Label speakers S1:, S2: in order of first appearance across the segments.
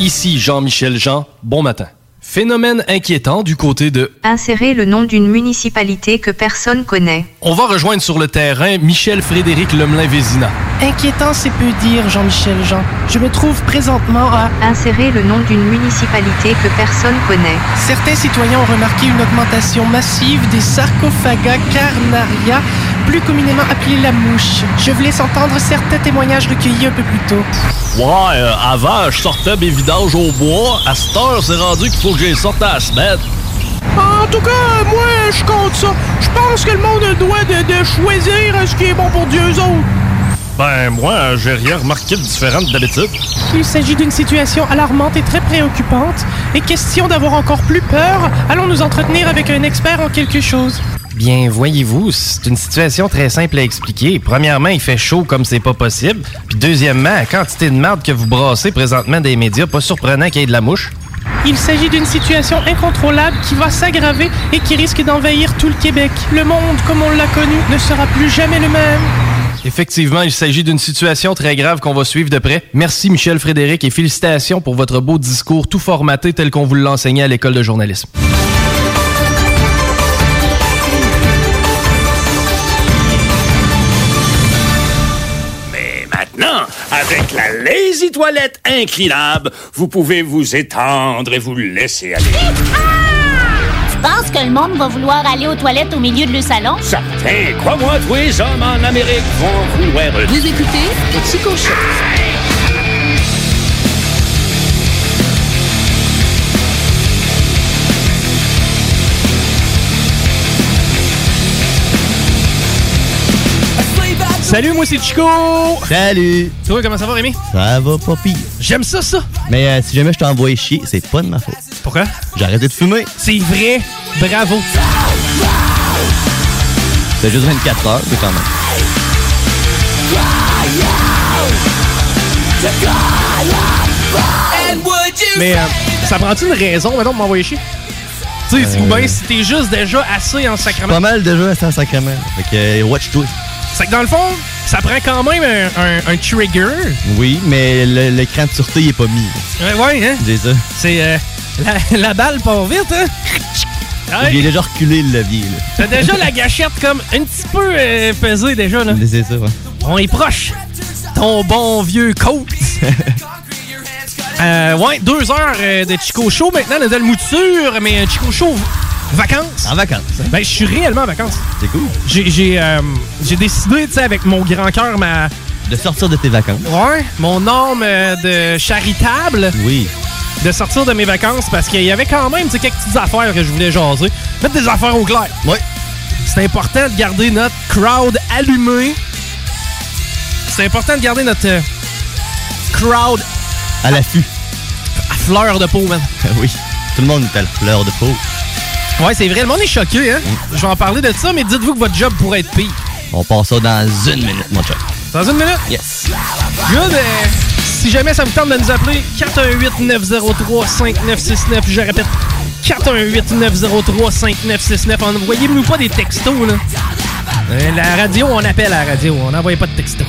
S1: Ici Jean-Michel Jean, bon matin. Phénomène inquiétant du côté de
S2: Insérer le nom d'une municipalité que personne connaît.
S1: On va rejoindre sur le terrain Michel Frédéric Lemelin-Vézina.
S3: Inquiétant, c'est peu dire, Jean-Michel Jean. Je me trouve présentement à...
S2: Insérer le nom d'une municipalité que personne connaît.
S3: Certains citoyens ont remarqué une augmentation massive des sarcophagas carnaria, plus communément appelés la mouche. Je vous laisse entendre certains témoignages recueillis un peu plus tôt.
S4: Ouais, euh, avant, je sortais mes vidanges au bois. À cette heure, c'est rendu qu'il faut que j'y sorte à la semaine.
S5: En tout cas, moi, je compte ça. Je pense que le monde doit de, de choisir ce qui est bon pour Dieu autres.
S4: Ben, moi, j'ai rien remarqué de différent de d'habitude.
S3: Il s'agit d'une situation alarmante et très préoccupante. Et question d'avoir encore plus peur, allons nous entretenir avec un expert en quelque chose.
S6: Bien, voyez-vous, c'est une situation très simple à expliquer. Premièrement, il fait chaud comme c'est pas possible. Puis deuxièmement, la quantité de merde que vous brassez présentement des médias, pas surprenant qu'il y ait de la mouche.
S3: Il s'agit d'une situation incontrôlable qui va s'aggraver et qui risque d'envahir tout le Québec. Le monde, comme on l'a connu, ne sera plus jamais le même.
S1: Effectivement, il s'agit d'une situation très grave qu'on va suivre de près. Merci Michel Frédéric et félicitations pour votre beau discours tout formaté tel qu'on vous l'enseignait à l'école de journalisme.
S7: Mais maintenant, avec la lazy toilette inclinable, vous pouvez vous étendre et vous laisser aller.
S8: Tu penses que le monde va vouloir aller aux toilettes au milieu de le salon?
S7: Certains, crois-moi, tous les hommes en Amérique vont vouloir...
S9: Vous écoutez le Chico Show.
S1: Salut, moi c'est Chico!
S10: Salut!
S1: Tu vois comment ça va, Rémi?
S10: Ça va pas pire.
S1: J'aime ça, ça!
S10: Mais euh, si jamais je t'envoie chier, c'est pas de ma faute.
S1: Pourquoi?
S10: J'ai arrêté de fumer.
S1: C'est vrai! Bravo!
S10: C'est juste 24 heures, mais quand même.
S1: Mais euh, ça prend-tu une raison, maintenant, de m'envoyer chier? Tu sais,
S10: Euh.
S1: ou bien si t'es juste déjà assez en sacrement.
S10: Pas mal déjà, c'est un sacrement. Fait que euh, watch tout.
S1: C'est que dans le fond, ça prend quand même un, un- un trigger.
S10: Oui, mais le- l'écran de sûreté, il est pas mis.
S1: Ouais, ouais, hein?
S10: J'ai ça.
S1: C'est euh, la, la balle part vite, hein? Ouais.
S10: J'ai déjà reculé le levier, là.
S1: T'as déjà la gâchette comme un petit peu euh, pesée déjà, là.
S10: C'est ça, ouais.
S1: On est proche. Ton bon vieux coach. Euh, ouais, deux heures euh, de Chico Show maintenant, de Del Mouture, mais euh, Chico Show, vacances.
S10: En vacances. hein.
S1: Ben, je suis réellement en vacances.
S10: C'est cool.
S1: J'ai j'ai, euh, j'ai décidé, tu sais, avec mon grand cœur, ma.
S10: De sortir de tes vacances.
S1: Ouais, mon âme euh, de charitable.
S10: Oui.
S1: De sortir de mes vacances parce qu'il y avait quand même, tu sais, quelques petites affaires que je voulais jaser. Mettre des affaires au clair.
S10: Oui.
S1: C'est important de garder notre crowd allumé. C'est important de garder notre euh, crowd
S10: À l'affût.
S1: à fleur de peau, man.
S10: oui. Tout le monde est à la fleur de peau.
S1: Ouais, c'est vrai, le monde est choqué, hein? Je vais en parler de ça, mais dites-vous que votre job pourrait être pire.
S10: On passe ça dans une minute, mon chat.
S1: Dans une minute?
S10: Yes.
S1: Good! euh, si jamais ça vous tente de nous appeler, 418-903-5969. Je répète, 418-903-5969. Envoyez-nous pas des textos, là. Euh, la radio, on appelle à la radio. On n'envoie pas de textos.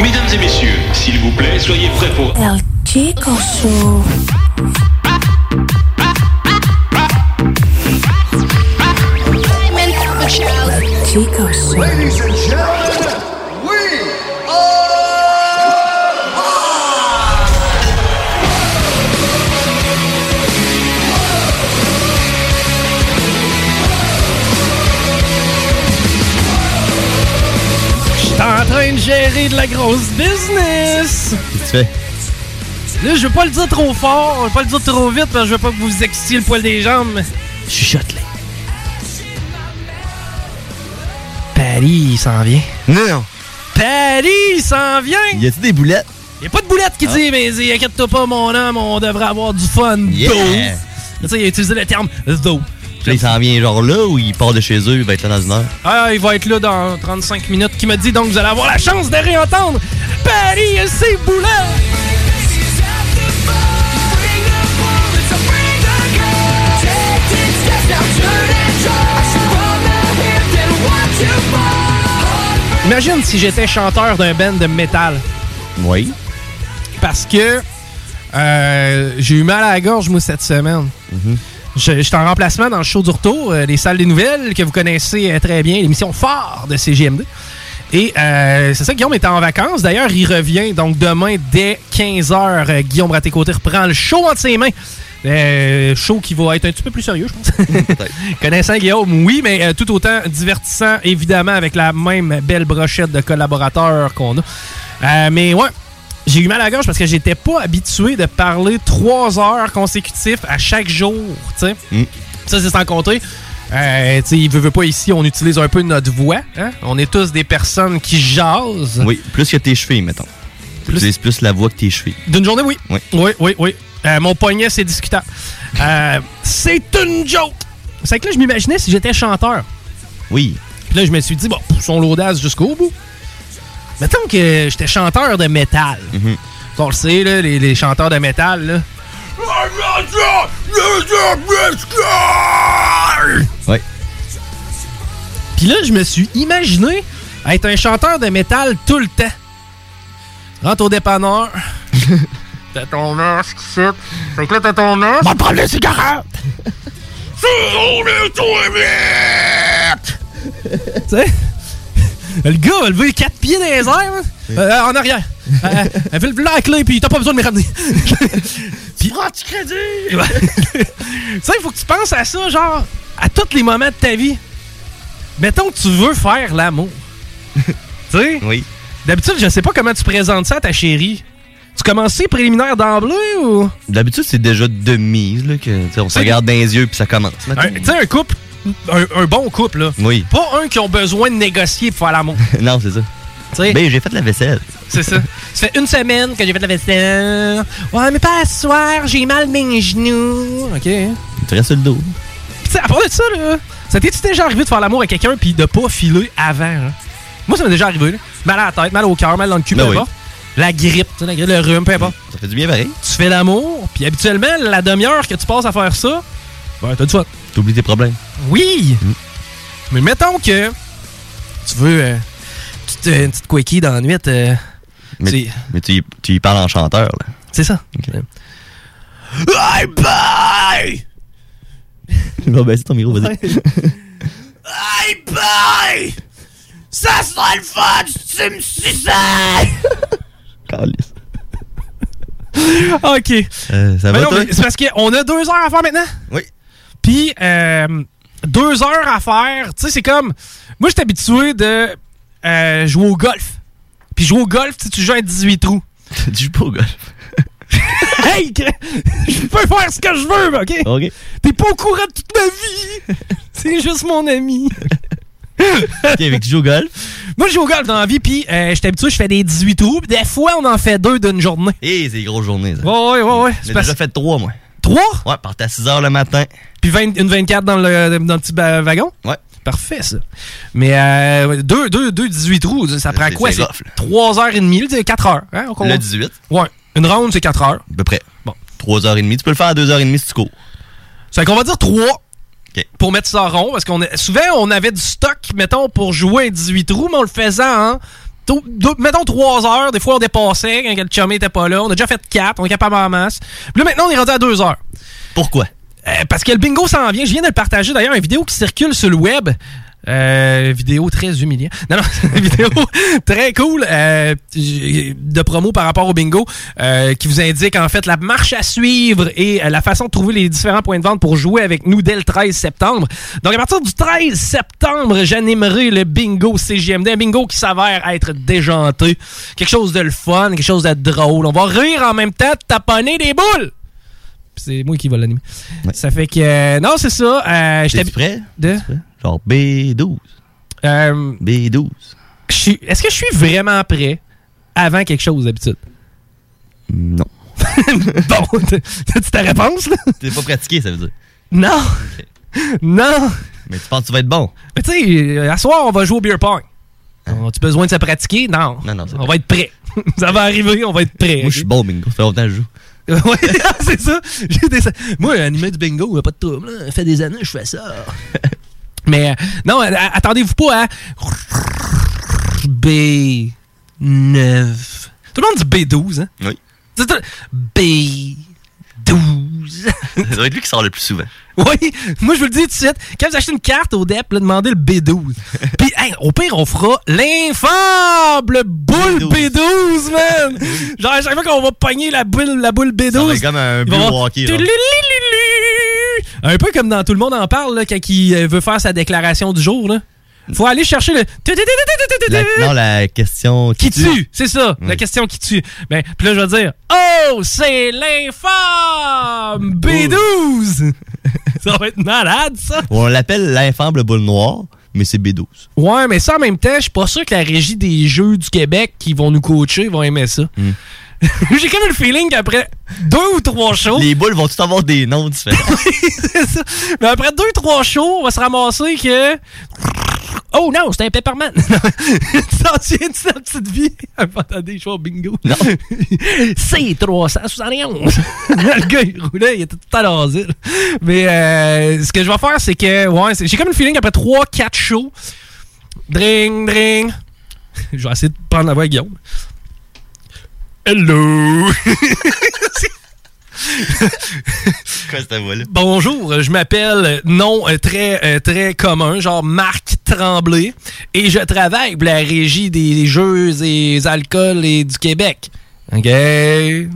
S11: Mesdames et messieurs, s'il vous plaît, soyez prêts pour...
S12: El Chico Show. Chico Show.
S13: Ladies and gentlemen, we
S1: T'es en train de gérer de la grosse business!
S10: Qu'est-ce que tu fais?
S1: Là, je veux pas le dire trop fort, je veux pas le dire trop vite, parce que je veux pas que vous vous excitiez le poil des jambes. mais Chuchote-les. Paris, il s'en vient.
S10: Non!
S1: Paris, il s'en vient!
S10: Y a-tu des boulettes? Ah.
S1: Y a pas de boulette qui dit, mais inquiète-toi pas, mon homme, on devrait avoir du fun.
S10: Yeah!
S1: Though. Tu sais, il a utilisé le terme though.
S10: Là, il s'en vient genre là ou il part de chez eux, il va être là dans une heure?
S1: Ah, il va être là dans 35 minutes, qui me dit donc vous allez avoir la chance de réentendre Paris et ses boulettes! Imagine si j'étais chanteur d'un band de métal.
S10: Oui.
S1: Parce que euh, j'ai eu mal à la gorge, moi, cette semaine. Je- J'étais en remplacement dans le show du retour, euh, des salles des nouvelles, que vous connaissez euh, très bien, l'émission phare de CGMD. Et euh, c'est ça, Guillaume était en vacances. D'ailleurs, il revient. Donc, demain, dès 15h, euh, Guillaume Raté-Côté reprend le show entre ses mains. Euh, show qui va être un petit peu plus sérieux, je pense. Connaissant Guillaume, oui, mais euh, tout autant divertissant, évidemment, avec la même belle brochette de collaborateurs qu'on a. Euh, mais ouais, j'ai eu mal à la gorge parce que j'étais pas habitué de parler trois heures consécutives à chaque jour, tu sais. Ça, c'est sans compter. Euh, tu sais, il veut, veut pas ici, on utilise un peu notre voix. hein. On est tous des personnes qui jasent.
S10: Oui, plus que tes chevilles, mettons. Plus... C'est plus la voix que tes chevilles.
S1: D'une journée, oui.
S10: Oui.
S1: Oui, oui, oui. Euh, mon poignet, c'est discutable. Euh, c'est une joke! C'est que là, je m'imaginais si j'étais chanteur.
S10: Oui.
S1: Puis là, je me suis dit, bon, poussons l'audace jusqu'au bout. Mettons que j'étais chanteur de métal.
S10: Mhm.
S1: On le sait, là, les, les chanteurs de métal, là.
S10: Oui.
S1: Puis là, je me suis imaginé être un chanteur de métal tout le temps. Rentre au dépanneur. t'as ton masque, shit. Fait que là, t'as ton masque. Va prendre les cigarettes! tu sais? Le gars va lever quatre pieds dans les airs, hein? Euh, en arrière. Euh, Elle fait le la clé, puis t'as pas besoin de me ramener. puis,
S13: Prends-tu crédit?
S1: tu sais, il faut que tu penses à ça, genre, à tous les moments de ta vie. Mettons que tu veux faire l'amour. tu sais?
S10: Oui.
S1: D'habitude, je sais pas comment tu présentes ça à ta chérie. Tu commences les préliminaires d'emblée ou.
S10: D'habitude, c'est déjà de mise, là, que, tu sais, on se
S1: Ok.
S10: regarde dans les yeux puis ça commence. mettons.
S1: Un- Tu sais, un couple, un, un bon couple, là.
S10: Oui.
S1: Pas un qui ont besoin de négocier pour faire l'amour.
S10: non, c'est ça.
S1: sais-
S10: Ben, j'ai fait la vaisselle.
S1: C'est ça. Ça fait une semaine que j'ai fait de la vaisselle. Ouais, mais pas à ce soir, j'ai mal mes genoux. OK. hein? Puis,
S10: Tu restes sur le dos.
S1: tu sais, à part de ça, là, ça t'est-tu déjà arrivé de faire l'amour à quelqu'un puis de pas filer avant, là? Moi, ça m'est déjà arrivé, là. Mal à la tête, mal au cœur, mal dans le cul,
S10: Ben
S1: peu
S10: oui.
S1: importe. La grippe, tu sais, la grippe, le rhume, peu importe.
S10: Ça fait du bien pareil.
S1: Tu fais l'amour, puis habituellement, la demi-heure que tu passes à faire ça, ben, t'as du fun.
S10: T'oublies tes problèmes. Mm.
S1: Oui! Mais mettons que tu veux euh, tu te- une petite quickie dans la nuit. euh,
S10: Mais,
S1: tu-
S10: mais tu, y- tu y parles en chanteur, là.
S1: c'est ça.
S13: Bye bye!
S10: Il va baisser ton micro, vas-y.
S13: Bye bye! Ça sera le fun si tu me suçais!
S10: Calisse.
S1: OK.
S10: Euh,
S1: Mais
S10: ça va,
S1: Ben non,
S10: toi?
S1: mais c'est parce qu'on a deux heures à faire maintenant.
S10: Oui.
S1: Puis, euh, deux heures à faire, tu sais, c'est comme. Moi, je suis habitué de euh, jouer au golf. Puis, jouer au golf, tu sais, tu joues un 18 trous.
S10: Tu joues pas au golf.
S1: hey, que- je peux faire ce que je veux, OK?
S10: OK.
S1: T'es pas au courant de toute ma vie. C'est juste mon ami.
S10: OK, avec tu joues au golf.
S1: Moi, je joue au golf dans la vie, puis euh, je suis habitué, je fais des 18 trous. puis Des fois, on en fait deux d'une journée.
S10: Hé, Eh, c'est une grosse journée, ça.
S1: Ouais, ouais, ouais. ouais.
S10: J'ai
S1: C'est parce-
S10: déjà fait trois, moi.
S1: Trois?
S10: Ouais, partais à 6 h le matin.
S1: Puis 20 une 24 dans le, dans le petit ba- wagon?
S10: Ouais.
S1: Parfait, ça. Mais euh, deux, deux, deux 18 trous, ça prend
S10: c'est-
S1: quoi?
S10: c'est
S1: C'est
S10: rough, là.
S1: 3h30, c'est 4h. Hein, on compte?
S10: Le 18,
S1: Ouais. Une ronde, c'est 4 heures.
S10: à peu près.
S1: Bon.
S10: 3h30. Tu peux le faire à 2h30 si tu cours.
S1: C'est qu'on va dire 3
S10: OK.
S1: pour mettre ça rond. Parce qu'on est- souvent, on avait du stock, mettons, pour jouer un 18 trous, mais on le faisait en tôt- deux- mettons trois heures. Des fois, on dépassait quand le chummy était pas là. On a déjà fait quatre. On est capable en masse. Puis là, maintenant, on est rendu à deux heures.
S10: Pourquoi?
S1: Euh, parce que le bingo s'en vient. Je viens de le partager d'ailleurs, une vidéo qui circule sur le web. Euh, vidéo très humiliante. Non, non, une vidéo très cool euh, de promo par rapport au bingo euh, qui vous indique en fait la marche à suivre et euh, la façon de trouver les différents points de vente pour jouer avec nous dès le 13 septembre. Donc à partir du 13 septembre, j'animerai le bingo CGMD, un bingo qui s'avère être déjanté. Quelque chose de le fun, quelque chose de drôle. On va rire en même temps, de taponner des boules. Puis c'est moi qui va l'animer. Ça fait que. euh, non, c'est ça. Euh, je t'habi- De? Euh,
S10: Genre B12. B12.
S1: Je suis- Est-ce que je suis vraiment prêt avant quelque chose d'habitude?
S10: Non.
S1: bon, t'as-tu ta réponse, là?
S10: T'es pas pratiqué, ça veut dire.
S1: Non! Non!
S10: Mais tu penses que tu vas être bon?
S1: Mais tu sais, euh, à soir, on va jouer au beer pong. As-tu besoin de se pratiquer? Non.
S10: Hein? Non, non, c'est
S1: on va être prêt. ça va arriver, on va être prêt.
S10: Moi, je suis bon, bingo. Ça fait longtemps que je joue.
S1: Ouais, c'est ça. J'ai des- Moi, animé du bingo, y a pas de trouble. là. Ça fait des années que je fais ça. Mais euh, non, euh, attendez-vous pas à B9. Tout le monde dit B12, hein?
S10: Oui.
S1: C'est tout- B12.
S10: ça doit être lui qui sort le plus souvent.
S1: Oui, moi je vous le dis tout de suite. Quand vous achetez une carte au DEP, là, demandez le B12. Puis, hey, au pire, on fera l'infable boule B12, man! Genre, à chaque fois qu'on va pogner la boule, la boule B12.
S10: C'est comme un
S1: il va
S10: bleu
S1: avoir-
S10: walkie. genre.
S1: Un peu comme dans Tout le monde en parle, là, quand il euh, veut faire sa déclaration du jour. Là. Faut aller chercher le.
S10: La- non, la question Hmm.
S1: Qui tue, c'est ça, la question qui tue. Ben, puis là, je vais dire, oh, c'est l'infâme B12! ça va être malade, ça!
S10: On l'appelle l'infâme boule noire, mais c'est B12.
S1: Ouais, mais ça, en même temps, je suis pas sûr que la régie des Jeux du Québec qui vont nous coacher vont aimer ça.
S10: Hmm.
S1: J'ai comme le feeling qu'après deux ou trois shows...
S10: Les boules vont tout avoir des noms différents.
S1: C'est ça. Mais après deux, trois shows, on va se ramasser que. Oh non, c'était un Pepperman! tu t'en souviens de sa petite vie? Pendant des shows au bingo. Non! C'est 371! le gars, il roulait, il était tout à l'asile. Mais euh, ce que je vais faire, c'est que. Ouais, c'est- j'ai comme le feeling qu'après trois, quatre shows. Dring, dring! Je vais essayer de prendre la voix à Guillaume. Hello!
S10: Quoi, cette voix-là?
S1: Bonjour, euh, je m'appelle, euh, nom euh, très, euh, très commun, genre Marc Tremblay, et je travaille pour la régie des jeux et des alcools et du Québec. OK? ben,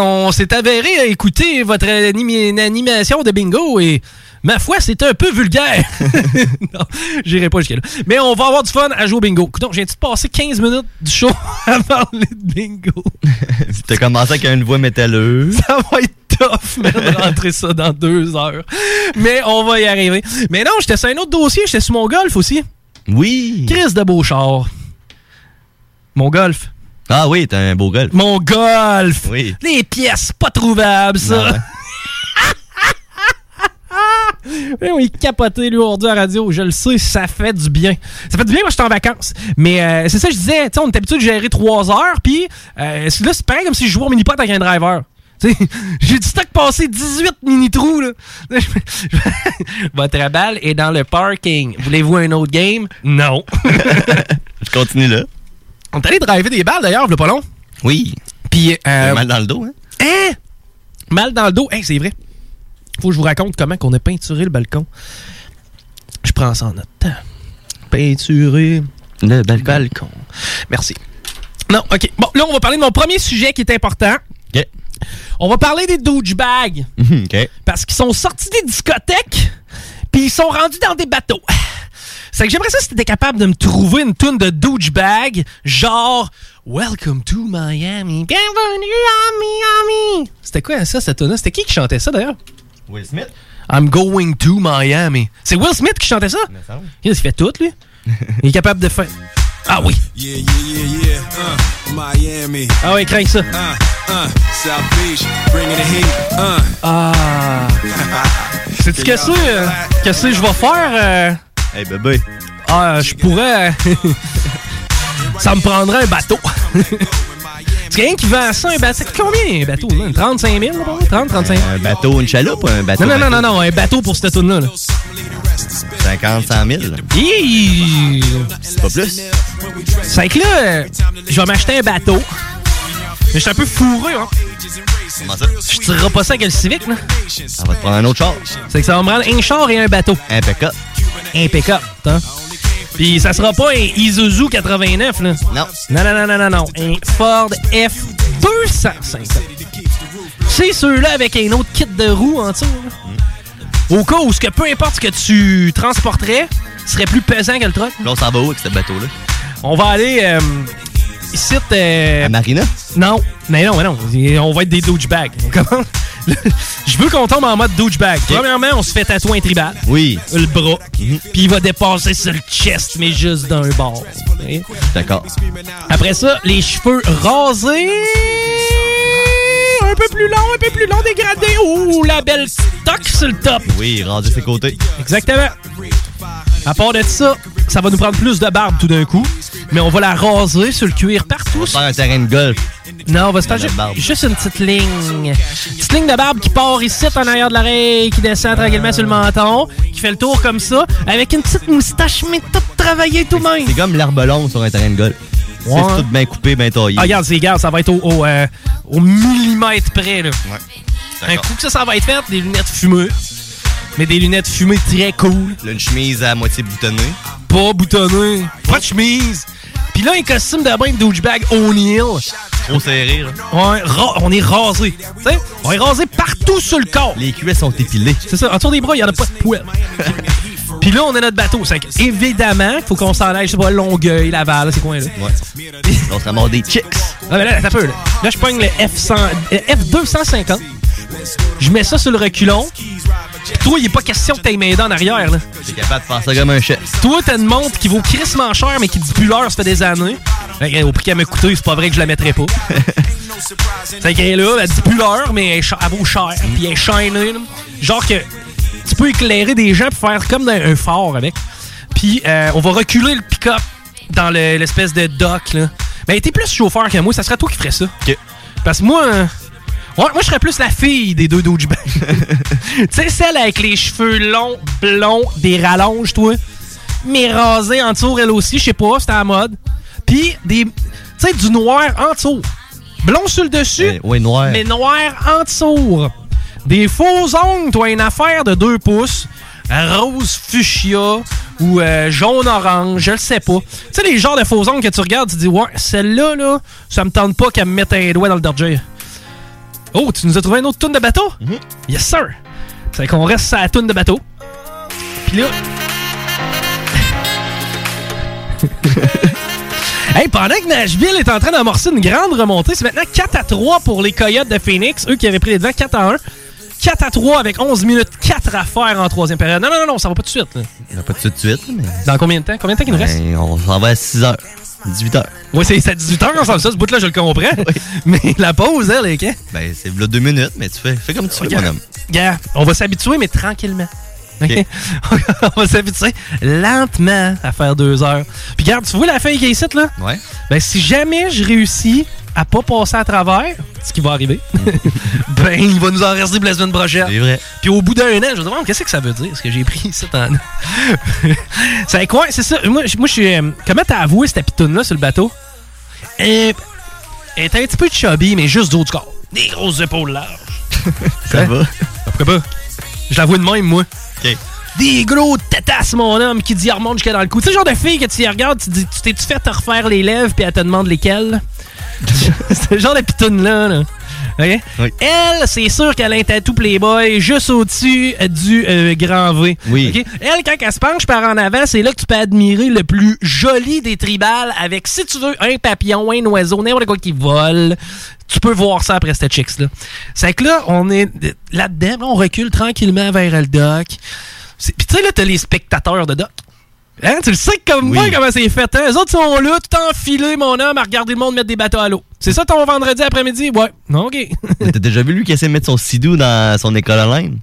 S1: on s'est avéré à écouter votre animi- animation de bingo et. Ma foi, c'est un peu vulgaire. non, j'irai pas jusqu'à là. Mais on va avoir du fun à jouer au bingo. Donc, j'ai de passer 15 minutes du show à parler de bingo.
S10: T'as commencé avec une voix métalleuse.
S1: Ça va être tough, man, de rentrer ça dans deux heures. Mais on va y arriver. Mais non, j'étais sur un autre dossier, j'étais sur mon golf aussi.
S10: Oui.
S1: Chris de Beauchard. Mon golf.
S10: Ah oui, t'as un beau golf.
S1: Mon golf.
S10: Oui.
S1: Les pièces pas trouvables, ça. Ouais, Eh oui, capoté, lui, aujourd'hui à la radio. Je le sais, ça fait du bien. Ça fait du bien, moi, j'étais en vacances. Mais euh, c'est ça, que je disais, tu sais, on est habitué de gérer trois heures, puis euh, c'est- là, c'est pareil comme si je jouais au mini-pot avec un driver. Tu sais, J'ai du stock passé 18 mini-trous, là. Votre balle est dans le parking. Voulez-vous un autre game? Non.
S10: Je continue là.
S1: on est allé driver des balles, d'ailleurs, le pas long.
S10: Oui.
S1: Puis. euh,
S10: T'as mal dans le dos, hein?
S1: Hein? Mal dans le dos. Hein, c'est vrai. Faut que je vous raconte comment qu'on a peinturé le balcon. Je prends ça en note. Peinturer
S10: le balcon.
S1: Merci. Non, OK. Bon, là, on va parler de mon premier sujet qui est important.
S10: OK.
S1: On va parler des douchebags.
S10: OK.
S1: Parce qu'ils sont sortis des discothèques, puis ils sont rendus dans des bateaux. C'est que j'aimerais ça si t'étais capable de me trouver une toune de douchebag, genre Welcome to Miami, bienvenue à Miami. C'était quoi ça, cette toune-là? C'était qui qui chantait ça d'ailleurs?
S10: Will Smith?
S1: I'm going to Miami. C'est Will Smith qui chantait ça? Il fait tout, lui. Il est capable de faire. Ah oui.
S14: Yeah, yeah, yeah, yeah. Uh, Miami.
S1: Ah oui, crains ça.
S14: Uh, uh, South Beach, bringing the heat. Uh.
S1: Ah. Sais-tu que c'est? euh, que c'est que je vais faire? euh?
S10: Hey, bébé.
S1: Ah, je pourrais. ça me prendrait un bateau. C'est rien qui vend ça, un bateau. C'est Combien un bateau, man? 35 000, là, par là? 30, 35 000?
S10: Un bateau, une chaloupe ou un bateau?
S1: Non, non, non, non, non, un bateau pour cette toune-là. là.
S10: 50, 100 000.
S1: Hi!
S10: C'est pas plus.
S1: C'est que là, euh, je vais m'acheter un bateau. Mais je suis un peu fourré, hein.
S10: Comment ça?
S1: Je tirerai pas ça avec le Civic, là.
S10: Ça va te prendre un autre char.
S1: C'est que ça va me prendre un char et un bateau.
S10: Un pick-up.
S1: Un pick-up, hein. Puis ça sera pas un Isuzu 89, là.
S10: Non.
S1: Non, non, non, non, non, non. Un Ford F250. C'est ceux-là avec un autre kit de roues en dessous, là. Au cas où, ce que peu importe ce que tu transporterais, serait plus pesant que le truck.
S10: Là, on s'en va où avec ce bateau-là?
S1: On va aller euh, ici. euh,
S10: À Marina?
S1: Non, mais non, mais non. On va être des douchebags. On commence- Je veux qu'on tombe en mode douchebag. Premièrement, on se fait tatouer un tribal.
S10: Oui. Mhm.
S1: Le bras. Puis il va dépasser sur le chest, mais juste d'un bord. Ok?
S10: D'accord.
S1: Après ça, les cheveux rasés. Un peu plus long, un peu plus long, dégradé. Ouh, la belle toque sur le top.
S10: Oui, rendu ses côtés.
S1: Exactement. À part de ça, ça va nous prendre plus de barbe tout d'un coup, mais on va la raser sur le cuir partout.
S10: On va faire un terrain de golf.
S1: Non, on va se faire
S10: La
S1: ju-
S10: barbe.
S1: juste une petite ligne. Petite ligne de barbe qui part ici en arrière de l'oreille, qui descend tranquillement sur le menton, qui fait le tour comme ça, avec une petite moustache, mais toute travaillée tout même.
S10: C'est comme l'arbelon sur un terrain de golf.
S1: Ouais.
S10: C'est tout bien coupé, bien taillé.
S1: Ah, regarde, c'est regarde, ça va être au, au, euh, au millimètre près. Là. Un coup que ça, ça va être fait, des lunettes fumées. Mais des lunettes fumées très cool.
S10: Là, une chemise à moitié boutonnée.
S1: Pas boutonné, pas de chemise. Puis là, un costume de bain de douchebag O'Neill.
S10: Trop serré, hein. là.
S1: Ouais, ra- on est rasé. Tu sais, on est rasé partout sur le corps.
S10: Les cuisses sont épilées.
S1: C'est ça, en dessous des bras, il n'y en a pas de poêle. Puis là, on a notre bateau. C'est que, évidemment, il faut qu'on s'en aille, je sais pas, Longueuil, Laval, ces coins-là.
S10: Ouais. Là, on se ramasse des chicks.
S1: Ah, mais là, t'as peu, là. Là, je pogne le F100, euh, F250. Je mets ça sur le reculon. Puis toi, il n'est pas question que t'aies mes dents en arrière, là.
S10: T'es capable de faire ça comme un chef.
S1: Toi, t'as une montre qui vaut crissement cher, mais qui dit plus l'heure, ça fait des années. Fait que, Au prix qu'elle m'a coûté, c'est pas vrai que je la mettrais pas. fait qu'elle est là, elle dit plus l'heure, mais elle, est ch- elle vaut cher, puis elle est shinée, là. Genre que tu peux éclairer des gens pour faire comme dans un phare avec. Puis euh, on va reculer le pick-up dans le- l'espèce de dock, là. Mais t'es plus chauffeur que moi, ça serait toi qui ferais ça. Parce que moi... euh, Ouais, moi, je serais plus la fille des deux douchebags. tu sais, celle avec les cheveux longs, blonds, des rallonges, toi. Mais rasée en dessous, elle aussi, je sais pas, c'était à la mode. Puis, des, tu sais, du noir en dessous. Blond sur le dessus,
S10: Ouais, noir.
S1: mais noir en dessous. Des faux ongles, toi, une affaire de deux pouces. Rose fuchsia ou euh, jaune-orange, je le sais pas. Tu sais, les genres de faux ongles que tu regardes, tu dis, ouais, celle-là, là, ça me tente pas qu'elle me mette un doigt dans le danger. Oh, tu nous as trouvé une autre toune de bateau? Yes, sir! C'est qu'on reste sur la toune de bateau. Puis là. hey, pendant que Nashville est en train d'amorcer une grande remontée, c'est maintenant 4 à 3 pour les Coyotes de Phoenix, eux qui avaient pris les devants 4 à 1. 4 à 3 avec 11 minutes 4 à faire en troisième période. Non, non, non, non, ça va pas tout de suite. là.
S10: On n'a pas tout de suite, mais.
S1: Dans combien de temps? Combien de temps qu'il nous reste?
S10: Ben, on s'en va à 6 h 18 h
S1: Oui, c'est c'est à 18 h qu'on s'en va, ça, ce bout-là, je le comprends. Mais la pause, elle, est quand?
S10: Ben, c'est là 2 minutes, mais tu fais, fais comme tu veux, mon homme.
S1: Gars, on va s'habituer, mais tranquillement. OK? on va s'habituer lentement à faire deux heures. Puis regarde, tu vois la feuille qui est ici, là?
S10: Ouais.
S1: Ben, si jamais je réussis à pas passer à travers, ce qui va arriver, ben, il va nous en rester pour la semaine prochaine.
S10: C'est vrai.
S1: Puis au bout d'un an, je me demande qu'est-ce que ça veut dire, ce que j'ai pris ici, en... c'est quoi? C'est ça. Moi, je- moi, je suis... euh, Comment t'as avoué cette pitoune-là sur le bateau? Euh, Elle était un petit peu chubby, mais juste du haut du corps. Des grosses épaules larges.
S13: Hein?
S10: Ça va?
S1: Pourquoi pas? Je l'avoue de même, moi. Des gros tatasses, mon homme, qui dit remonte jusqu'à dans le cou. Tu sais, le genre de fille que tu y regardes, tu dis, tu t'es-tu fait te refaire les lèvres, puis elle te demande lesquelles? c'est le genre de pitoune-là, là. OK? Elle, c'est sûr qu'elle a un tatou Playboy juste au-dessus du euh, grand V.
S10: Oui.
S1: OK? Elle, quand elle se penche par en avant, c'est là que tu peux admirer le plus joli des tribales avec, si tu veux, un papillon, un oiseau, n'importe quoi qui vole. Tu peux voir ça après cette chicks-là. C'est que là, on est euh, là-dedans, là, on recule tranquillement vers le doc. C'est- Puis tu sais, là, t'as les spectateurs de doc. Hein? Tu le sais comme moi comment c'est fait. Hein? Les autres sont là, tout enfilés, mon homme, à regarder le monde mettre des bateaux à l'eau. C'est ça ton vendredi après-midi? Ouais. Non, OK.
S10: Mais T'as déjà vu lui qui essaie de mettre son sidou dans son école à laine?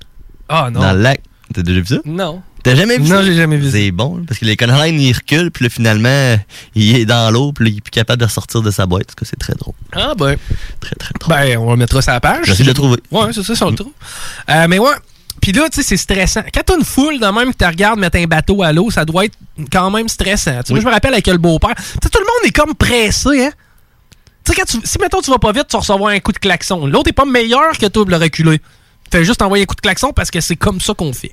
S1: Ah non.
S10: Dans le lac. T'as déjà vu ça?
S1: Non.
S10: T'as jamais vu ça?
S1: Non, j'ai jamais vu
S10: ça. C'est bon, là, parce que l'école à laine, il recule, puis là, finalement, il est dans l'eau, puis là, il est plus capable de ressortir de sa boîte. Parce que c'est très drôle.
S1: Ah ben. Très, très drôle. Ben, on le mettra sur la page.
S10: J'essaie de le trouver.
S1: Ouais, c'est ça, sur le trou. Euh, mais ouais, Puis là, tu sais, c'est stressant. Quand t'as une foule de même qui te regarde mettre un bateau à l'eau, ça doit être quand même stressant. Tu sais, Moi, je me rappelle avec le beau-père. Tu sais, tout le monde est comme pressé, hein? Tu sais, quand tu- si mettons tu vas pas vite, tu vas recevoir un coup de klaxon. L'autre est pas meilleur que toi pour le reculer. Fais juste envoyer un coup de klaxon parce que c'est comme ça qu'on fait.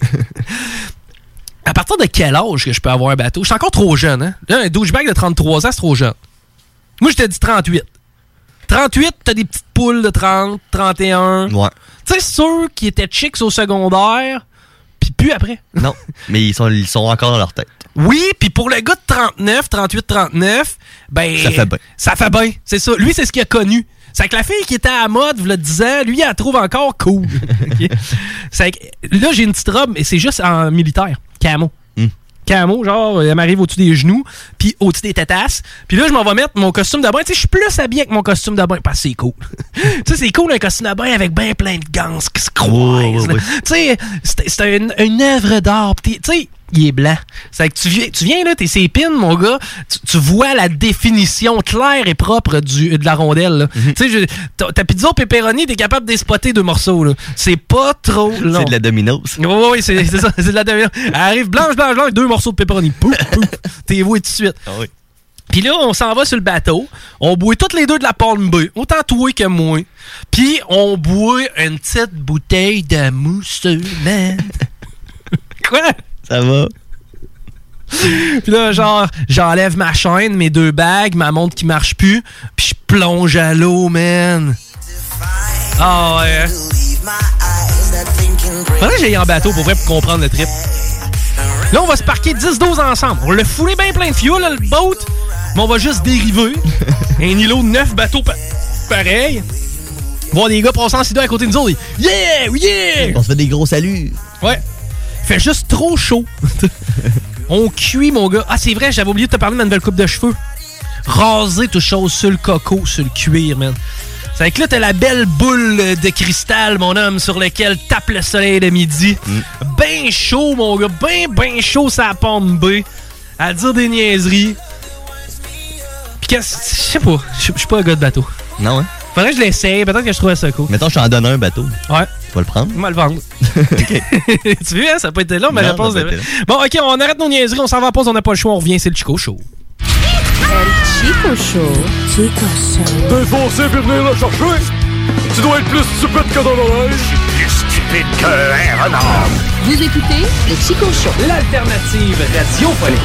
S1: à partir de quel âge que je peux avoir un bateau? Je suis encore trop jeune, hein? Là, un douchebag de 33 ans, c'est trop jeune. Moi, je te dis 38. 38, t'as des petites poules de 30, 31.
S10: Ouais.
S1: Tu sais, ceux qui étaient chicks au secondaire, puis plus après.
S10: Non, mais ils sont, ils sont encore dans leur tête.
S1: Oui, puis pour le gars de 39, 38, 39, ben.
S10: Ça fait bien.
S1: Ça fait bien, c'est ça. Lui, c'est ce qu'il a connu. C'est que la fille qui était à la mode, vous le disant, lui, elle la trouve encore cool. Ok? C'est que, là, j'ai une petite robe, mais c'est juste en militaire, camo.
S10: Hmm.
S1: Camo, genre, elle m'arrive au-dessus des genoux, puis au-dessus des tétasses. Puis là, je m'en vais mettre mon costume de bain. Tu sais, je suis plus habillé avec mon costume de bain. Parce que c'est cool. tu sais, c'est cool un costume de bain avec ben plein de gants qui se croisent. là. Tu sais, c'est- c'est une, une œuvre d'art. Puis t'es- Tu sais, il est blanc. C'est que tu viens, tu viens là, t'es ses pins, mon gars. Tu, tu vois la définition claire et propre du, de la rondelle. là.
S10: Mhm.
S1: Tu sais, je- ta, ta pizza au pepperoni, t'es capable d'espotter deux morceaux. là. C'est pas trop long.
S10: C'est de la dominos.
S1: Oui, oui, c'est c'est ça, c'est de la dernière. Elle arrive blanche, blanche, blanche, deux morceaux de pepperoni. Pouf, pouf. T'es voué tout de suite.
S10: Ah
S1: Puis là, on s'en va sur le bateau. On boit toutes les deux de la palme B, autant toi que moi. Puis on boit une petite bouteille de mousse humaine. Quoi?
S10: Ça va.
S1: Puis là, genre, j'enlève ma chaîne, mes deux bagues, ma montre qui marche plus, puis je plonge à l'eau, man. Ah ouais. Faudrait que j'aille en bateau pour vrai pour comprendre le trip. Là, on va se parquer 10-12 ensemble. On l'a foulé bien plein de fuel, là, le boat, mais on va juste dériver. Un îlot de 9 bateaux pa- pareil. Voir des gars passant en sida à côté de nous autres. Yeah! Yeah!
S10: On se fait des gros saluts.
S1: Ouais. Fait juste trop chaud. On cuit, mon gars. Ah, c'est vrai, j'avais oublié de te parler de ma nouvelle coupe de cheveux. Raser toute chose sur le coco, sur le cuir, man. C'est que là, t'as la belle boule de cristal, mon homme, sur lequel tape le soleil de midi.
S10: Mm.
S1: Ben chaud, mon gars. Ben, ben chaud, ça pomme B. À dire des niaiseries. Pis qu'est-ce. Je sais pas. Je je suis pas un gars de bateau.
S10: Non, hein?
S1: Faudrait que je l'essaye. Peut-être que je trouverais ça cool.
S10: Mettons, je t'en donne un bateau.
S1: Ouais.
S10: Tu vas le prendre?
S1: On va le vendre. tu vois, hein, ça n'a pas été long, mais
S10: Non,
S1: la pause
S10: ça a
S1: est
S10: pas été
S1: Bon, OK, on arrête nos niaiseries, on s'en va en pause, on n'a pas le choix, on revient, c'est le Chico Show.
S12: Chico Show. Chico Show.
S15: T'es foncé puis Ben, venir le chercher. Tu dois être plus stupide que dans l'oreille.
S7: Plus stupide que hein, un renard.
S12: Vous écoutez le Chico Show.
S1: L'alternative radiophonique.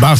S16: Bar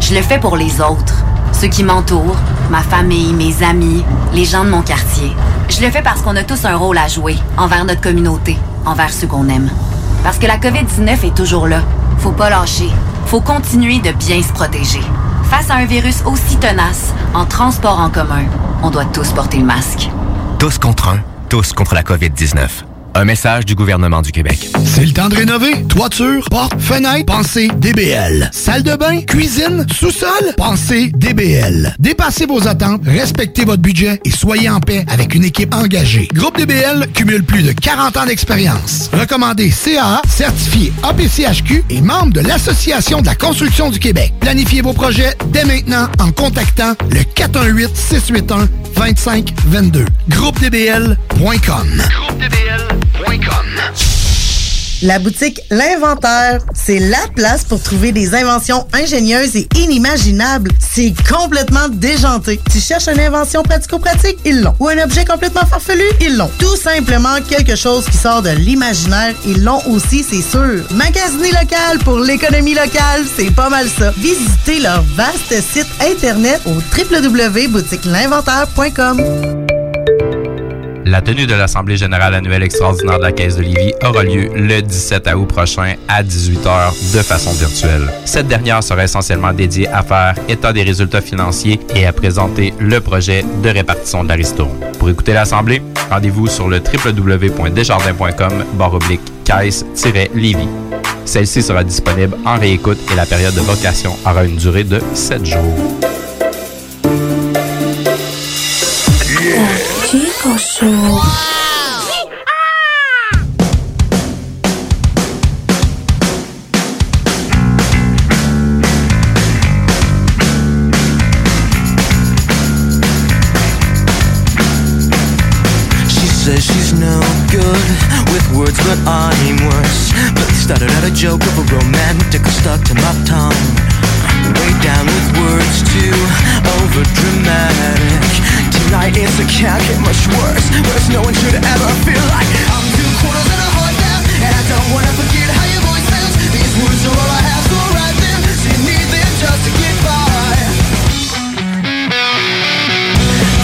S17: Je le fais pour les autres, ceux qui m'entourent, ma famille, mes amis, les gens de mon quartier. Je le fais parce qu'on a tous un rôle à jouer envers notre communauté, envers ceux qu'on aime. Parce que la COVID-19 est toujours là. Faut pas lâcher. Faut continuer de bien se protéger. Face à un virus aussi tenace, en transport en commun, on doit tous porter le masque.
S18: Tous contre un, tous contre la COVID-19. Un message du gouvernement du Québec.
S19: C'est le temps de rénover. Toiture, porte, fenêtre, pensez DBL. Salle de bain, cuisine, sous-sol, pensez DBL. Dépassez vos attentes, respectez votre budget et soyez en paix avec une équipe engagée. Groupe DBL cumule plus de 40 ans d'expérience. Recommandé CAA, certifié APCHQ et membre de l'Association de la construction du Québec. Planifiez vos projets dès maintenant en contactant le 418-681-2522. Groupe DBL.com.
S20: La boutique L'Inventaire, c'est la place pour trouver des inventions ingénieuses et inimaginables. C'est complètement déjanté. Tu cherches une invention pratico-pratique? Ils l'ont. Ou un objet complètement farfelu? Ils l'ont. Tout simplement quelque chose qui sort de l'imaginaire, ils l'ont aussi, c'est sûr. Magasiner local pour l'économie locale, c'est pas mal ça. Visitez leur vaste site internet au www.boutiquelinventaire.com.
S21: La tenue de l'Assemblée générale annuelle extraordinaire de la Caisse de Lévis aura lieu le 17 août prochain à 18h de façon virtuelle. Cette dernière sera essentiellement dédiée à faire état des résultats financiers et à présenter le projet de répartition de la ristourne. Pour écouter l'Assemblée, rendez-vous sur le www.desjardins.com barre oblique caisse-lévis. Celle-ci sera disponible en réécoute et la période de vocation aura une durée de 7 jours.
S22: Chico Show.
S23: She says she's no good with words, but I'm worse. But they started out a joke of a romantic stuck to my tongue. Way down with words too over dramatic. Tonight is a can't get much worse. Worse, no one should ever feel like I'm two quarters and a heart down, and I don't wanna forget how your voice sounds. These words are all I have, so write them. She need them just to get by.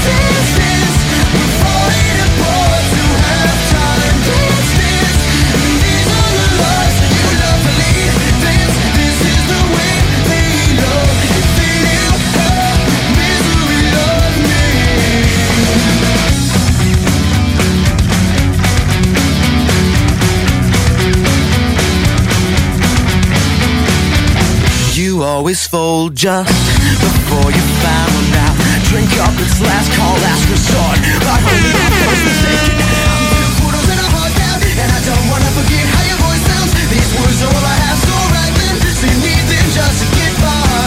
S23: This is we're falling apart to have time. This is these are the lies that you love to lead. This this is the way they love. If they knew her misery loved me. You always fold just before you found out. Drink up, it's last call, last resort. I believe I was mistaken. I'm two quarters and a heart down, and I don't wanna forget how your voice sounds. These words are all I have, so write them. So you need them just to get by.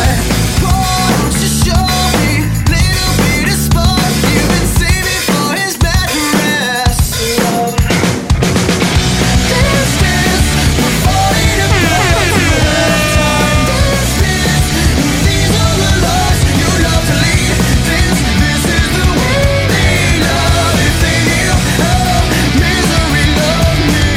S23: Won't you show me little bit of spark? You've been saving for his bad rest. This is we're falling apart. You have time. This is these are the lies you love to lead. This this is the way they love. If they knew how misery loved me.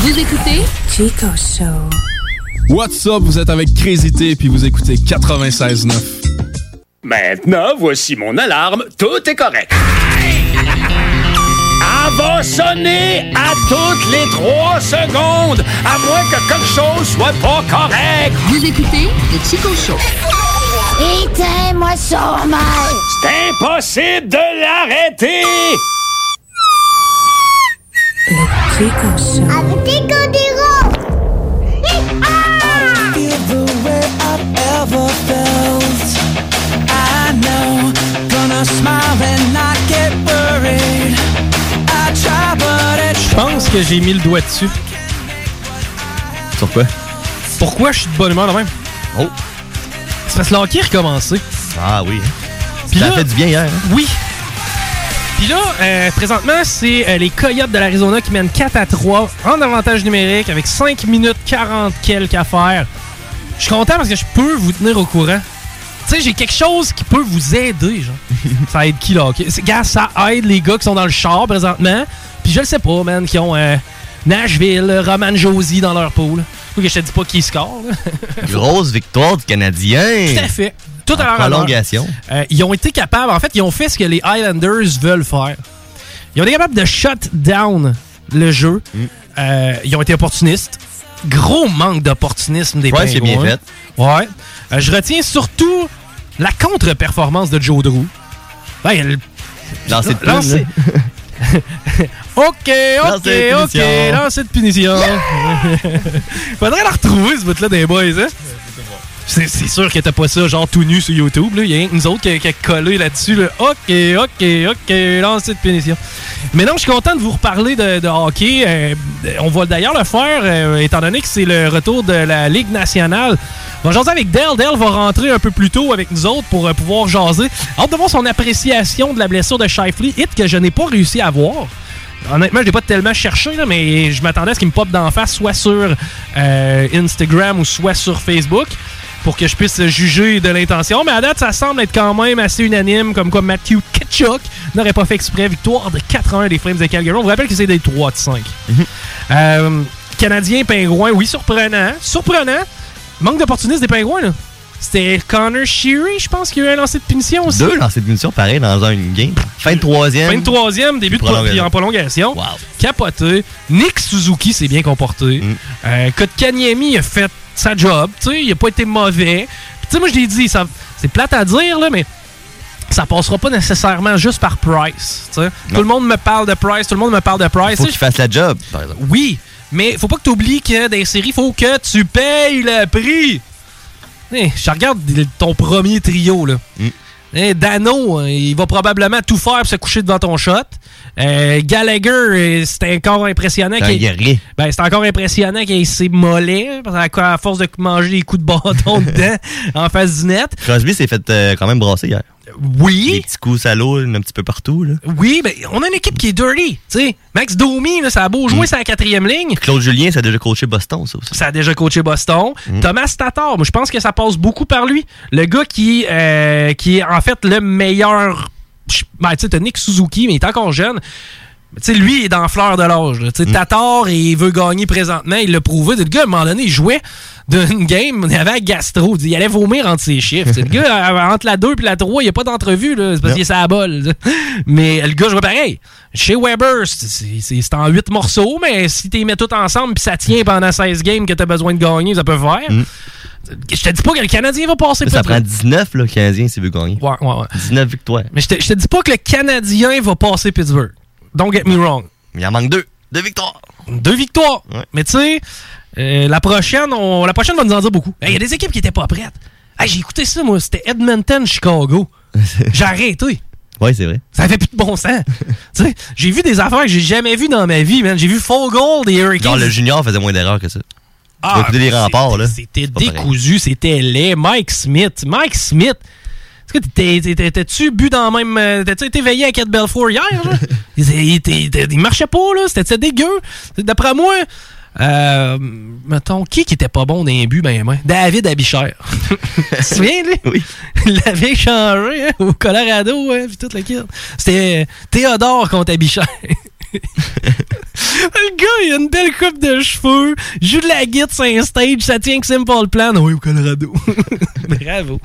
S12: Vous écoutez Chico Show.
S1: What's up, vous êtes avec Crazy T puis vous écoutez 96.9.
S7: Maintenant, voici mon alarme. Tout est correct. Elle va sonner à toutes les trois secondes, à moins que quelque chose soit pas correct. Vous écoutez le Chico Show.
S12: Éteins-moi ça, mal.
S7: C'est impossible de l'arrêter.
S12: Chico Show. Avec Chico Diro.
S24: ever felt. I know, gonna smile and not get worried. I try, but it's
S1: Je pense que j'ai mis le doigt dessus.
S10: Sur quoi?
S1: Pourquoi je suis de bonne humeur de même?
S10: Oh!
S1: C'est parce que le hockey a recommencé.
S10: Ah oui.
S1: Puis
S10: Ça
S1: là-
S10: a fait du bien hier. hein?
S1: Oui. Puis là, euh, présentement, c'est euh, les Coyotes de l'Arizona qui mènent 4 à 3 en avantage numérique avec 5 minutes 40 quelques à faire. Je suis content parce que je peux vous tenir au courant. Tu sais, j'ai quelque chose qui peut vous aider, genre. ça aide qui, là? ok? C'est- Gars, ça aide les gars qui sont dans le char présentement. Puis je le sais pas, man, qui ont euh, Nashville, Roman Josie dans leur pool. Faut que je te dis pas qui score. là.
S10: Grosse victoire du Canadien.
S1: Tout à fait. Tout à
S10: En
S1: l'heure.
S10: prolongation.
S1: Euh, ils ont été capables, en fait, ils ont fait ce que les Highlanders veulent faire. Ils ont été capables de shut down le jeu.
S10: Mm.
S1: Euh, ils ont été opportunistes. Gros manque d'opportunisme des
S10: Ouais, c'est
S1: Pingouins.
S10: bien fait.
S1: Ouais. Euh, je retiens surtout la contre-performance de Joe Drew. Ben, il-
S10: Lancé de
S1: Lancé-
S10: plume, là.
S1: OK, OK,
S10: Lancez de
S1: OK,
S10: punition.
S1: lancez de punition. Faudrait la retrouver, ce bout-là, des boys, hein? C'est c'est sûr que t'as pas ça, genre tout nu sur YouTube. là. Il y a rien que nous autres qui a, qui a collé là-dessus. là. OK, OK, OK, lancez de punition. Mais non, je suis content de vous reparler de, de hockey. Euh, on va d'ailleurs le faire, euh, étant donné que c'est le retour de la Ligue nationale. On va jaser avec Dell. Dell va rentrer un peu plus tôt avec nous autres pour euh, pouvoir jaser. Hâte de voir son appréciation de la blessure de Shifley, hit que je n'ai pas réussi à voir. Honnêtement, je l'ai pas tellement cherché, là, mais je m'attendais à ce qu'il me pop d'en face, soit sur euh, Instagram ou soit sur Facebook, pour que je puisse juger de l'intention. Mais à date, ça semble être quand même assez unanime, comme quoi Matthew Ketchuk n'aurait pas fait exprès. Victoire de 4-1 des Flames de Calgary. On vous rappelle que c'est des 3 de 5. Euh, Canadien, Pingouin, oui, surprenant. Surprenant. Manque d'opportunisme des Pingouins, là. C'était Connor Sheary, je pense, qui a eu un lancer de punition aussi.
S10: Deux lancés de punition, pareil, dans une game. Fin de troisième.
S1: 23e, début de
S10: Prolongation.
S1: prolongation. en prolongation. Capoté. Nick Suzuki s'est bien comporté.
S10: Mm.
S1: Euh, Kotkaniemi a fait sa job. tu sais, Il n'a pas été mauvais. Puis, tu sais, moi, je l'ai dit, ça- c'est plate à dire, là, mais ça passera pas nécessairement juste par Price. tu sais. Tout le monde me parle de Price. Tout le monde me parle de Price.
S10: Faut
S1: Tu sais,
S10: qu'il fasse la job, par exemple.
S1: oui, mais faut pas que tu oublies que dans les séries, faut que tu payes le prix. Hey, je regarde ton premier trio, là.
S10: Mm.
S1: Hey, Dano, euh, il va probablement tout faire pour se coucher devant ton shot. Euh, Gallagher, euh, c'est encore impressionnant.
S10: C'est un
S1: qu'il-
S10: guerrier.
S1: Ben, c'est encore impressionnant qu'il ait ses mollets, parce qu'à- à force de manger les coups de bâton dedans, en face du net.
S10: Crosby s'est fait euh, quand même brasser hier.
S1: Oui.
S10: Des petits coups salauds, un petit peu partout. Là.
S1: Oui, ben, on a une équipe qui est dirty. tu sais. Max Domi, là, ça a beau jouer sa quatrième ligne.
S10: Mm. Claude Julien, ça a déjà coaché Boston, ça aussi.
S1: Ça a déjà coaché Boston. Thomas Tatar, moi, je pense que ça passe beaucoup par lui. Le gars qui, euh, qui est en fait le meilleur. je- Ben, tu sais, t'as Nick Suzuki, mais il est encore jeune. Mais Tu sais, lui, il est dans la fleur de l'âge. là. Tu sais, Tatar, il veut gagner présentement. Il l'a prouvé. Le gars, à un moment donné, il jouait d'une game. Il avait un gastro. Il allait vomir entre ses chiffres. Tu sais, le gars, euh, entre la 2 et la 3, il n'y a pas d'entrevue. là. C'est parce qu'il est sa bol. Mais le gars, je vois pareil. Chez Weber, c'est- c'est c'est- c'est en 8 morceaux, mais si tu les mets tout ensemble puis ça tient pendant 16 games que tu as besoin de gagner, ça peut faire. Je te dis pas que le Canadien va passer
S10: Mm. Ça
S1: près
S10: prend
S1: de-
S10: 19, là, le Canadien, s'il veut gagner.
S1: Ouais, ouais, ouais.
S10: 19 victoires.
S1: Mais je te, je te dis pas que le Canadien va passer Pittsburgh. Don't get me wrong.
S10: Il en manque deux. Deux victoires.
S1: Deux victoires. Mais tu sais, euh, la prochaine, on- la prochaine va nous en dire beaucoup. Hey, Il y a des équipes qui étaient pas prêtes. Hey, J'ai écouté ça, moi. C'était Edmonton, Chicago. J'ai arrêté.
S10: Oui, c'est vrai.
S1: Ça fait plus de bon sens. Tu sais, j'ai vu des affaires que j'ai jamais vues dans ma vie, man. J'ai vu Fogle des Hurricanes.
S10: Genre, le junior faisait moins d'erreurs que ça.
S1: Ah,
S10: Ah, écouter les remparts, là.
S1: C'était décousu, c'était laid. Mike Smith. Mike Smith. Est-ce que t'étais- t'étais- t'étais-tu bu dans la même. euh, T'as-tu été veillé à 4 Belfour hier? là? il, il était- il était- il marchait pas, là. C'était c'était dégueu. D'après moi. euh, mettons, qui qui était pas bon dans les buts, ben, ben? David Abichère. tu te souviens, lui?
S10: Oui.
S1: Il l'avait changé hein, au Colorado, hein, puis toute la kit. C'était euh, Théodore contre Abichère. Le gars, il a une belle coupe de cheveux, joue de la guitare sur un stage, ça tient que Simple Plan. Oui, au Colorado. Bravo.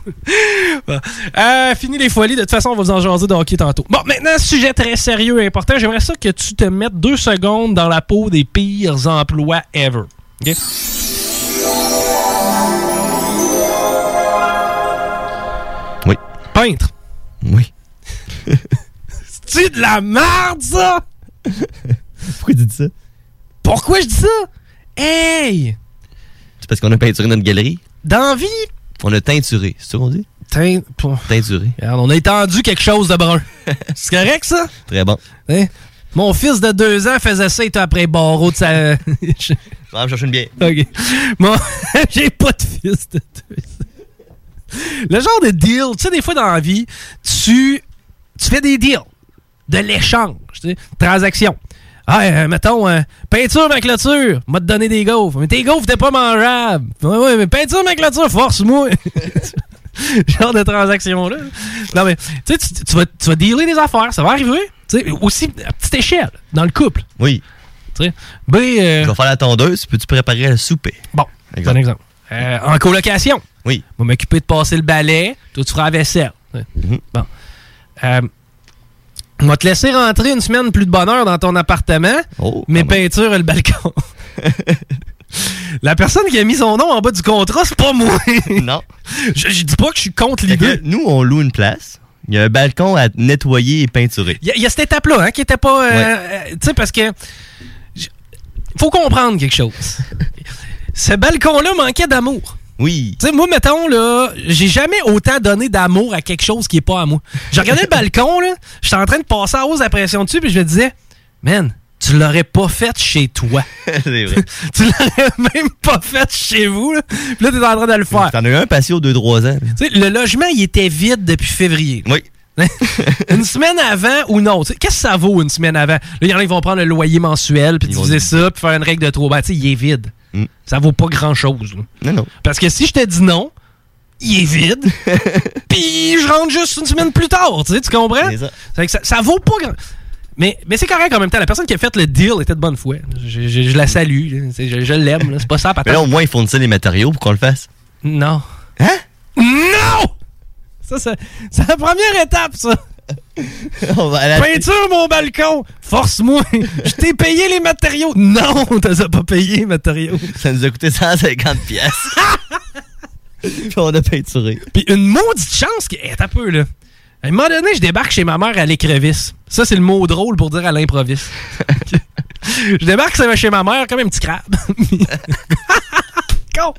S1: Bon. Euh, fini les folies. De toute façon, on va vous en jaser de hockey tantôt. Bon, maintenant, sujet très sérieux et important. J'aimerais ça que tu te mettes deux secondes dans la peau des pires emplois ever. OK?
S10: Oui.
S1: Peintre.
S10: Oui.
S1: C'est de la merde, ça!
S10: Pourquoi tu dis ça?
S1: Pourquoi je dis ça? Hey!
S10: C'est parce qu'on a peinturé notre galerie.
S1: Dans la vie,
S10: On a teinturé, c'est ça qu'on dit?
S1: Teint- Pouf.
S10: Teinturé.
S1: Regarde, on a étendu quelque chose de brun. C'est correct, ça?
S10: Très bon.
S1: Hein? Mon fils de deux ans faisait ça, il était après barreau de sa... Je-
S10: Je vais me chercher une bière.
S1: OK. Moi, j'ai pas de fils de deux ans. Le genre de deal, tu sais, des fois dans la vie, tu, tu fais des deals, de l'échange, tu sais, transaction. Ah, euh, mettons, euh, peinture ma clôture, m'a te donné des gaufres. Mais tes gaufres, t'es pas mangeable. Ouais, ouais, mais peinture ma clôture, force-moi. genre de transaction-là. Non, mais tu sais, tu, tu vas, tu vas dealer des affaires, ça va arriver. Tu sais, aussi à petite échelle, dans le couple.
S10: Oui.
S1: Tu sais, ben, euh,
S10: Je vais faire la tondeuse, peux-tu préparer le souper?
S1: Bon,
S10: Exemple.
S1: bon exemple. Euh, en colocation.
S10: Oui.
S1: Je vais m'occuper de passer le balai, toi tu feras la vaisselle. Ouais.
S10: Mm-hmm.
S1: Bon. Euh, on va te laisser rentrer une semaine plus de bonheur dans ton appartement, mais peinture et le balcon. La personne qui a mis son nom en bas du contrat, c'est pas moi.
S10: non.
S1: Je, je dis pas que je suis contre l'idée.
S10: Nous, on loue une place. Il y a un balcon à nettoyer et peinturer.
S1: Il y, a- il y a cette étape-là hein, qui était pas. euh,
S10: Ouais.
S1: euh, tu sais, parce que. j- faut comprendre quelque chose. Ce balcon-là manquait d'amour.
S10: Oui.
S1: Tu sais, moi, mettons, là, j'ai jamais autant donné d'amour à quelque chose qui est pas à moi. Je regardais le balcon, là, j'étais en train de passer à hausse la pression dessus, puis je me disais, man, tu l'aurais pas fait chez toi.
S10: C'est vrai.
S1: tu l'aurais même pas fait chez vous, là. Puis là, t'es en train de le faire.
S10: T'en as eu un patio de 2-3 ans.
S1: Tu sais, le logement, il était vide depuis février. Hein?
S10: Oui.
S1: une semaine avant ou non. tu sais, Qu'est-ce que ça vaut une semaine avant? Là, il y en a qui vont prendre le loyer mensuel, puis diviser ça, puis faire une règle de trois. Ben, tu sais, il est vide.
S10: Mm.
S1: Ça vaut pas grand-chose.
S10: là.
S1: Parce que si je te dis non, il est vide, puis je rentre juste une semaine plus tard. Tu sais, tu comprends?
S10: ça.
S1: Fait que ça, ça vaut pas grand. Mais, mais c'est correct en même temps. La personne qui a fait le deal était de bonne foi. Je, je- je la salue. Je, je- je l'aime. là. C'est pas ça,
S10: Mais
S1: patate.
S10: là, au moins, ils fournissent les matériaux pour qu'on le fasse.
S1: Non. Hein? Non! Ça, ça- c'est la première étape, ça. Peinture mon balcon! Force-moi! Je t'ai payé les matériaux! Non, t'as pas payé les matériaux!
S10: Ça nous a coûté 150 pièces. Puis on a peinturé.
S1: Puis une maudite chance qui est un peu, là. À un moment donné, je débarque chez ma mère à l'écrevisse. Ça, c'est le mot drôle pour dire à l'improviste. je débarque chez ma mère comme un petit crabe. Con!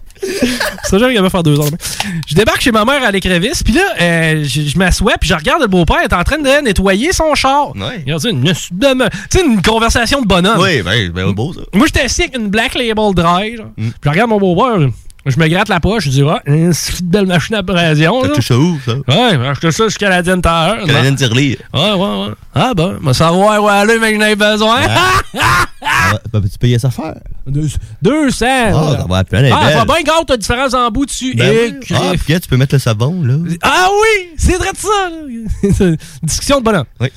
S1: Ça, j'aime qu'il va faire deux heures. Je débarque chez ma mère à l'écrevisse, puis là, euh, je, je m'assois, puis je regarde le beau-père est en train de nettoyer son char. Il a dit une, une- tu sais, une conversation de bonhomme.
S10: Oui, ben, ben beau ça.
S1: Moi, j'étais assis avec une Black Label Dry.
S10: Mm.
S1: genre. Puis je regarde mon beau-père. Je me gratte la poche. Je dis, ah, une petite belle machine à pression.
S10: T'as
S1: là.
S10: touché où, ça?
S1: Ouais, ben, acheté ça chez Canadian Tire.
S10: Canadian
S1: Non.
S10: Tirelire.
S1: Ouais, ouais, ouais. Ah, ben, va savoir où aller, mais j'en ai besoin.
S10: Ben, peux-tu payer sa affaire?
S1: Deux- 200.
S10: Ah,
S1: voilà.
S10: ça va, puis elle est
S1: Ah,
S10: belle.
S1: va bien gâte, t'as différents embouts dessus.
S10: Ben
S1: Et
S10: oui.
S1: crif.
S10: Ah, puis là, tu peux mettre le savon, là.
S1: Ah oui, c'est vrai de ça. là. Discussion de bonhomme.
S10: Oui.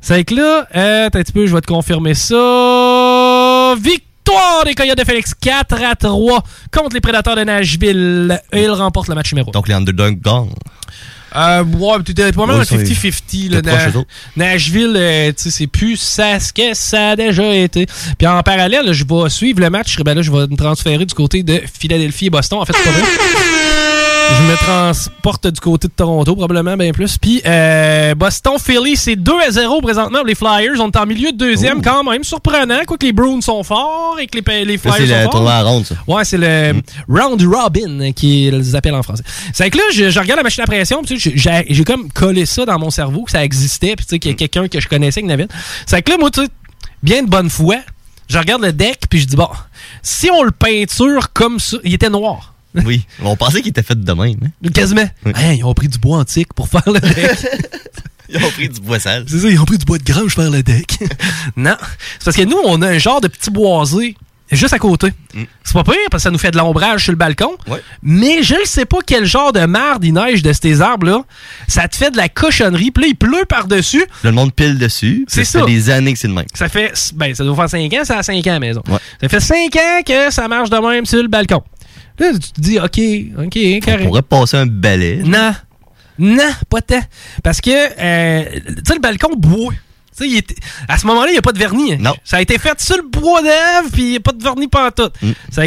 S1: C'est que là, euh, attends un petit peu, je vais te confirmer ça. Victoire des Coyotes de Félix, 4 à 3 contre les Prédateurs de Nashville. Et ils remportent le match numéro
S10: Donc, les underdogs gagnent.
S1: euh, ouais, mais t'étais pas mal
S10: Ouais,
S1: un
S10: ils sont-
S1: 50-50.
S10: ils
S1: là,
S10: étaient proches,
S1: Na-
S10: eux autres.
S1: Nashville, euh, tu sais, c'est plus ça ce que ça a déjà été. Puis en parallèle, je vais suivre le match. Ben là, je vais me transférer du côté de Philadelphie et Boston. En fait, c'est pas vrai. Je me transporte du côté de Toronto, probablement bien plus. Puis euh, Boston, Philly, c'est 2 à 0 présentement. Les Flyers, on est en milieu de deuxième quand même. Surprenant, quoi que les Bruins sont forts et que les, pa- les
S10: Là,
S1: Flyers
S10: c'est
S1: sont
S10: le
S1: forts.
S10: tournoi à ronde, ça. Mmh.
S1: Ouais, c'est le round robin qu'ils appellent en français. C'est que là, je, je regarde la machine à pression, puis tu sais, j'ai j'ai comme collé ça dans mon cerveau, que ça existait, puis tu sais,
S10: Mmh.
S1: qu'il y a quelqu'un que je connaissais qui n'avait. C'est que là, moi, tu sais, bien de bonne foi, je regarde le deck, puis je dis, bon, si on le peinture comme ça, il était noir.
S10: Oui. On pensait qu'il était fait de même. hein.
S1: Quasiment. Hey, ils ont pris du bois antique pour faire le deck.
S10: Ils ont pris du bois sale.
S1: C'est ça, ils ont pris du bois de grange faire le deck. non. C'est parce que nous, on a un genre de petit boisé juste à côté. C'est pas pire parce que ça nous fait de l'ombrage sur le balcon. Mais je ne sais pas quel genre de marde il neige de ces arbres-là. Ça te fait de la cochonnerie. Puis là, il pleut par-dessus.
S10: Là, le monde pile dessus.
S1: C'est
S10: ça.
S1: ça.
S10: fait des années que c'est de même.
S1: Ça fait. Ben, ça doit faire 5 ans, ça a 5 ans à la maison.
S10: Ouais.
S1: Ça fait 5 ans que ça marche de même sur le balcon. Là, tu te dis, OK, OK,
S10: On
S1: carré.
S10: pourrait passer un balai.
S1: Non. Non, pas tant. Parce que, euh, tu sais, le balcon bois. Tu sais, il est- à ce moment-là, il n'y a pas de vernis. Non. Ça a été fait sur le bois d'Ève, puis il n'y a pas de vernis pantoute. Ça,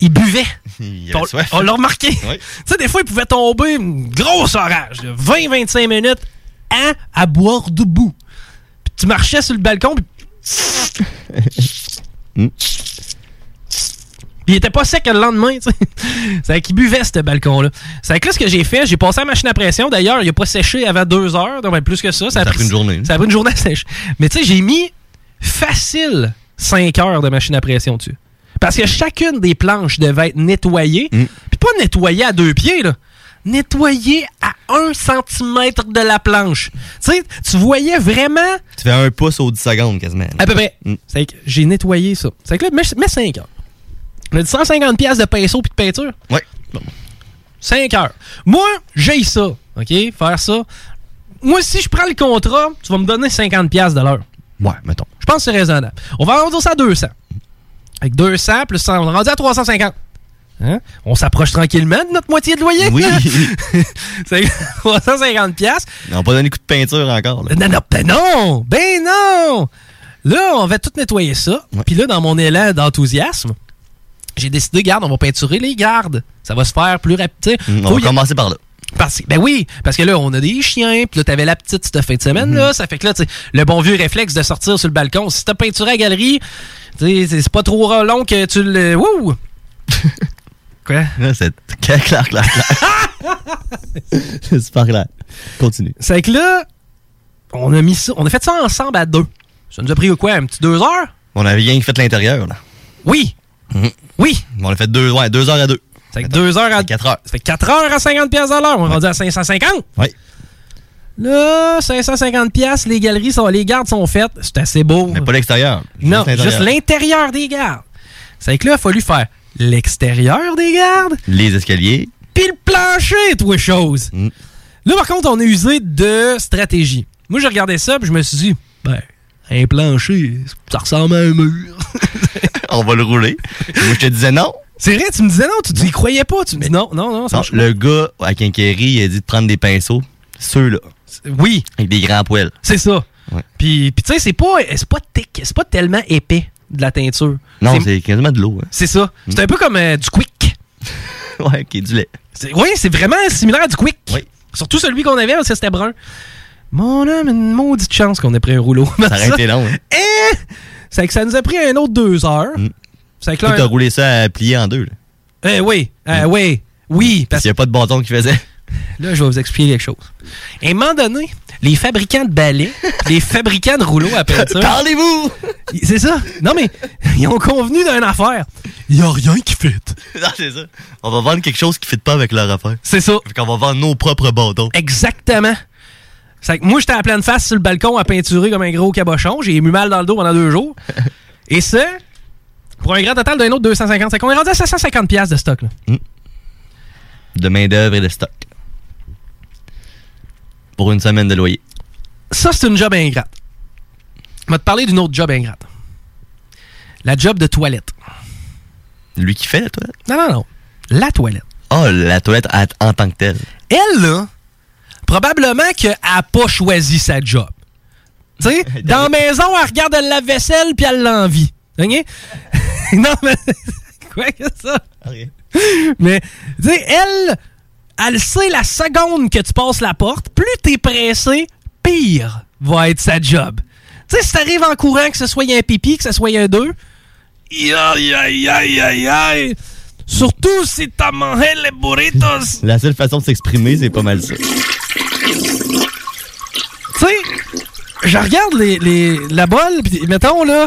S1: il buvait.
S10: Mm. Il
S1: On,
S10: avait soif.
S1: on l'a remarqué.
S10: Oui.
S1: Tu sais, des fois, il pouvait tomber une grosse orage, 20-25 minutes, hein, à boire debout. Puis tu
S10: Hmm.
S1: marchais sur le balcon, puis Il était pas sec le lendemain, tu sais. C'est avec qu'il buvait, ce balcon-là. C'est avec là ce que j'ai fait. J'ai passé à la machine à pression. D'ailleurs, il a pas séché avant deux heures, donc ben, plus que ça. Ça, a
S10: pris une journée. hein.
S1: Ça a pris une journée à sécher. Mais tu sais, j'ai mis facile 5 heures de machine à pression dessus. Parce que chacune des planches devait être nettoyée.
S10: Hmm.
S1: Puis pas nettoyée à deux pieds, là. Nettoyée à un centimètre de la planche. Tu sais, tu voyais vraiment
S10: Tu fais un pouce aux 10 secondes quasiment.
S1: à peu près.
S10: Mm.
S1: C'est que j'ai nettoyé ça. C'est que là, mets, 5 heures. On a dit 150 pièces de pinceau puis de peinture.
S10: Ouais.
S1: 5 heures. Moi, j'ai ça. OK? Faire ça. Moi, si je prends le contrat, tu vas me donner 50 pièces de l'heure.
S10: Ouais, mettons.
S1: Je pense que c'est raisonnable. On va arrondir ça à 200. Avec 200 plus 100, on est rendu à 350. Hein? On s'approche tranquillement de notre moitié de loyer.
S10: Oui.
S1: C'est 350 pièces.
S10: Ils n'ont pas donné coup de peinture encore. Là.
S1: Non, non, ben non! Ben non! Là, on va tout nettoyer ça. Puis là, dans mon élan d'enthousiasme, j'ai décidé, garde, on va peinturer les gardes. Ça va se faire plus rapide.
S10: Mm, on va commencer par là.
S1: Parce, ben oui, parce que là, on a des chiens, puis là, t'avais la petite cette fin de semaine,
S10: Mm-hmm.
S1: là. Ça fait que là, tu sais, le bon vieux réflexe de sortir sur le balcon. Si t'as peinturé à la galerie, tu sais, c'est pas trop long que tu le. Wouh! Quoi?
S10: Là, c'est clair, clair, clair, clair. c'est super clair. Continue.
S1: C'est que là, on a mis ça, on a fait ça ensemble à deux. Ça nous a pris quoi, un petit deux heures?
S10: On avait rien que fait l'intérieur, là. Mhm.
S1: Oui! Oui!
S10: On a fait deux, ouais, deux heures à deux.
S1: Ça fait que deux heures à
S10: quatre heures.
S1: Ça fait 4 heures à 50 pièces à l'heure. On est rendu à 550.
S10: Oui.
S1: Là, 550 pièces, les galeries sont, les gardes sont faites. C'est assez beau.
S10: Mais pas l'extérieur.
S1: non, juste l'intérieur des gardes. C'est que là, il a fallu faire l'extérieur des gardes,
S10: Les escaliers.
S1: puis le plancher, toi, chose.
S10: Mhm.
S1: Là, par contre, on a usé de stratégie. Moi, j'ai regardé ça, puis je me suis dit, ben, un plancher, ça ressemble à un mur.
S10: On va le rouler. Moi, je te disais non.
S1: C'est vrai, tu me disais non, tu, tu y croyais pas. Tu me dis non, non, non, ça
S10: Non,
S1: marche pas.
S10: le gars à Quinquerie, il a dit de prendre des pinceaux. Ceux-là.
S1: Oui.
S10: Avec des grands poils.
S1: C'est ça.
S10: Ouais.
S1: Puis, puis tu sais, c'est pas, c'est pas thick, c'est pas tellement épais de la teinture.
S10: Non, c'est quasiment de l'eau. hein.
S1: C'est ça. C'est un peu comme euh, du quick.
S10: ouais, ok, du lait.
S1: C'est- Oui, c'est vraiment similaire à du quick. Surtout celui qu'on avait parce que c'était brun. Mon homme, une maudite chance qu'on ait pris un rouleau.
S10: Ça aurait été long. Hein. Mm.
S1: Eh! C'est que ça nous a pris un autre deux heures. C'est que
S10: Toi,
S1: là,
S10: t'as roulé ça à plier en deux. Là. Mm.
S1: eh oui, eh oui, oui.
S10: Parce qu'il n'y a pas de bâton qui faisait.
S1: Là, je vais vous expliquer quelque chose. À un moment donné, les fabricants de balais, les fabricants de rouleaux à peinture.
S10: Parlez-vous!
S1: C'est ça. Non, mais ils ont convenu d'une affaire. Il n'y a rien qui fit.
S10: non, c'est ça. On va vendre quelque chose qui ne fit pas avec leur affaire.
S1: C'est ça.
S10: Fait qu'on va vendre nos propres bâtons.
S1: Exactement. C'est que moi, j'étais à pleine face sur le balcon à peinturer comme un gros cabochon. J'ai eu mal dans le dos pendant deux jours. Et ça, pour un grand total d'un autre 250. C'est qu'on est rendu à 750 pièces de stock. Là.
S10: De main-d'œuvre et de stock. Pour une semaine de loyer.
S1: Ça, c'est une job ingrate. Je vais te parler d'une autre job ingrate. La job de toilette.
S10: Lui qui fait la toilette?
S1: Non, non, non. La toilette.
S10: Ah, la toilette à- en tant que telle.
S1: Elle, là, probablement qu'elle n'a pas choisi sa job. Tu sais, dans la maison, elle regarde le lave-vaisselle puis elle l'envie. OK? non, mais. Quoi que ça?
S10: Rien.
S1: Mais, tu sais, elle, elle sait la seconde que tu passes la porte, plus t'es pressé, pire va être sa job. Tu sais, si t'arrives en courant, que ce soit un pipi, que ce soit un deux, aïe, aïe, aïe, aïe, aïe. Surtout si t'as mangé les burritos.
S10: La seule façon de s'exprimer, c'est pas mal ça.
S1: tu sais, je regarde les, les- la bolle, pis mettons là,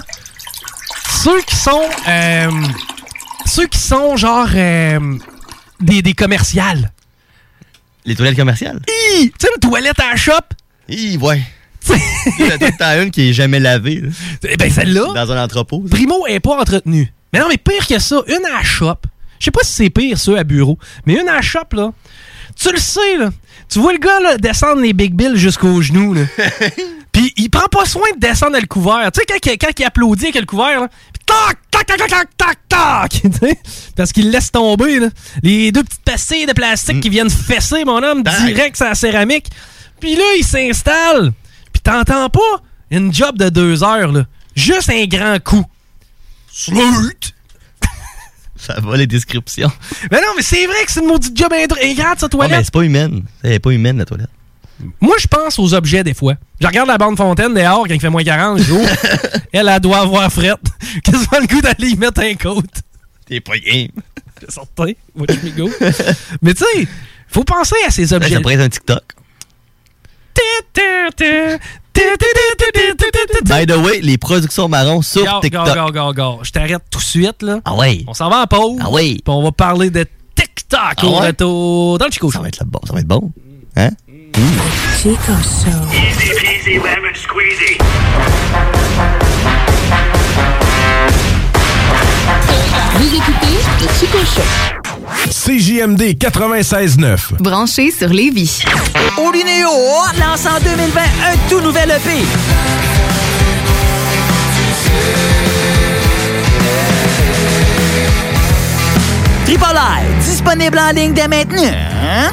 S1: ceux qui sont, euh, ceux qui sont genre euh, des, des commerciales.
S10: Les toilettes commerciales?
S1: Hi! Tu sais, une toilette à la shop?
S10: Hi, ouais. Il y en a tout le temps une qui est jamais lavée. là.
S1: Eh ben, celle-là.
S10: Dans un entrepôt. ça.
S1: Primo est pas entretenu. Mais non, mais pire que ça, une à la shop. Je sais pas si c'est pire, ceux à bureau, mais une à la shop, là. Tu le sais, là. Tu vois le gars là, descendre les big bills jusqu'aux genoux, là. Puis il prend pas soin de descendre le couvert. Tu sais, quand, il- quand il applaudit avec le couvert, là. puis Tac, tac, tac, tac, tac, tac, tac. tu sais, Parce qu'il laisse tomber, là. Les deux petites pastilles de
S10: Mm.
S1: plastique qui viennent fesser, mon homme, direct sur la céramique. Puis là, il s'installe. Puis t'entends pas une job de deux heures, là. Juste un grand coup. Slut!
S10: Ça va les descriptions.
S1: Mais non, mais c'est vrai que c'est une maudite job indr- ingrate, ça,
S10: Ouais, Ah, mais
S1: toilette.
S10: c'est pas humaine. Elle est pas humaine, la toilette.
S1: Moi, je pense aux objets des fois. Je regarde la bande fontaine dehors quand il fait moins 40. Je dis, oh, elle, elle doit avoir frette. Qu'est-ce que ça vaut le goût d'aller y mettre un côte?
S10: T'es pas game.
S1: Certain. Watch me go. Mais tu sais, faut penser à ces
S10: Là,
S1: objets.
S10: ça pourrait être un TikTok. By the way, les productions marron sur
S1: Gar,
S10: TikTok.
S1: gar, gar, gar, gar. Je t'arrête tout de suite, là.
S10: Ah ouais.
S1: On s'en va en pause.
S10: Ah oui.
S1: Puis on va parler de TikTok
S10: Ah
S1: au
S10: ouais?
S1: retour dans le Chico
S10: Ça va être le bon. Ça va être bon. Hein? Chico
S25: Easy peasy lemon squeezy.
S26: Vous écoutez le Chico Show.
S11: CJMD 96.9.
S26: Branché sur Lévis.
S23: Au Linéo lance en 2020 un tout nouvel E EP.
S27: Tripolaire, disponible en ligne dès maintenant. hein?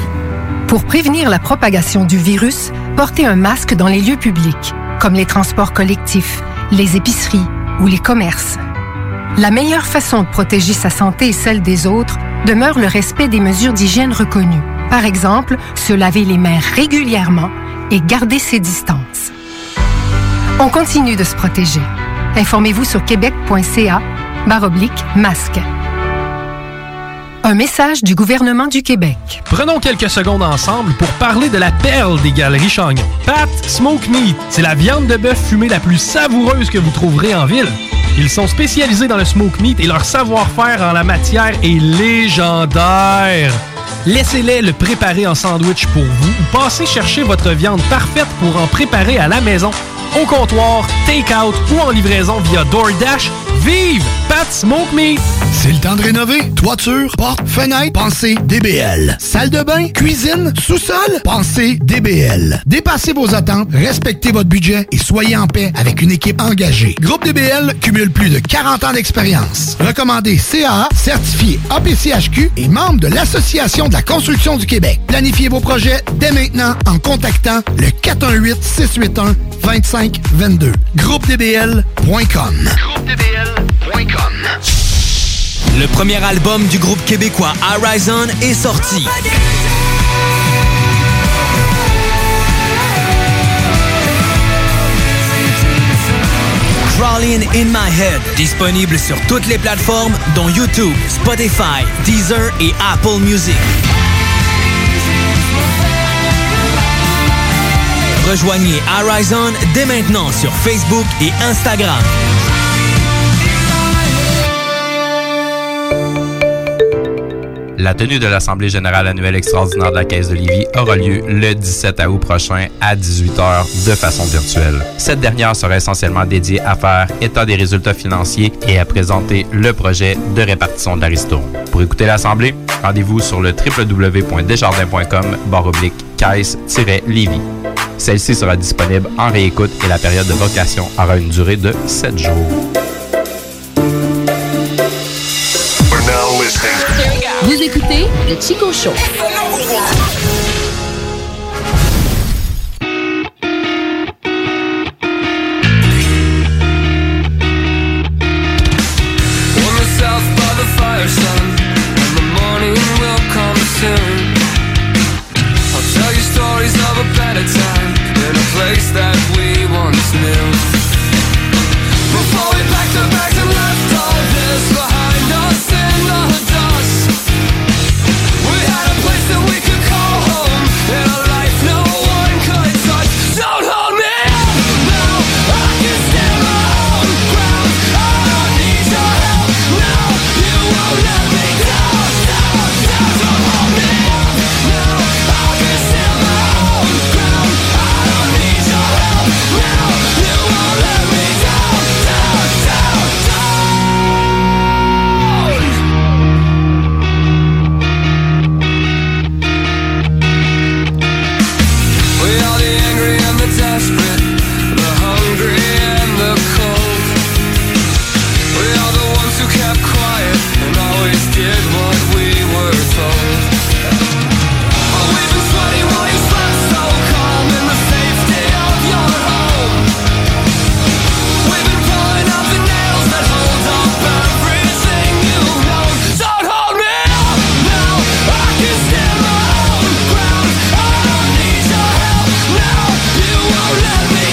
S28: Pour prévenir la propagation du virus, portez un masque dans les lieux publics, comme les transports collectifs, les épiceries ou les commerces. La meilleure façon de protéger sa santé et celle des autres demeure le respect des mesures d'hygiène reconnues. Par exemple, se laver les mains régulièrement et garder ses distances. On continue de se protéger. Informez-vous sur québec.ca baroblique masque. Un message du gouvernement du Québec.
S1: Prenons quelques secondes ensemble pour parler de la perle des galeries Chagnon. Pat Smoke Meat, c'est la viande de bœuf fumée la plus savoureuse que vous trouverez en ville. Ils sont spécialisés dans le smoke meat et leur savoir-faire en la matière est légendaire. Laissez-les le préparer en sandwich pour vous ou passez chercher votre viande parfaite pour en préparer à la maison, au comptoir, take-out ou en livraison via DoorDash. Vive Pat Smoke Meat!
S19: C'est le temps de rénover. Toiture, porte, fenêtre, pensez DBL. Salle de bain, cuisine, sous-sol, pensez DBL. Dépassez vos attentes, respectez votre budget et soyez en paix avec une équipe engagée. Groupe DBL cumule plus de 40 ans d'expérience. Recommandé CAA, certifié APCHQ et membre de l'Association de la construction du Québec. Planifiez vos projets dès maintenant en contactant le 418-681-2522. Groupe DBL.com.
S15: Le premier album du groupe québécois Horizon est sorti. Crawling in my head, disponible sur toutes les plateformes dont YouTube, Spotify, Deezer et Apple Music. Rejoignez Horizon dès maintenant sur Facebook et Instagram.
S21: La tenue de l'Assemblée générale annuelle extraordinaire de la Caisse de Lévis aura lieu le 17 août prochain à 18h de façon virtuelle. Cette dernière sera essentiellement dédiée à faire état des résultats financiers et à présenter le projet de répartition de la ristourne. Pour écouter l'Assemblée, rendez-vous sur le www.desjardins.com barre oblique caisse-lévis. Celle-ci sera disponible en réécoute et la période de vocation aura une durée de 7 jours.
S29: We're now listening.
S26: Vous écoutez le Chico Show.
S30: Warm yourself by the fire, son, and the morning will come soon. I'll tell you stories of a better time in a place that we once knew. Before we packed our bags and left all this behind us in the dust, we had a place that we could call home in a life no one could touch. Don't hold me up now. I can stand my own ground. I don't need your help now. You won't let me down. Down, down. Don't hold me up now. I can stand my own ground. I don't need your help now. You won't let me down. Down, down, down. We are the angry and the desperate, the hungry and the cold. We are the ones who kept quiet and always did what we were told. Oh, we've been sweating while you slept so calm in the safety of your home. We've been pulling out the nails that hold up everything you've known. Don't hold me up now. I can stand my own ground. I don't need your help now. You won't let me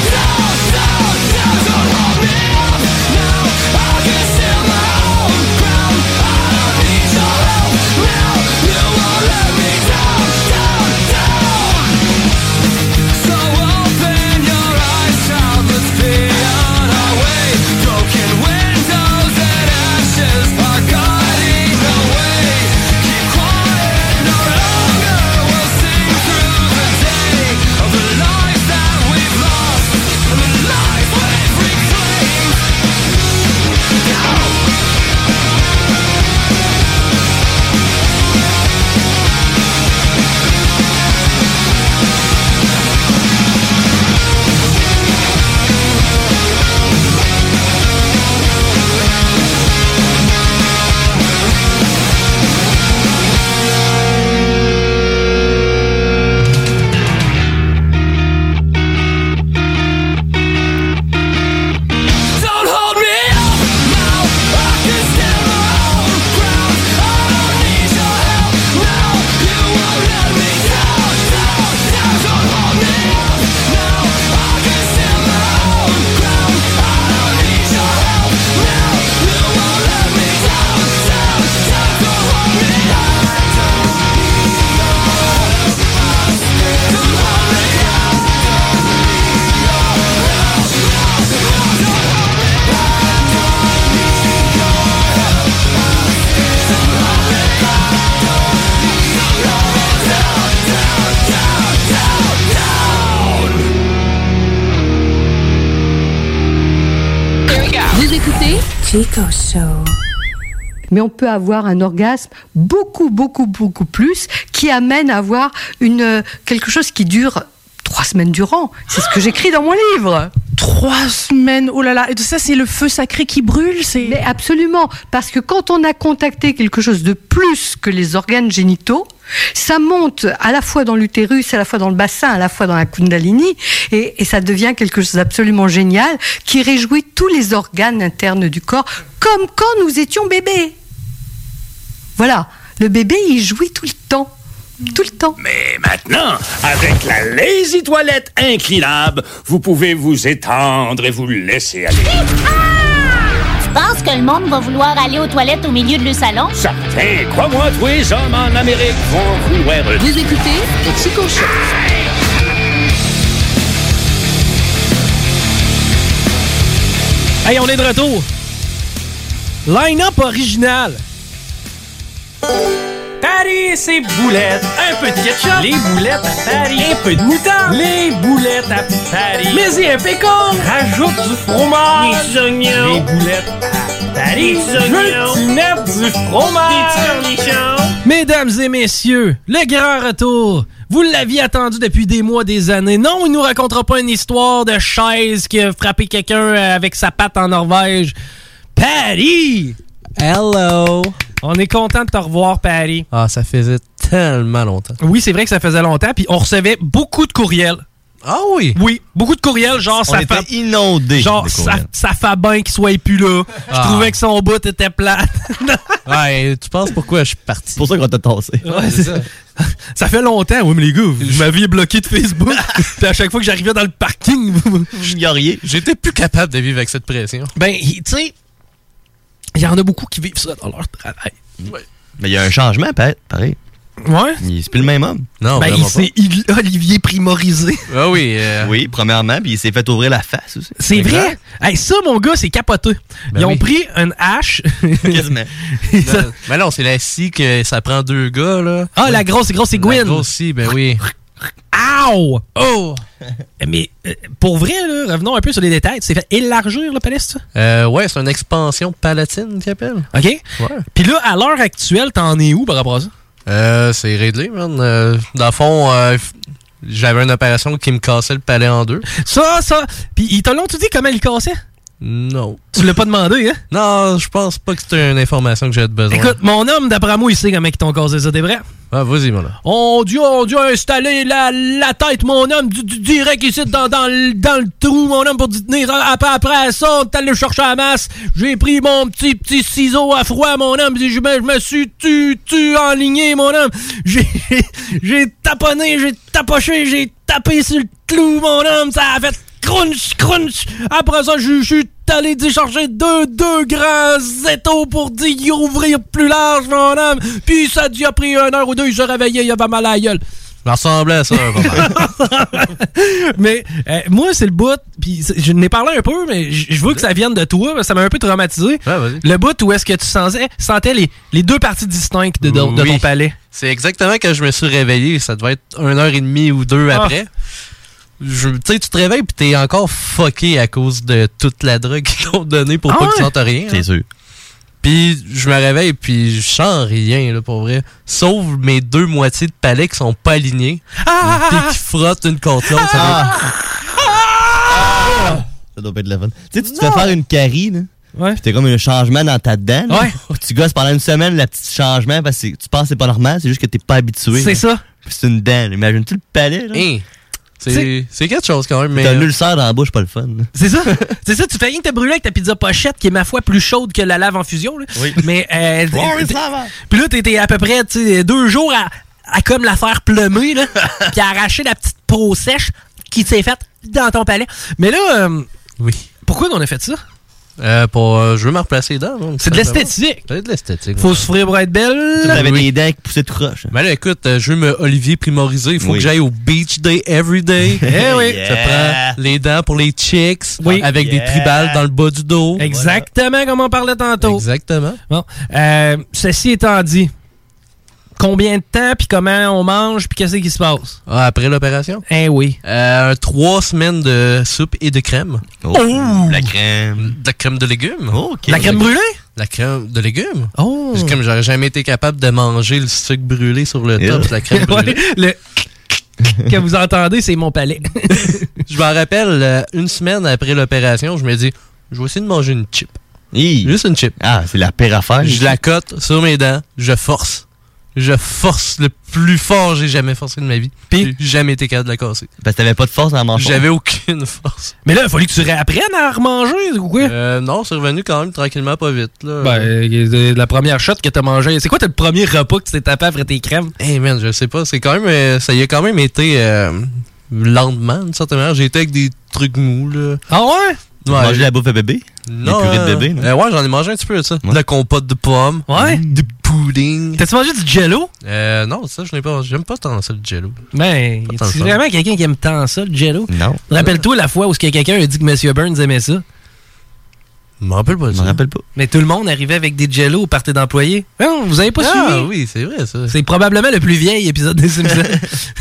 S31: Chico Show.
S32: mais on peut avoir un orgasme beaucoup, beaucoup, beaucoup plus qui amène à avoir une, euh, quelque chose qui dure trois semaines durant. C'est ce que j'écris dans mon livre. Trois semaines, oh là là, et ça c'est le feu sacré qui brûle, c'est... Mais absolument, parce que quand on a contacté quelque chose de plus que les organes génitaux, ça monte à la fois dans l'utérus, à la fois dans le bassin, à la fois dans la kundalini, et, et ça devient quelque chose d'absolument génial qui réjouit tous les organes internes du corps, comme quand nous étions bébés. Voilà, le bébé, il jouit tout le temps. Tout le temps.
S7: Mais maintenant, avec la Lazy Toilette inclinable, vous pouvez vous étendre et vous laisser aller.
S8: Tu penses que le monde va vouloir aller aux toilettes au milieu de le salon?
S7: Tiens, crois-moi, tous les hommes en Amérique vont vouloir...
S12: Vous écoutez le Chico Show.
S1: Hey, on est de retour. Line-up original.
S11: Paris et ses boulettes. Un peu de ketchup. Les boulettes à Paris. Un peu de moutarde. Les boulettes à Paris. Mais y un pécan. Rajoute du fromage. Des oignons. Les boulettes à Paris. Des oignons. Veux-tu mettre du fromage? Des cornichons.
S1: Mesdames et messieurs, le grand retour. Vous l'aviez attendu depuis des mois, des années. Non, il nous racontera pas une histoire de chaise qui a frappé quelqu'un euh, avec sa patte en Norvège. Paris! Hello! On est content de te revoir, Paris.
S13: Ah, ça faisait tellement longtemps.
S1: Oui, c'est vrai que ça faisait longtemps, puis on recevait beaucoup de courriels.
S13: Ah oui?
S1: Oui, beaucoup de courriels, genre
S13: On
S1: ça
S13: était
S1: fait... inondé. Genre
S13: de
S1: ça,
S13: courriels.
S1: ça fait bien qu'il soit plus là.
S13: Ah.
S1: Je trouvais que son bout était plate.
S13: Ouais, tu penses pourquoi je suis parti? C'est
S10: pour ça qu'on t'a tassé.
S1: Ouais, c'est- ça. fait longtemps, oui, mais les gars, vous m'aviez bloqué de Facebook. puis à chaque fois que j'arrivais dans le parking, vous
S13: J'ignoriais. J'étais plus capable de vivre avec cette pression.
S1: Ben, tu sais, il y en a beaucoup qui vivent ça dans leur travail.
S10: Mais il y a un changement, peut-être, pareil.
S1: Ouais?
S10: Il- C'est plus le même homme.
S13: Non,
S1: ben, il s'est il- Olivier primorisé.
S13: Ah oui.
S10: Oui, premièrement, puis il s'est fait ouvrir la face aussi.
S1: C'est vrai? Hey, ça, mon gars, c'est capoté.
S13: Ben
S1: Ils ont
S13: oui.
S1: pris une hache.
S13: Quasiment. non, mais non, c'est la scie que ça prend deux gars, là.
S1: Ah, la grosse, c'est grosse, c'est Gwyn.
S13: La grosse scie, ben oui.
S1: Ow! Oh! Mais euh, pour vrai, là, revenons un peu sur les détails. C'est fait élargir le palais, c'est ça?
S13: Euh, ouais, c'est une expansion palatine qu'ils appellent.
S1: OK? Puis là, à l'heure actuelle, t'en es où par rapport à ça?
S13: Euh, c'est réglé, man. Euh, dans le fond, euh, f- j'avais une opération qui me cassait le palais en deux.
S1: Ça, ça. Puis ils t'ont tout dit comment il cassait?
S13: Non.
S1: Tu l'as pas demandé, hein?
S13: Non, je pense pas que c'était une information que j'avais besoin.
S1: Écoute, mon homme, d'après moi, il sait comment ils t'ont causé ça, t'es vrai?
S13: Ah, vas-y, mon homme.
S1: On dû, on dû installer oh la, la tête, mon homme, du, du- direct ici dans, dans, le- dans le trou, mon homme, pour t'y tenir. Après, après ça, on est allé chercher la masse. J'ai pris mon petit, petit ciseau à froid, mon homme, puis je me, je me suis tu, tu enligné, mon homme. J'ai j'ai taponné, j'ai tapoché, j'ai tapé sur le clou, mon homme, ça a fait crunch, crunch. Après ça, je je suis allé d'y chercher deux, deux grands étaux pour d'y ouvrir plus large, mon homme. Puis ça a dû a pris une heure ou deux, il se réveillait, il avait mal à la gueule.
S13: Ça ressemblait à ça, pas mal.
S1: Mais euh, moi, c'est le bout, puis c'est- je n'ai parlé un peu, mais j- je veux que ça vienne de toi, parce que ça m'a un peu traumatisé. le bout où est-ce que tu sentais, sentais les, les deux parties distinctes de, de- de ton
S13: Oui.
S1: palais.
S13: C'est exactement quand je me suis réveillé. Ça devait être une heure et demie ou deux
S1: Ah.
S13: après. Je- Tu sais, tu te réveilles puis t'es encore fucké à cause de toute la drogue qu'ils t'ont donnée pour Ah pas que tu ouais? sentes rien.
S10: C'est sûr.
S13: Puis je me réveille puis je sens rien, là, pour vrai. Sauf mes deux moitiés de palais qui sont pas alignées.
S1: Ah!
S13: Puis qui frottent une contre l'autre. Ça doit être-
S10: Ça doit pas être le fun. Tu sais, tu te fais faire une carie, là.
S1: Ouais.
S10: Puis t'as comme un changement dans ta dent. là. Oh, Tu gosses pendant une semaine le petit changement parce que tu penses que c'est pas normal, c'est juste que t'es pas habitué.
S13: C'est
S1: ça.
S10: Puis c'est une dent. là. Imagine-tu le palais, là?
S13: Hein. C'est
S10: C'est-
S13: c'est quelque chose quand même, mais. euh,
S10: T'as un ulcère dans la bouche, pas le fun. là.
S1: C'est ça? c'est ça, tu fais rien que te brûler avec ta pizza pochette qui est ma foi plus chaude que la lave en fusion. Là.
S10: Oui.
S1: Mais euh,
S10: Glory
S1: t-
S10: Slava!
S1: Puis là, t'étais à peu près tu sais, deux jours à, à comme la faire plumer, là, puis à arracher la petite peau sèche qui s'est faite dans ton palais. Mais là, euh,
S13: oui.
S1: pourquoi on a fait ça?
S13: Euh, pour, euh, je veux me replacer les dents. donc,
S1: C'est de
S13: simplement.
S1: l'esthétique.
S13: C'est de l'esthétique.
S1: Faut souffrir pour être belle.
S13: T'avais
S10: des dents qui poussaient tout croche.
S13: Mais là, écoute, euh, je veux me Olivier primoriser. Il faut
S10: Oui.
S13: que j'aille au Beach Day every day.
S1: Eh oui.
S13: Ça
S1: Yeah.
S13: prend les dents pour les chicks. Avec
S1: Yeah.
S13: des tribales dans le bas du dos.
S1: Exactement comme on parlait tantôt.
S13: Exactement.
S1: Bon, euh, ceci étant dit, combien de temps, puis comment on mange, puis qu'est-ce qui se passe?
S13: Ah, après l'opération?
S1: Eh oui.
S13: Euh, trois semaines de soupe et de crème.
S1: Oh! Oh!
S13: La crème. De la crème de légumes.
S1: La crème brûlée?
S13: La crème de légumes. Oh! C'est comme j'aurais jamais été capable de manger le sucre brûlé sur le top, la crème brûlée.
S1: le que vous entendez, c'est mon palais.
S13: Je m'en rappelle, euh, une semaine après l'opération, je me dis, je vais essayer de manger une chip. Juste une chip.
S10: Ah, c'est la pire affaire.
S13: Je la cote sur mes dents, je force. Je force le plus fort que j'ai jamais forcé de ma vie. Puis jamais été capable de la casser.
S10: Parce que t'avais pas de force à manger.
S13: J'avais aucune force.
S1: Mais là, il fallait que tu réapprennes à remanger ou quoi?
S13: Euh, non, c'est revenu quand même tranquillement, pas vite. Là.
S1: Ben, euh, la première shot que t'as mangé, c'est quoi le premier repas que tu t'es tapé après tes crèmes?
S13: Hey Eh, man, je sais pas, c'est quand même. euh, ça y a quand même été euh, lentement, d'une certaine manière. J'ai été avec des trucs mous, là.
S1: Ah ouais?
S10: Tu mangeais la bouffe à bébé?
S13: Non.
S10: Les purées de
S13: euh,
S10: bébé, non?
S13: euh, ouais, j'en ai mangé un petit peu de ça. De la compote de pommes. Ouais. Du pudding.
S1: T'as-tu mangé du jello?
S13: Euh, non, ça, je n'ai pas. J'aime pas tant ça, le jello.
S1: Ben,
S13: Pas tant
S1: c'est
S13: le fun.
S1: vraiment quelqu'un qui aime tant ça, le jello?
S10: Non.
S1: Rappelle-toi la fois où ce que quelqu'un a dit que M. Burns aimait ça.
S13: Je m'en rappelle pas. Je
S10: m'en rappelle pas.
S1: Mais tout le monde arrivait avec des jello au party d'employés. Non, vous avez pas
S13: ah,
S1: suivi?
S13: oui, c'est vrai, ça.
S1: C'est probablement le plus vieil épisode des Simpsons.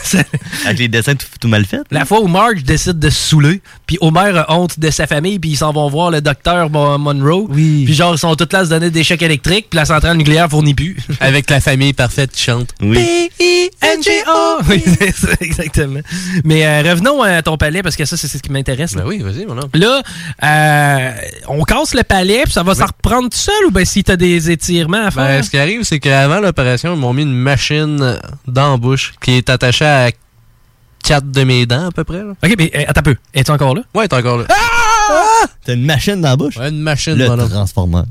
S1: Ça-
S10: Avec les dessins tout, tout mal faits.
S1: la fois où Marge décide de se saouler, puis Homer a honte de sa famille, puis ils s'en vont voir le docteur Mo- Monroe. Oui. Puis genre, ils sont toutes là à se donner des chocs électriques, puis la centrale nucléaire fournit plus.
S13: Avec la famille parfaite qui chante.
S1: P-I-N-G-O! Oui, c'est ça, exactement. Mais euh, revenons à ton palais, parce que ça, c'est c'est ce qui m'intéresse. là.
S13: Ben oui, vas-y, mon homme.
S1: Là, euh, on casse le palais, puis ça va s'en reprendre tout seul, ou bien si t'as des étirements à faire?
S13: Ben, ce qui arrive, c'est qu'avant l'opération, ils m'ont mis une machine dans la bouche qui est attachée à quatre de mes dents, à peu près. Là.
S1: OK, mais euh, attends un peu. Es-tu encore là?
S13: Ouais, t'es encore là.
S23: Ah!
S10: T'as une machine dans la bouche?
S13: Ouais, une machine,
S10: Le
S13: mon homme.
S10: transformeur.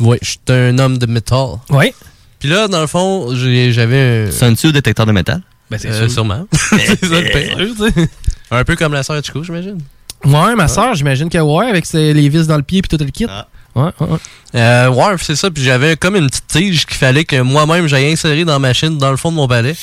S13: Ouais, je suis un homme de métal.
S1: Ouais.
S13: Puis là, dans le fond, j'ai- j'avais un.
S10: Sonnes-tu au détecteur de métal?
S1: Ben, c'est
S13: Euh,
S1: sûr.
S13: sûrement. c'est ça le pire. Un peu comme la sœur de Chico, j'imagine.
S1: Ouais, ma soeur, j'imagine que ouais, avec ses- les vis dans le pied, puis tout le kit. Ouais, ouais, ouais.
S13: Euh, ouais, c'est ça. Puis j'avais comme une petite tige qu'il fallait que moi-même j'aille insérer dans la machine, dans le fond de mon palais.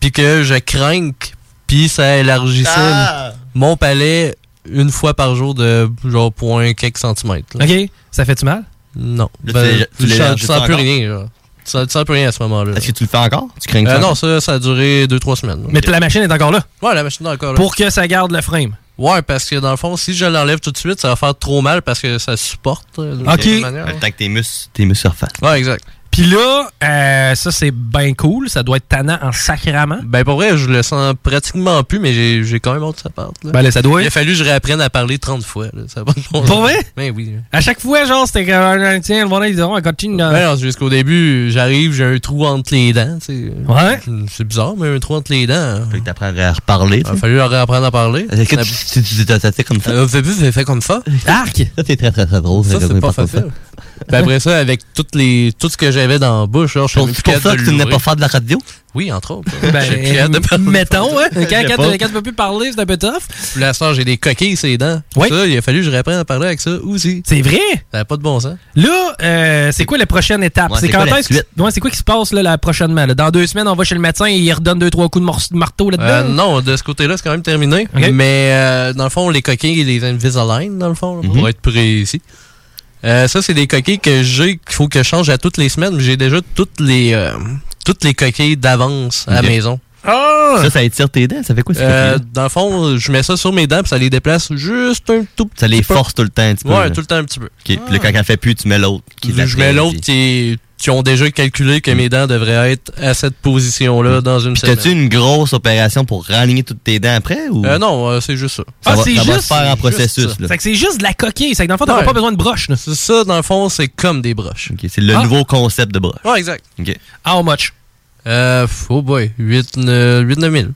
S13: Puis que je crinque, puis ça élargissait
S10: Ah!
S13: mon palais une fois par jour de genre point quelques centimètres. là.
S1: OK, ça fait-tu mal?
S13: Non. Ben,
S10: Là, tu l'é- tu
S13: je- je
S10: l'élargis
S13: sens
S10: ça
S13: plus
S10: encore?
S13: rien. genre. Tu sens- tu sens plus rien à ce moment-là.
S10: Est-ce que tu le fais encore? Tu crains que
S13: Euh,
S10: ça?
S13: non, ça, ça a duré 2-3 semaines. là.
S1: Mais la machine est encore là.
S13: Ouais, la machine est encore là.
S1: Pour que ça garde le frame.
S13: Ouais, parce que dans le fond, si je l'enlève tout de suite, ça va faire trop mal parce que ça supporte. euh, d'une
S1: Ok.
S13: certaine manière,
S10: Le temps que tes muscles, tes muscles se refassent.
S13: là. Ouais, exact.
S1: Puis là, euh, ça, c'est bien cool. Ça doit être tannant en sacrament.
S13: Ben pour vrai, je le sens pratiquement plus, mais j'ai- j'ai quand même honte que ça parte. là.
S1: Ben là, ça doit
S13: Il a
S1: être.
S13: fallu que je réapprenne à parler 30 fois. là. Ça va pas de bon
S1: Pour
S13: sens.
S1: vrai?
S13: Ben oui.
S1: À chaque fois, genre, c'était comme, euh, tiens, le bonheur, ils diront, on continue.
S13: Ben non, c'est jusqu'au début, j'arrive, j'ai un trou entre les dents. tu sais.
S1: Ouais.
S13: C'est bizarre, mais un trou entre les dents. hein.
S10: Fait que t'apprends à reparler.
S13: Il a fallu réapprendre à parler.
S10: Est-ce que tu- tu- tu tu- tu fais comme ça?
S13: Euh, Au début, j'ai fait comme ça.
S1: Arc!
S10: Ça, c'est très, très, très drôle.
S13: Ça,
S10: de
S13: c'est
S10: raisonner
S13: pas
S10: par comme ça.
S13: facile. Ben après ça, avec toutes les, tout ce que j'avais dans la bouche, genre, je savais
S10: C'est
S13: plus
S10: pour
S13: capable
S10: ça
S13: de
S10: que tu n'as
S13: l'ouvrir.
S10: pas faire de la radio?
S13: Oui, entre autres. J'ai plus hâte de
S1: Ben,
S13: parler.
S1: mettons, hein. Quand,
S13: Je sais
S1: quand,
S13: pas.
S1: quand tu peux plus parler, c'est un peu tough.
S13: Pour l'instant, j'ai des coquilles sur les dents.
S1: Oui.
S13: Ça, il a fallu que je réapprenne à parler avec ça aussi.
S1: C'est vrai?
S13: Ça n'a pas de bon sens.
S1: Là, euh, c'est quoi la prochaine étape?
S10: Ouais,
S1: c'est
S10: c'est
S1: quand
S10: quoi la
S1: est-ce que-
S10: suite?
S1: Ouais, c'est quoi qui se passe, là, là, prochainement? là? Dans deux semaines, on va chez le médecin et il redonne deux, trois coups de mor- marteau
S13: Euh,
S1: là-dedans?
S13: non, de ce côté-là, c'est quand même terminé.
S1: Ok.
S13: Mais euh, dans le fond, les coquilles et les Invisalign, dans le fond, là, pour
S10: Mhm.
S13: être précis. Euh, ça, c'est des coquilles que j'ai qu'il faut que je change à toutes les semaines. mais J'ai déjà toutes les euh, toutes les coquilles d'avance à la
S10: Ok.
S13: maison.
S1: Ah!
S10: Ça, ça étire tes dents. Ça fait quoi? ce
S13: Euh,
S10: que tu fais?
S13: dans le fond, je mets ça sur mes dents, puis ça les déplace juste un tout petit
S10: Ça les
S13: peu.
S10: force tout le temps un petit peu.
S13: Ouais,
S10: là.
S13: tout le temps un petit peu.
S10: Ok, Puis là, quand elle fait plus, tu mets l'autre. qui
S13: je
S10: l'attire,
S13: mets l'autre
S10: puis-
S13: qui, est- qui ont déjà calculé que mes dents devraient être à cette position-là dans une
S10: Mm. Puis
S13: semaine.
S10: t'as-tu une grosse opération pour raligner toutes tes dents après? ou
S13: Euh, non, euh, c'est juste ça.
S10: Ça
S1: Ah,
S10: va-
S1: c'est
S10: ça va
S1: juste-
S10: se faire en
S13: c'est juste
S10: processus.
S13: ça.
S10: là.
S1: Fait que c'est juste de la coquille. Fait que dans le fond, t'auras
S13: Ouais.
S1: pas besoin de broche, là.
S13: C'est ça, dans le fond, c'est comme des broches.
S10: Ok, C'est le
S1: Ah.
S10: nouveau concept de bras.
S13: Ouais, exact.
S10: Ok.
S1: How much?
S13: Euh, oh boy, 8-9 000.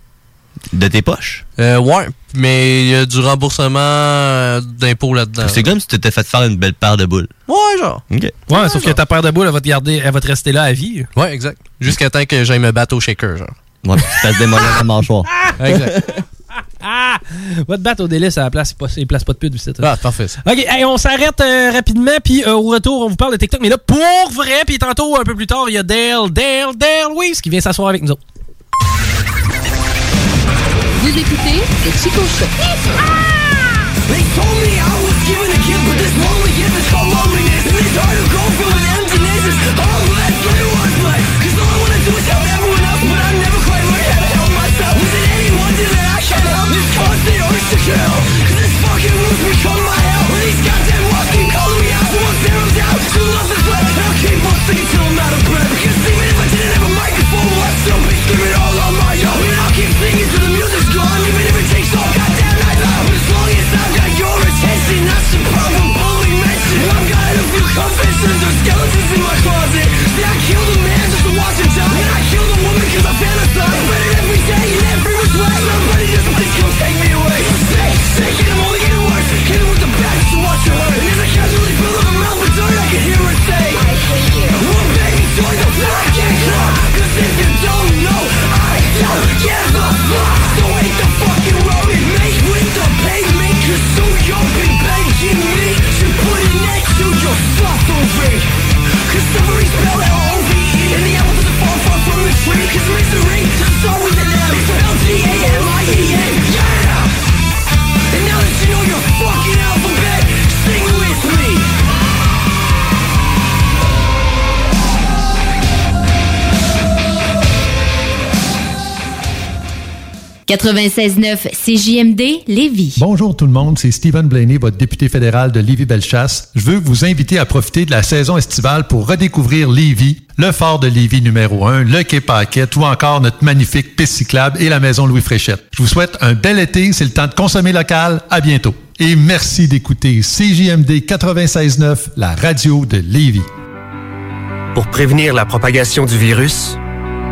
S10: De tes poches?
S13: Euh, ouais, mais il y a du remboursement euh, d'impôts là-dedans.
S10: C'est comme si tu t'étais fait faire une belle paire de boules.
S13: Ouais, genre.
S10: Ok.
S1: Ouais, sauf que ta paire de boules, elle va te garder, elle va te rester là à vie.
S13: Ouais, exact. Jusqu'à temps que j'aille me battre au shaker, genre.
S10: Ouais, puis tu te fasses démolir la mâchoire.
S13: Exact.
S1: Ah! Va te battre au délice à la place, il ne place pas de pute, c'est
S13: ah, parfait, ça.
S1: Ok, hey, on s'arrête euh, rapidement, puis euh, au retour, on vous parle de TikTok, mais là, pour vrai, puis tantôt, un peu plus tard, il y a Dale, Dale, Dale Weiss qui vient s'asseoir avec nous autres.
S12: Vous écoutez le Chico Show.
S24: They told me I was given a gift, but this lonely gift is called loneliness. And this heart of gold filled with emptiness is all left, but it was left. Cause all I wanna do is have
S33: 96.9 CJMD Lévis.
S31: Bonjour tout le monde, c'est Stephen Blaney, votre député fédéral de Lévis-Bellechasse. Je veux vous inviter à profiter de la saison estivale pour redécouvrir Lévis, le fort de Lévis numéro 1, le Quai Paquette ou encore notre magnifique piste cyclable et la maison Louis Fréchette. Je vous souhaite un bel été, c'est le temps de consommer local. À bientôt. Et merci d'écouter CJMD 96.9, la radio de Lévis.
S29: Pour prévenir la propagation du virus,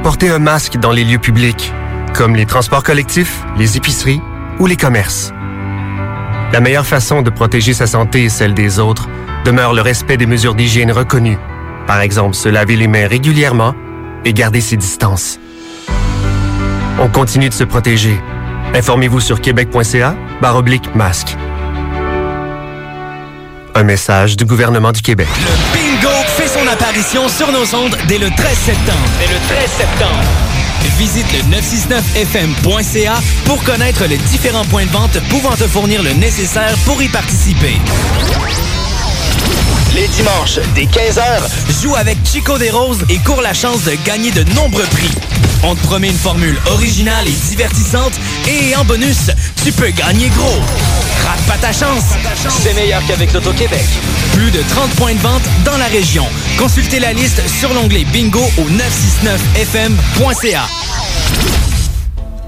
S29: portez un masque dans les lieux publics, comme les transports collectifs, les épiceries ou les commerces. La meilleure façon de protéger sa santé et celle des autres demeure le respect des mesures d'hygiène reconnues, par exemple se laver les mains régulièrement et garder ses distances. On continue de se protéger. Informez-vous sur québec.ca barre oblique masque. Un message du gouvernement du Québec.
S15: Bingo fait son apparition sur nos ondes dès le 13 septembre. Dès le 13 septembre. Visite le 969fm.ca pour connaître les différents points de vente pouvant te fournir le nécessaire pour y participer. Les dimanches, dès 15h, joue avec Chico des Roses et cours la chance de gagner de nombreux prix. On te promet une formule originale et divertissante et en bonus, tu peux gagner gros. Rate pas ta chance. C'est meilleur qu'avec l'Auto-Québec. Plus de 30 points de vente dans la région. Consultez la liste sur l'onglet bingo au 969fm.ca.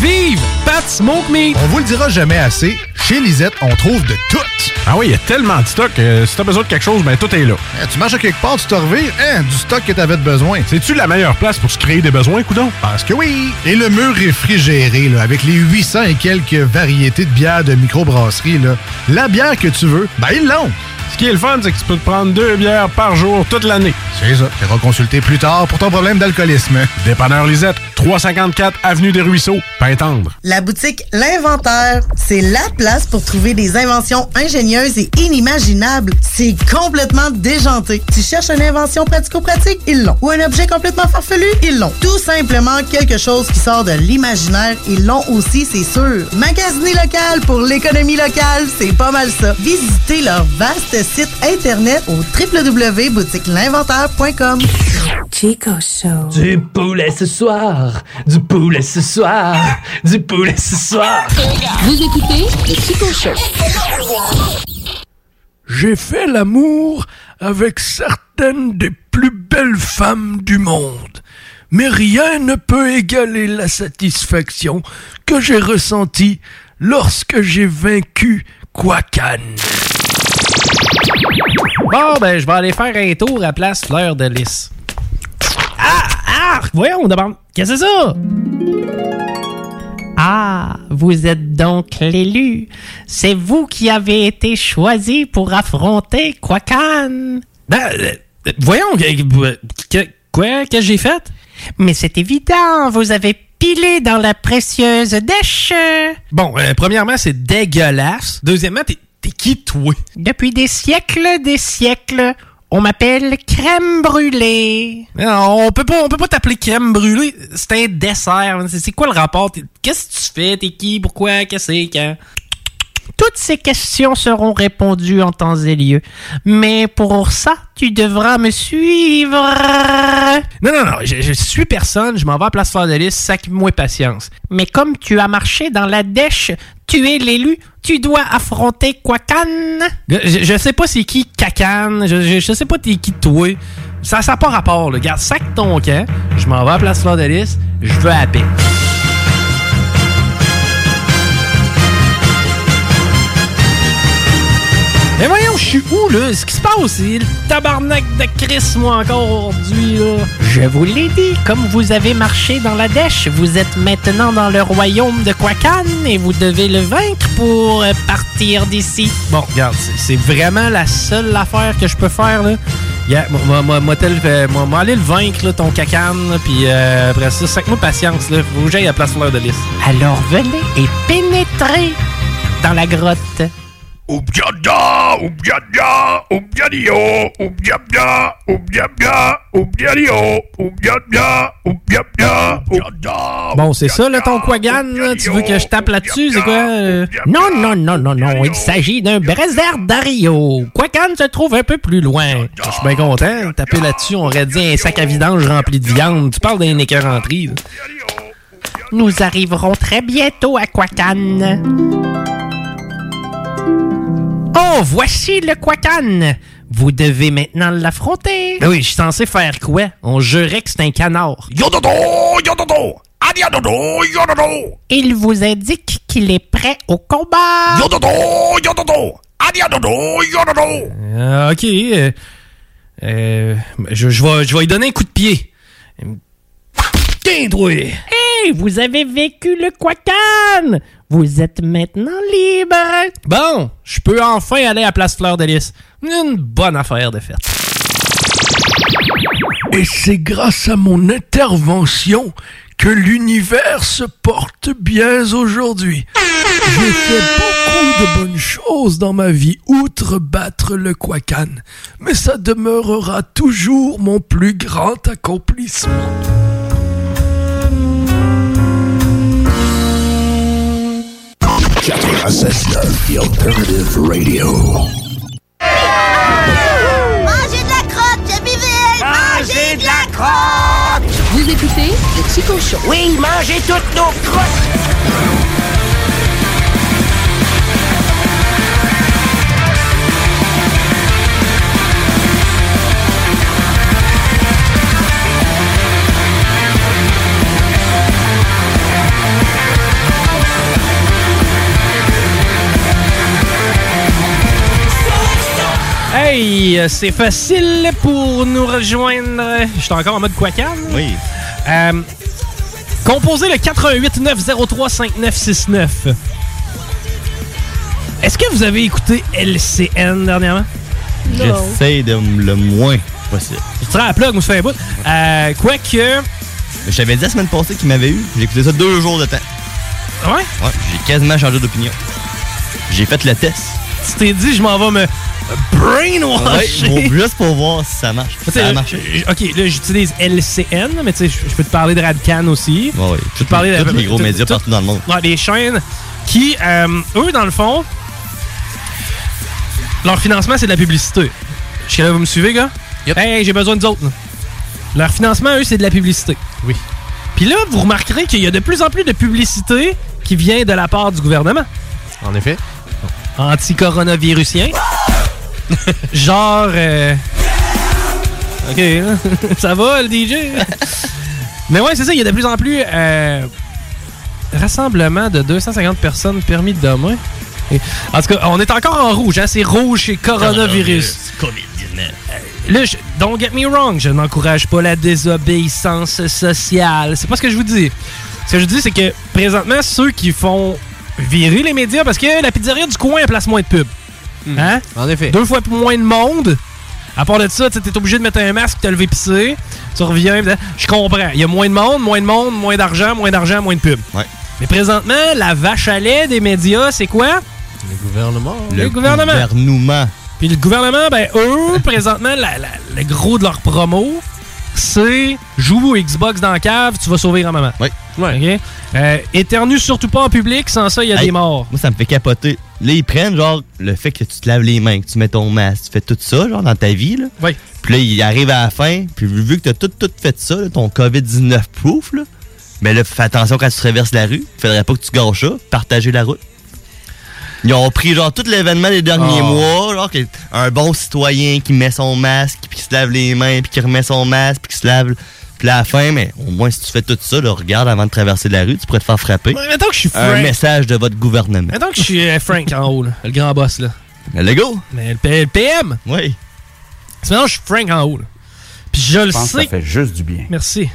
S1: Vive Pat Smoke Meat!
S11: On vous le dira jamais assez, chez Lisette, on trouve de tout.
S34: Ah oui, il y a tellement de stock. euh, si t'as besoin de quelque chose, ben tout est là.
S11: Hein, Tu marches à quelque part, tu te revires, hein, du stock que t'avais de besoin.
S34: C'est-tu la meilleure place pour se créer des besoins, coudon?
S11: Parce que oui! Et le mur réfrigéré, là, avec les 800 et quelques variétés de bières de microbrasserie, là, la bière que tu veux, ben ils l'ont!
S34: Ce qui est le fun, c'est que tu peux te prendre deux bières par jour toute l'année.
S11: C'est ça. Tu consulter plus tard pour ton problème d'alcoolisme.
S34: Dépanneur Lisette, 354 Avenue des Ruisseaux, Pintendre.
S20: La boutique L'Inventaire, c'est la place pour trouver des inventions ingénieuses et inimaginables. C'est complètement déjanté. Tu cherches une invention pratico-pratique? Ils l'ont. Ou un objet complètement farfelu? Ils l'ont. Tout simplement quelque chose qui sort de l'imaginaire, ils l'ont aussi, c'est sûr. Magasiner local pour l'économie locale, c'est pas mal ça. Visitez leur vaste site internet au www.boutiquelinventaire.com.
S35: Chico Show.
S36: Du poulet ce soir, du poulet ce soir, du poulet ce soir.
S23: Vous écoutez le Chico Show.
S19: J'ai fait l'amour avec certaines des plus belles femmes du monde. Mais rien ne peut égaler la satisfaction que j'ai ressentie lorsque j'ai vaincu Quakan.
S1: Bon, ben, je vais aller faire un tour à place Fleur de Lys. Ah! Ah! Voyons, d'abord. Qu'est-ce que c'est ça?
S37: Ah, vous êtes donc l'élu. C'est vous qui avez été choisi pour affronter Quakan.
S1: Ben, euh, voyons, que- que- quoi? Qu'est-ce que j'ai fait?
S37: Mais c'est évident, vous avez pilé dans la précieuse dèche.
S1: Bon, euh, premièrement, c'est dégueulasse. Deuxièmement, t'es t'es qui, toi?
S37: Depuis des siècles, des siècles, on m'appelle crème brûlée.
S1: Non, on peut pas, on peut pas t'appeler crème brûlée. C'est un dessert. C'est c'est quoi le rapport? T'es- Qu'est-ce que tu fais? T'es qui? Pourquoi? Qu'est-ce que c'est? Quand?
S37: Toutes ces questions seront répondues en temps et lieu. Mais pour ça, tu devras me suivre.
S1: Non, non, non. Je, je suis personne. Je m'en vais à Place Fleur de Lys. Sac-moi patience.
S37: Mais comme tu as marché dans la dèche, tu es l'élu, tu dois affronter Quakan.
S1: Je, je sais pas c'est qui Cacane, je, je, je sais pas t'es qui toi. Ça ça a pas rapport, là. Garde, sac ton camp, je m'en vais à Place Fleur de Lys, je veux à paix. Mais voyons, je suis où, là? Ce qui se passe, c'est le tabarnak de Chris, moi, encore aujourd'hui, là.
S37: Je vous l'ai dit, comme vous avez marché dans la dèche, vous êtes maintenant dans le royaume de Quakan et vous devez le vaincre pour euh, partir d'ici.
S1: Bon, regarde, c'est- c'est vraiment la seule affaire que je peux faire, là. Yeah, moi- moi, moi, moi, tel- euh, moi, moi, aller le vaincre, là, ton cacane, là, puis euh, après ça, sac-moi patience, là. Faut que j'aille à Place Fleur de Lys.
S37: Alors venez et pénétrez dans la grotte.
S19: Oubiada,
S38: oubia-dia, oubia-dio, oubia-bia, oubia-bia, oubia-dio, oubia-bia, oubia-bia, oubia-dia.
S1: Bon, c'est ça, là, ton Quagan, là? Tu veux que je tape là-dessus? C'est quoi? euh?
S37: Non, non, non, non, non. Il s'agit d'un Brésaire d'Ario. Quacan se trouve un peu plus loin.
S1: Je suis bien content. de Taper là-dessus, on aurait dit un sac à vidange rempli de viande. Tu parles d'un écœuranterie. là.
S37: Nous arriverons très bientôt à Quacan. Oh, voici le Quacan. Vous devez maintenant l'affronter.
S1: Ben oui, je suis censé faire quoi? On jurait que c'est un canard.
S37: Yododo, yododo,
S38: adiadodo, yododo.
S37: Il vous indique qu'il est prêt au combat.
S38: Yododo, yododo, adiadodo, yododo.
S1: Ah, ok. euh, euh, je, je vais, je vais lui donner un coup de pied. Tiens, toi!
S37: Hey, Eh, vous avez vécu le Quacan. Vous êtes maintenant libre.
S1: Bon, je peux enfin aller à Place Fleur de Lys. Une bonne affaire de fête.
S38: Et c'est grâce à mon intervention que l'univers se porte bien aujourd'hui. J'ai fait beaucoup de bonnes choses dans ma vie, outre battre le Quacan, mais ça demeurera toujours mon plus grand accomplissement.
S39: Alternative Radio.
S2: Mangez de la crotte, JPVL! Mangez de la crotte! Vous écoutez le Chico Show. Oui, mangez toutes nos crottes!
S1: Hey, euh, c'est facile pour nous rejoindre. Je suis encore en mode Quacan.
S10: Oui.
S1: composez le 88 903 5969. Est-ce que vous avez écouté LCN dernièrement?
S10: J'essaie de m- le moins possible.
S1: Je serais à Ah, la plug, on se fait un bout. Euh, Quoique.
S10: Je t'avais dit la semaine passée qu'il m'avait eu. J'ai écouté ça deux jours de temps.
S1: Ah Ouais? Ouais,
S10: j'ai quasiment changé d'opinion. J'ai fait le test.
S1: Tu t'es dit, je m'en vais me brainwasher.
S10: Ouais, bon, juste pour voir si ça marche.
S1: Tu sais,
S10: Ça a
S1: euh,
S10: marché.
S1: j- Ok, là, j'utilise LCN, mais tu sais, je- je peux te parler de Radcan aussi.
S10: Ouais, ouais.
S1: Je peux te parler de.
S10: Tous les gros
S1: tout-
S10: médias
S1: tout-
S10: partout dans le monde.
S1: Ouais, les chaînes qui, euh, eux, dans le fond, leur financement, c'est de la publicité. Je sais là, vous me suivez, gars? Hey, j'ai besoin d'autres. Leur financement, eux, c'est de la publicité. Oui. Puis là, vous remarquerez qu'il y a de plus en plus de publicité qui vient de la part du gouvernement.
S13: En effet.
S1: Anti-coronavirusien. Genre. euh, Ok, hein? ça va le DJ? Mais ouais, c'est ça, il y a de plus en plus. euh, Rassemblement de 250 personnes permis demain. Et- En tout cas, on est encore en rouge, hein? c'est rouge chez coronavirus.
S10: COVID-19.
S1: Là, je- don't get me wrong, je n'encourage pas la désobéissance sociale. C'est pas ce que je vous dis. Ce que je dis, c'est que présentement, ceux qui font virer les médias, parce que la pizzeria du coin, elle place moins de pubs. Hein?
S13: Hmm. En effet.
S1: Deux fois moins de monde. À part de ça, tu es obligé de mettre un masque, te lever pisser, tu reviens. pis- Je comprends. Il y a moins de monde, moins de monde, moins d'argent, moins d'argent, moins de pubs. Mais présentement, la vache à lait des médias, c'est quoi?
S13: Le gouvernement.
S1: Le gouvernement. Puis le gouvernement, ben eux, présentement, la- la- le gros de leur promo, c'est joue au Xbox dans la cave, tu vas sauver grand maman. Euh,
S10: Oui.
S1: Ouais. éternue surtout pas en public, sans ça, il y a
S10: Hey,
S1: des morts.
S10: Moi, ça me fait capoter. Là, ils prennent, genre, le fait que tu te laves les mains, que tu mets ton masque, tu fais tout ça, genre, dans ta vie, là.
S1: Oui.
S10: Puis là, ils arrivent à la fin, puis vu que t'as tout, tout fait ça, là, ton COVID-19 proof, là, mais là, fais attention quand tu traverses la rue. Faudrait pas que tu gâches ça, partager la route. Ils ont pris, genre, tout l'événement des derniers
S1: Ah.
S13: Oh.
S10: mois, genre, que- un bon citoyen qui met son masque, puis qui se lave les mains, puis qui remet son masque, puis qui se lave... Puis là, à la fin, mais au moins, si tu fais tout ça, là, regarde avant de traverser la rue, tu pourrais te faire frapper.
S1: Mais mettons que je suis
S10: Un
S1: Frank.
S10: message de votre gouvernement.
S1: Mettons que je suis euh, Frank en haut, là, le grand boss. là.
S10: Mais le go!
S1: Mais le, P- le PM.
S10: Euh, Oui.
S1: C'est maintenant que je suis Frank en haut. là. Puis je le
S40: pense que
S1: sais.
S40: ça fait juste du bien.
S1: Merci.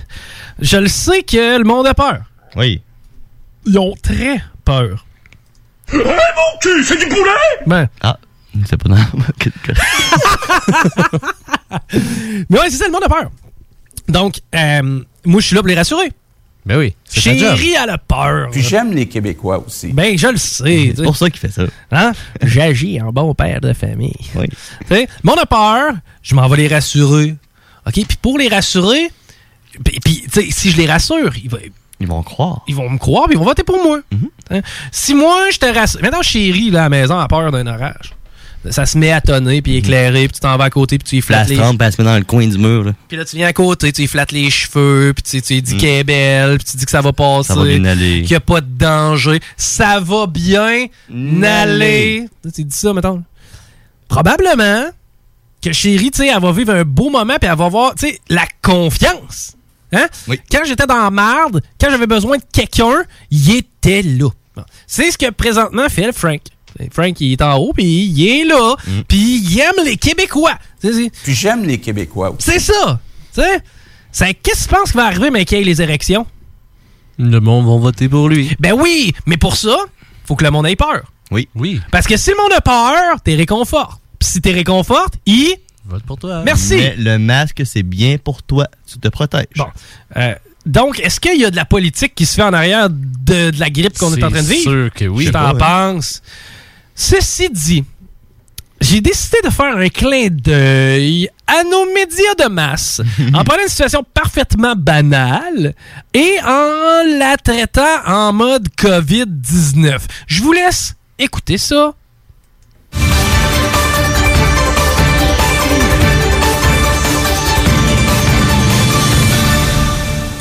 S1: Je le sais que le monde a peur.
S10: Oui.
S1: Ils ont très peur.
S40: Ouais, mon cul, c'est du poulet!
S1: Ben.
S10: Ah, c'est pas normal.
S1: Mais ouais, c'est ça, le monde a peur. Donc, euh, moi, je suis là pour les rassurer.
S13: Ben oui. c'est sa job.
S1: Chérie, elle a peur.
S21: Puis j'aime les Québécois aussi.
S1: Ben, je le sais.
S21: C'est pour ça
S1: qu'il fait ça. Hein? J'agis en bon père de famille. Oui. mon a peur, je m'en vais les rassurer. OK? Puis pour les rassurer, puis, puis, tu sais, si je les rassure, ils vont... Ils vont croire. Ils vont me croire, puis ils vont voter pour moi. Hein? Si moi, je te rassure... Maintenant, chérie, là, à la maison, a peur d'un orage. Ça se met à tonner, puis éclairer, puis tu t'en vas à côté, puis tu y
S10: La
S1: flattes les...
S10: trempe, elle se met dans le coin du mur. Là.
S1: Puis là, tu viens à côté, tu lui flattes les cheveux, puis tu, tu lui dis qu'elle est belle, puis tu dis que ça va passer.
S10: Ça va bien aller.
S1: Qu'il n'y a pas de danger. Ça va bien aller. Tu lui dis ça, mettons. Probablement que chérie, tu sais, elle va vivre un beau moment, puis elle va avoir, tu sais, la confiance. Hein? Quand j'étais dans la marde, quand j'avais besoin de quelqu'un, il était là. Bon. C'est ce que présentement fait le Frank. Frank, il est en haut, puis il est là, puis il aime les Québécois.
S21: Mm. Puis j'aime les Québécois aussi.
S1: C'est ça! Tu sais? C'est- Qu'est-ce que tu penses qui va arriver, mais qu'il y ait les érections?
S13: Le monde va voter pour lui.
S1: Ben oui, mais pour ça, faut que le monde ait peur.
S10: Oui.
S13: Oui.
S1: Parce que si le monde a peur, t'es réconfort. Puis si t'es réconforte, il...
S13: Vote pour toi.
S1: Merci.
S10: Mais le masque, c'est bien pour toi. Tu te protèges. Bon.
S1: euh, Donc, est-ce qu'il y a de la politique qui se fait en arrière de, de la grippe qu'on est,
S13: C'est
S1: en train de vivre?
S13: sûr que oui.
S1: Je
S13: Je sais
S1: t'en
S10: hein.
S13: pas,
S1: pense. Ceci dit, j'ai décidé de faire un clin d'œil à nos médias de masse en prenant une situation parfaitement banale et en la traitant en mode COVID-19. Je vous laisse écouter ça.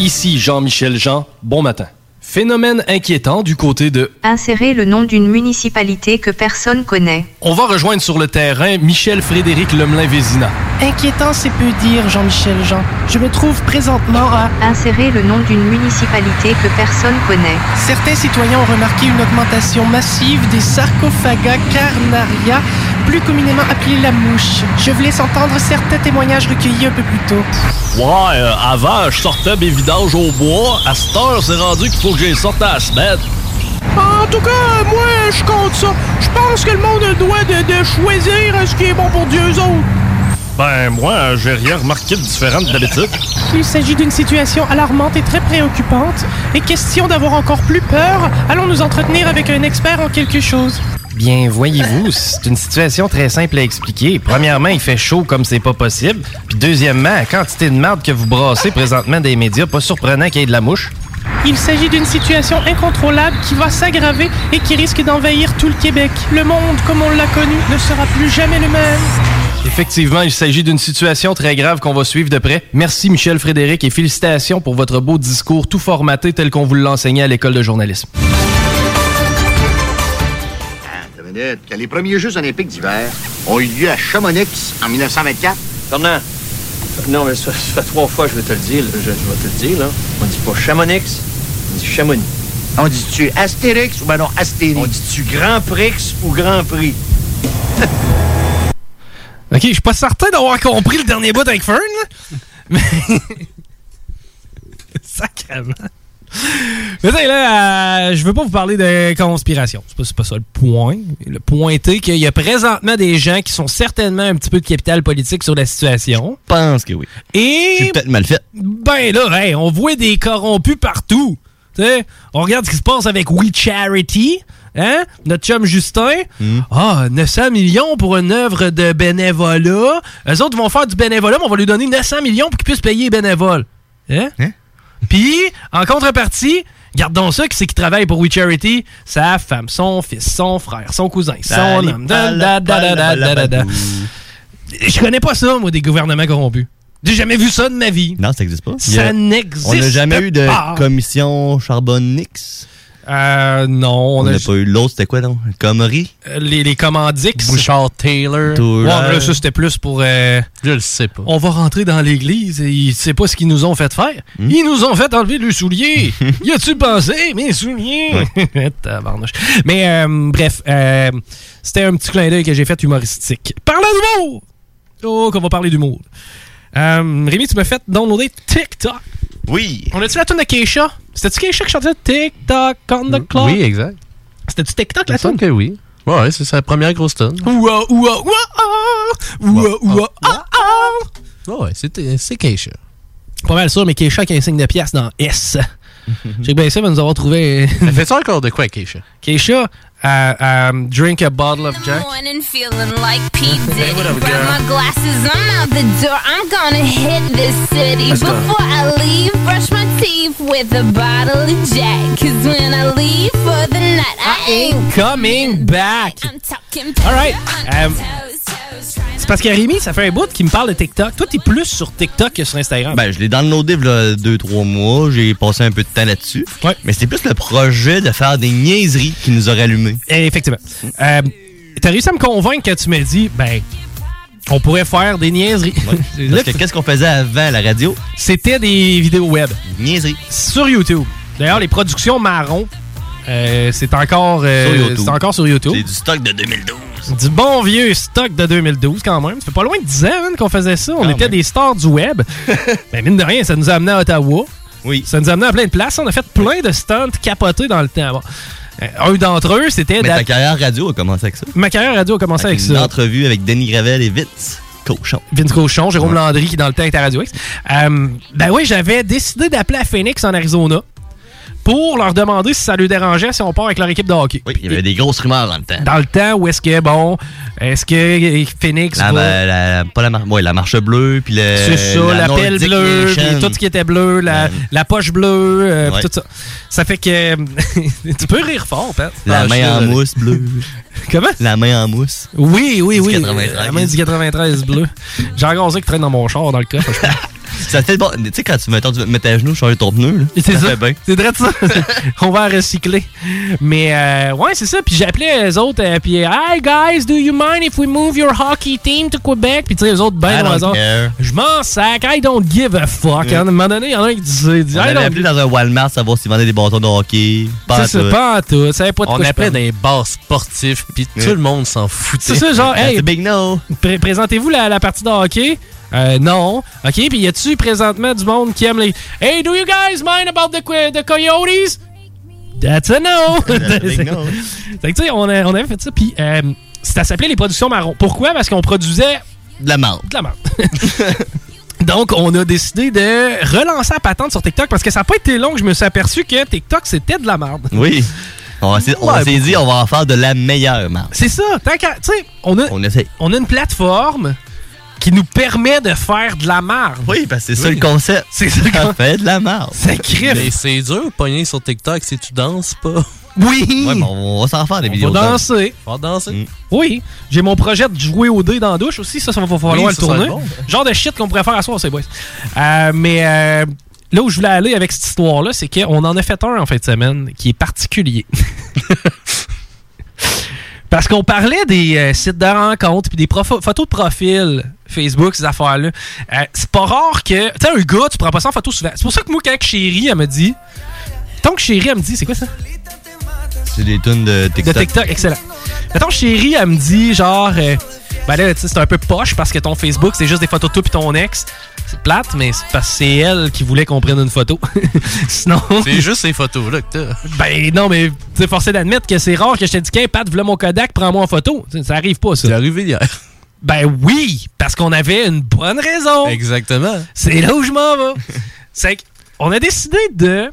S1: Ici Jean-Michel Jean, bon matin. Phénomène inquiétant du côté de
S2: Insérer le nom d'une municipalité que personne connaît.
S1: On va rejoindre sur le terrain Michel-Frédéric Lemelin-Vézina.
S2: Inquiétant, c'est peu dire, Jean-Michel Jean. Je me trouve présentement à. Insérer le nom d'une municipalité que personne connaît.
S3: Certains citoyens ont remarqué une augmentation massive des sarcophagas carnaria, plus communément appelés la mouche. Je vous laisse entendre certains témoignages recueillis un peu plus tôt.
S7: Ouais, euh, avant, je sortais mes vidanges au bois. À cette heure, c'est rendu qu'il faut que je les sorte à la semaine.
S41: En tout cas, moi, je compte ça. Je pense que le monde doit de, de choisir euh, ce qui est bon pour Dieu eux autres.
S7: Ben, moi, j'ai rien remarqué de différent de d'habitude.
S3: Il s'agit d'une situation alarmante et très préoccupante, et question d'avoir encore plus peur, allons nous entretenir avec un expert en quelque chose.
S42: Bien, voyez-vous, c'est une situation très simple à expliquer. Premièrement, il fait chaud comme c'est pas possible. Puis deuxièmement, la quantité de marde que vous brassez présentement des médias, pas surprenant qu'il y ait de la mouche.
S3: Il s'agit d'une situation incontrôlable qui va s'aggraver et qui risque d'envahir tout le Québec. Le monde, comme on l'a connu, ne sera plus jamais le même.
S42: Effectivement, il s'agit d'une situation très grave qu'on va suivre de près. Merci Michel Frédéric et félicitations pour votre beau discours tout formaté tel qu'on vous l'enseignait à l'école de journalisme.
S24: Deux minutes, que les premiers Jeux olympiques d'hiver ont eu lieu à Chamonix en 1924. Fernand,
S23: Non, mais ça, ça fait trois fois que je vais te le dire. là. Je, je vais te le dire, là. On dit pas Chamonix, on dit Chamonix. On dit-tu Astérix ou ben non Astérix? On dit-tu Grand Prix ou Grand Prix?
S1: OK, je suis pas certain d'avoir compris le dernier bout avec Fern. là. Mais... Sacrément. Mais tu sais, là, euh, je veux pas vous parler de conspiration. C'est pas, c'est pas ça le point. Le point est qu'il y a présentement des gens qui sont certainement un petit peu de capital politique sur la situation.
S10: Je pense que oui.
S1: Et...
S10: C'est peut-être mal fait.
S1: Ben là, hey, on voit des corrompus partout. Tu sais, on regarde ce qui se passe avec We Charity. Hein? Notre chum Justin.
S10: Hmm.
S1: Ah, 900 millions pour une œuvre de bénévolat. Eux autres vont faire du bénévolat, mais on va lui donner 900 millions pour qu'il puisse payer les bénévoles. Hein? Puis, en contrepartie, gardons ça, qui c'est qui travaille pour We Charity? Sa femme, son fils, son frère, son cousin, son homme. Da, da, da, da, da, da, da. Je connais pas ça, moi, des gouvernements corrompus. J'ai jamais vu ça de ma vie.
S10: Non, ça n'existe pas.
S1: Ça
S10: Il y a-
S1: n'existe
S10: On n'a jamais eu de
S1: pas.
S10: commission Charbonnix.
S1: Euh, non.
S10: On n'a pas eu l'autre, c'était quoi, non? Commerie?
S1: euh, Les, les commandix.
S13: Bouchard Taylor.
S1: Ouais, mais là, ça, c'était plus pour. euh,
S13: Je le sais pas.
S1: on va rentrer dans l'église et ils savent pas ce qu'ils nous ont fait faire.
S13: Hmm?
S1: Ils nous ont fait enlever le soulier. y a-tu pensé, mes souliers? Tabarnouche. Mais euh, bref, euh, c'était un petit clin d'œil que j'ai fait humoristique. Parlons d'humour! Oh, qu'on va parler d'humour. Euh, Rémi, tu m'as fait downloader TikTok.
S10: Oui.
S1: On a-tu la tune de Keisha? C'était-tu Keisha qui chantait TikTok on the clock?
S13: Mm, Oui, exact.
S1: C'était-tu TikTok
S13: Il
S1: la euh,
S13: me semble
S1: tune?
S13: que oui. Ouais, ouais, c'est sa première grosse tonne.
S1: Ouah, ouah, ouah, ah! Ouah, ouah, ah, ah!
S13: Ouais, c'est c'est Keisha.
S1: Pas mal sûr, mais Keisha qui a un signe de pièce dans S. Check bien ça, va nous avoir trouvé.
S13: Elle fait ça encore de quoi, Keisha?
S1: Keisha, euh, euh, drink a bottle of Jack.
S24: morning feeling like P. Diddy.
S1: what up,
S24: Grab
S1: girl?
S24: my glasses, I'm out the door. I'm gonna hit this city.
S2: Let's go.
S24: Before I leave, brush my teeth with a bottle of Jack. Cause when I leave for the night, I, ain't
S1: coming back.
S24: I'm talking
S1: All right. Euh, c'est parce que Rémi, ça fait un bout qui me parle de TikTok. Toi, t'es plus sur TikTok que sur Instagram.
S10: Ben, je l'ai downloadé il y deux, trois mois. J'ai passé un peu de temps là-dessus. Mais c'était plus le projet de faire des niaiseries qui nous aurait allumés.
S1: Effectivement. Euh, T'as réussi à me convaincre que tu m'as dit, ben, on pourrait faire des niaiseries.
S10: Parce que qu'est-ce qu'on faisait avant à la radio?
S1: C'était des vidéos web.
S10: Niaiseries.
S1: Sur YouTube. D'ailleurs, les productions marron, euh, c'est encore, euh,
S10: Sur YouTube.
S1: c'est encore sur YouTube.
S10: C'est du stock de 2012.
S1: Du bon vieux stock de 2012 quand même. Ça fait pas loin de 10 ans hein, qu'on faisait ça. On était des stars du web. Mais mine de rien, ça nous a amené à Ottawa.
S10: Oui.
S1: Ça nous a amené à plein de places. On a fait plein de stunts capotés dans le temps. Bon. Euh, Un d'entre eux, c'était...
S10: Mais
S1: d'a-
S10: ta carrière radio a commencé avec ça.
S1: Ma carrière radio a commencé avec,
S10: Une
S1: ça.
S10: entrevue avec Denis Gravel et Vince Cochon.
S1: Vince Cochon, Jérôme
S10: Ouais.
S1: Landry qui dans le temps était à Radio X. Euh, ben oui, j'avais décidé d'appeler à Phoenix en Arizona pour leur demander si ça leur dérangeait si on part avec leur équipe de hockey.
S10: Oui, il y avait des grosses rumeurs dans le temps.
S1: Dans le temps où est-ce que, bon, est-ce que Phoenix
S10: La,
S1: va-
S10: ben, la- pas la, mar- ouais, la marche bleue, puis le.
S1: C'est ça,
S10: la
S1: l'appel
S10: Nordic
S1: bleu,
S10: Nation.
S1: puis tout ce qui était bleu, la, la poche bleue, euh, puis
S10: Ouais.
S1: tout ça. Ça fait que... tu peux rire fort, Pat.
S10: La
S1: Ah, je suis
S10: main en
S1: désolé.
S10: mousse bleue.
S1: Comment?
S10: La main en mousse.
S1: Oui, oui, oui.
S10: 93.
S1: La main du 93 bleu. J'ai encore ça qui traîne dans mon char, dans le coffre. je pense.
S10: Ça fait bon. Tu sais, quand tu, mettons, tu vas te mettre à genoux, changer ton pneu, là.
S1: C'est ça.
S10: fait bien.
S1: C'est vrai de ça. On va en recycler. Mais euh, ouais, c'est ça. Puis j'appelais les autres. euh, puis Hi guys, do you mind if we move your hockey team to Quebec? Puis tu sais, les autres,
S10: I
S1: ben
S10: don't
S1: au hasard,
S10: care. Mm.
S1: Je m'en sac. I don't give a fuck. À un moment donné, il y en a un qui disait.
S10: On
S1: I
S10: avait
S1: don't
S10: appelé dans un Walmart savoir s'ils vendaient des bâtons de hockey.
S1: C'est ça,
S10: tout.
S1: pas en tout. Ça savait pas de
S13: On
S1: quoi je
S13: appelait
S1: parlais.
S13: des bars sportifs, puis tout
S1: Ouais.
S13: le monde s'en foutait.
S1: C'est ça, genre, hey,
S10: big no.
S1: présentez-vous la, la partie de hockey? Euh, non. OK, puis y a-tu présentement du monde qui aime les. Hey, do you guys mind about the, que- the Coyotes? That's a no!
S2: That's a big no.
S1: Fait que, tu sais, on, a- on avait fait ça, puis euh, ça s'appelait les productions marron. Pourquoi? Parce qu'on produisait.
S10: De la merde.
S1: De la merde. Donc, on a décidé de relancer la patente sur TikTok parce que ça n'a pas été long que je me suis aperçu que TikTok, c'était de la merde.
S10: Oui. On s'est on
S1: Ouais,
S10: s'est dit, on va en faire de la meilleure marque.
S1: C'est ça. Tant qu'à- tu sais, on a,
S10: On essaie.
S1: on a une plateforme qui nous permet de faire de la marde.
S10: Oui, parce que c'est ça le concept.
S1: C'est ça le
S10: Ça
S1: concept.
S10: fait de la merde.
S1: Ça criffe.
S13: Mais c'est dur de pogner sur TikTok si tu danses pas.
S1: Oui!
S10: Ouais, mais on va s'en faire des
S1: On
S10: vidéos.
S1: va danser.
S13: On va danser.
S1: Oui. J'ai mon projet de jouer au dé dans la douche aussi. Ça, ça va falloir
S13: Oui,
S1: le
S13: ça, ça va
S1: tourner.
S13: être bon. hein.
S1: Genre de shit qu'on pourrait faire à soir, c'est boys. Euh, mais euh, là où je voulais aller avec cette histoire-là, c'est qu'on en a fait un en fin de semaine qui est particulier. Parce qu'on parlait des euh, sites de rencontres puis des profo- photos de profil Facebook, ces affaires-là. Euh, c'est pas rare que. Tu sais, un gars, tu prends pas ça en photo souvent. C'est pour ça que moi, quand que chérie, elle me dit. Tant que chérie, elle me dit, c'est quoi ça?
S10: C'est des tunes de TikTok.
S1: De TikTok, excellent. Mettons, chérie, elle me dit genre. euh, ben là, tu sais, c'est un peu poche parce que ton Facebook, c'est juste des photos de toi puis ton ex. C'est plate, mais c'est parce que c'est elle qui voulait qu'on prenne une photo. Sinon.
S13: C'est juste ces photos-là que t'as.
S1: Ben non, mais tu es forcé d'admettre que c'est rare que je te dise qu'un Pat, voulait mon Kodak, prends-moi en photo. Ça, ça arrive pas, ça. C'est
S13: arrivé hier.
S1: Ben oui, parce qu'on avait une bonne raison.
S13: Exactement.
S1: C'est là où je m'en vais. c'est qu'on a décidé de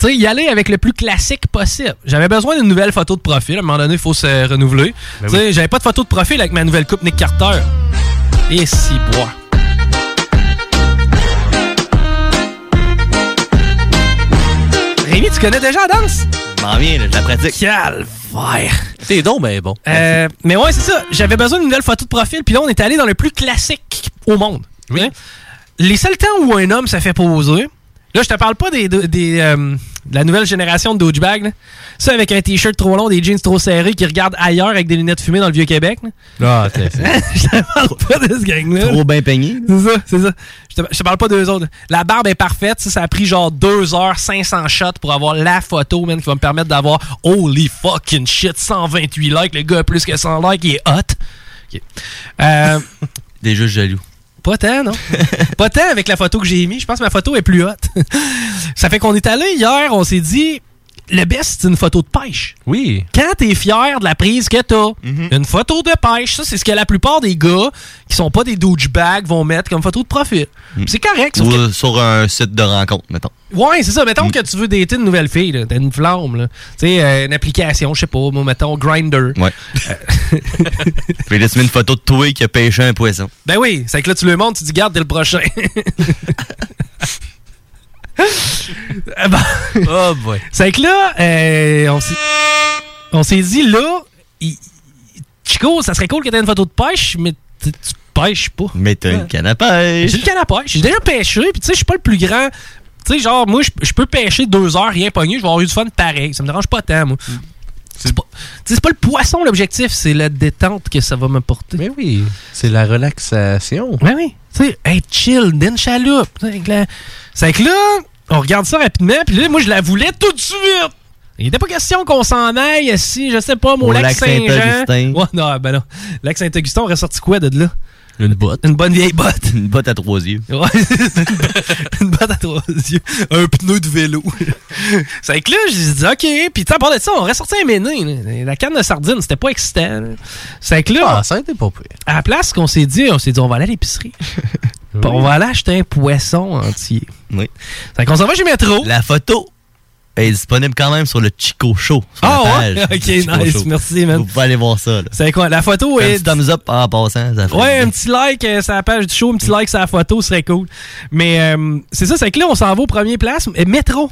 S1: tu sais, y aller avec le plus classique possible. J'avais besoin d'une nouvelle photo de profil. À un moment donné, il faut se renouveler.
S13: Ben
S1: tu sais, j'avais pas de photo de profil avec ma nouvelle coupe Nick Carter. Et si bois. Rémi, tu connais déjà la danse?
S10: M'en viens, là, je la pratique.
S1: Calvaire.
S13: T'es donc, mais bon.
S1: Euh, mais ouais, c'est ça. J'avais besoin d'une nouvelle photo de profil, puis là, on est allé dans le plus classique au monde. Hein? Les seuls temps où un homme se fait poser, là, je te parle pas des, des- des, euh, de la nouvelle génération de douchebags. là. Ça, avec un t-shirt trop long, des jeans trop serrés, qui regardent ailleurs avec des lunettes fumées dans le Vieux-Québec. là.
S10: Ah,
S1: je te parle pas de ce gang-là.
S10: Trop bien peigné.
S1: C'est ça, c'est ça. Je te, je te parle pas d'eux autres. La barbe est parfaite. Ça, ça a pris genre 2 heures, 500 shots pour avoir la photo, man, qui va me permettre d'avoir holy fucking shit, 128 likes. Le gars a plus que 100 likes, il est hot. Ok. Euh,
S10: Des jeux jaloux.
S1: pas tant, non? pas tant avec la photo que j'ai mis. Je pense que ma photo est plus haute. ça fait qu'on est allé hier, on s'est dit, le best, c'est une photo de pêche.
S13: Oui.
S1: Quand t'es fier de la prise que t'as, une photo de pêche, ça, c'est ce que la plupart des gars qui sont pas des douchebags vont mettre comme photo de profil. C'est correct, sauf
S10: Ou
S1: que-
S10: euh, sur un site de rencontre, mettons.
S1: Ouais, c'est ça. Mettons que tu veux dater une nouvelle fille, là. t'as une flamme, là. Tu sais, euh, une application, je sais pas, moi, mettons Grinder.
S10: Ouais.
S1: Euh.
S10: Puis là, tu mets une photo de toi qui a pêché un poisson.
S1: Ben oui, c'est que là, tu le montres, tu dis, garde, t'es le prochain. Eh ben,
S13: Oh boy.
S1: c'est que là, euh, on s'est- on s'est dit, là, il- Chico, ça serait cool que t'aies une photo de pêche, mais t- tu pêches pas.
S10: Mais t'as
S1: Ah.
S10: une canne à pêche.
S1: J'ai une canne à pêche. J'ai déjà pêché, puis tu sais, je suis pas le plus grand. Tu sais, genre, moi, je je peux pêcher deux heures, rien pogner, je vais avoir eu du fun pareil. Ça me dérange pas tant, moi. C'est pas, tu sais, c'est pas le poisson l'objectif, c'est la détente que ça va m'apporter. Mais oui.
S13: C'est la relaxation.
S1: Ben oui. Tu sais, hey, chill, d'une chaloupe. tu sais, avec la- C'est que là, on regarde ça rapidement, puis là, moi, je la voulais tout de suite. Il n'était pas question qu'on s'en aille si, je sais pas, mon
S10: Au
S1: lac,
S10: lac
S1: Saint-Jean.
S10: Saint-Augustin.
S1: Ouais, non, ben non. Lac Saint-Augustin, on ressorti quoi de là?
S13: Une botte.
S1: Une bonne vieille botte.
S10: Une botte à trois yeux.
S1: Ouais, une botte à trois yeux. Un pneu de vélo. C'est que là, j'ai dit, OK. Puis, tu sais, à part de ça, on ressortait un méné. là. La canne de sardines, c'était pas excitant. là. C'est que là.
S13: Ah, ça, pas pire.
S1: À la place qu'on s'est dit, on s'est dit, on va aller à l'épicerie. Puis On va aller acheter un poisson entier.
S10: Oui.
S1: Fait qu'on s'en va chez Métro.
S10: La photo est disponible quand même sur le Chico Show. sur la
S1: Ah ouais?
S10: page du
S1: Ok,
S10: Chico
S1: nice,
S10: Show.
S1: merci, man.
S10: Vous pouvez aller voir ça. là.
S1: C'est quoi? La photo
S10: Un
S1: est.
S10: petit thumbs up en passant. ça fait-
S1: Ouais, un petit like euh, sur la page du show, un petit like sur la photo serait cool. Mais euh, c'est ça, c'est que là, on s'en va au premier place. euh, métro.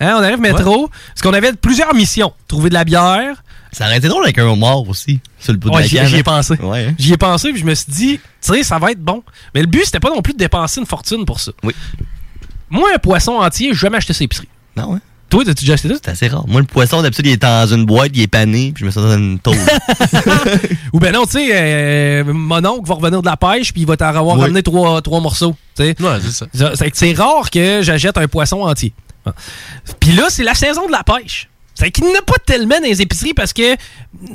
S1: Hein, on arrive métro. Parce qu'on avait plusieurs missions. Trouver de la bière.
S10: Ça aurait été drôle avec un homard aussi, sur le bout
S1: Ouais,
S10: de la
S1: j'y-
S10: canne.
S1: j'y ai pensé.
S10: Ouais, hein.
S1: J'y ai pensé, puis je me suis dit, tu sais, ça va être bon. Mais le but, c'était pas non plus de dépenser une fortune pour ça.
S10: Oui.
S1: Moi, un poisson entier, je vais m'acheter ces épiceries.
S10: Non, ouais.
S1: Toi, t'as-tu déjà acheté ça?
S10: C'est assez rare. Moi, le poisson, d'habitude, il est dans une boîte, il est pané, puis je me sens dans une tôle.
S1: Ou ben non, tu sais, euh, mon oncle va revenir de la pêche puis il va t'en avoir
S10: Oui.
S1: ramené trois, trois morceaux. Ouais,
S13: c'est ça.
S1: C'est que c'est rare que j'achète un poisson entier. Ah. Puis là, c'est la saison de la pêche. C'est qu'il n'y en a pas tellement dans les épiceries parce que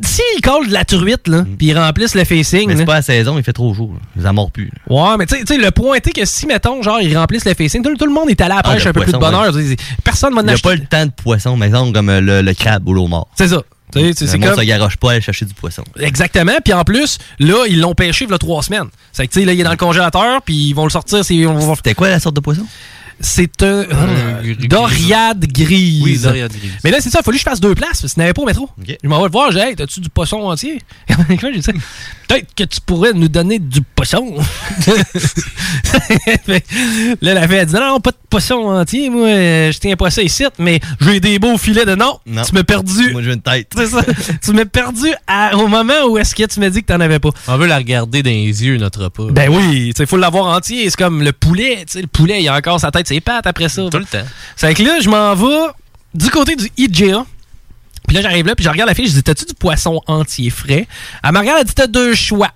S1: s'ils collent de la truite, là, puis ils remplissent le facing.
S10: Mm. Mais
S1: là,
S10: c'est pas la saison, il fait trop jour. Ils en mordent plus. là.
S1: Ouais, mais tu sais- tu sais, le point était que si, mettons, genre, ils remplissent le facing, tout, tout le monde est allé à la
S10: Ah,
S1: pêche
S10: le
S1: un peu plus de
S10: poisson,
S1: bonheur. Personne
S10: Il
S1: m'en
S10: n'y a
S1: acheté.
S10: pas le temps de poisson, mais exemple, comme euh, le, le crabe ou l'eau mort.
S1: C'est ça. Tu sais, c'est-
S10: Le
S1: c'est
S10: monde
S1: comme-
S10: se garoche pas à aller chercher du poisson.
S1: Exactement. Puis en plus, là, ils l'ont pêché il y a trois semaines. C'est que, tu sais, là, il est dans le congélateur, puis ils vont le sortir. C'était
S10: quoi la sorte de poisson?
S1: C'est un euh, Doriade grise.
S13: Oui, Doriade grise.
S1: Mais là, c'est ça, il fallu que je fasse deux places, parce qu'il n'y avait pas au métro. Je m'en vais le voir, j'ai dit, hey, t'as-tu du poisson entier? J'ai dit, peut-être que tu pourrais nous donner du poisson. Fait que là, la fille, elle dit, non, non, pas de poisson entier, moi, euh, je tiens pas ça ici, mais j'ai des beaux filets de non,
S10: Non.
S1: tu m'as perdu.
S10: Moi, j'ai une tête.
S1: C'est ça. tu m'as perdu à- au moment où est-ce que tu m'as dit que t'en avais pas.
S13: On veut la regarder dans les yeux, notre repas.
S1: Ben oui, il faut l'avoir entier. C'est comme le poulet. tu sais, Le poulet, il a encore sa tête, ses pattes après ça. Tout le
S13: temps.
S1: C'est que là, je m'en vais du côté du IGA. Puis là, j'arrive là, puis je regarde la fille, je dis T'as-tu du poisson entier frais Elle me regarde, elle dit T'as deux choix.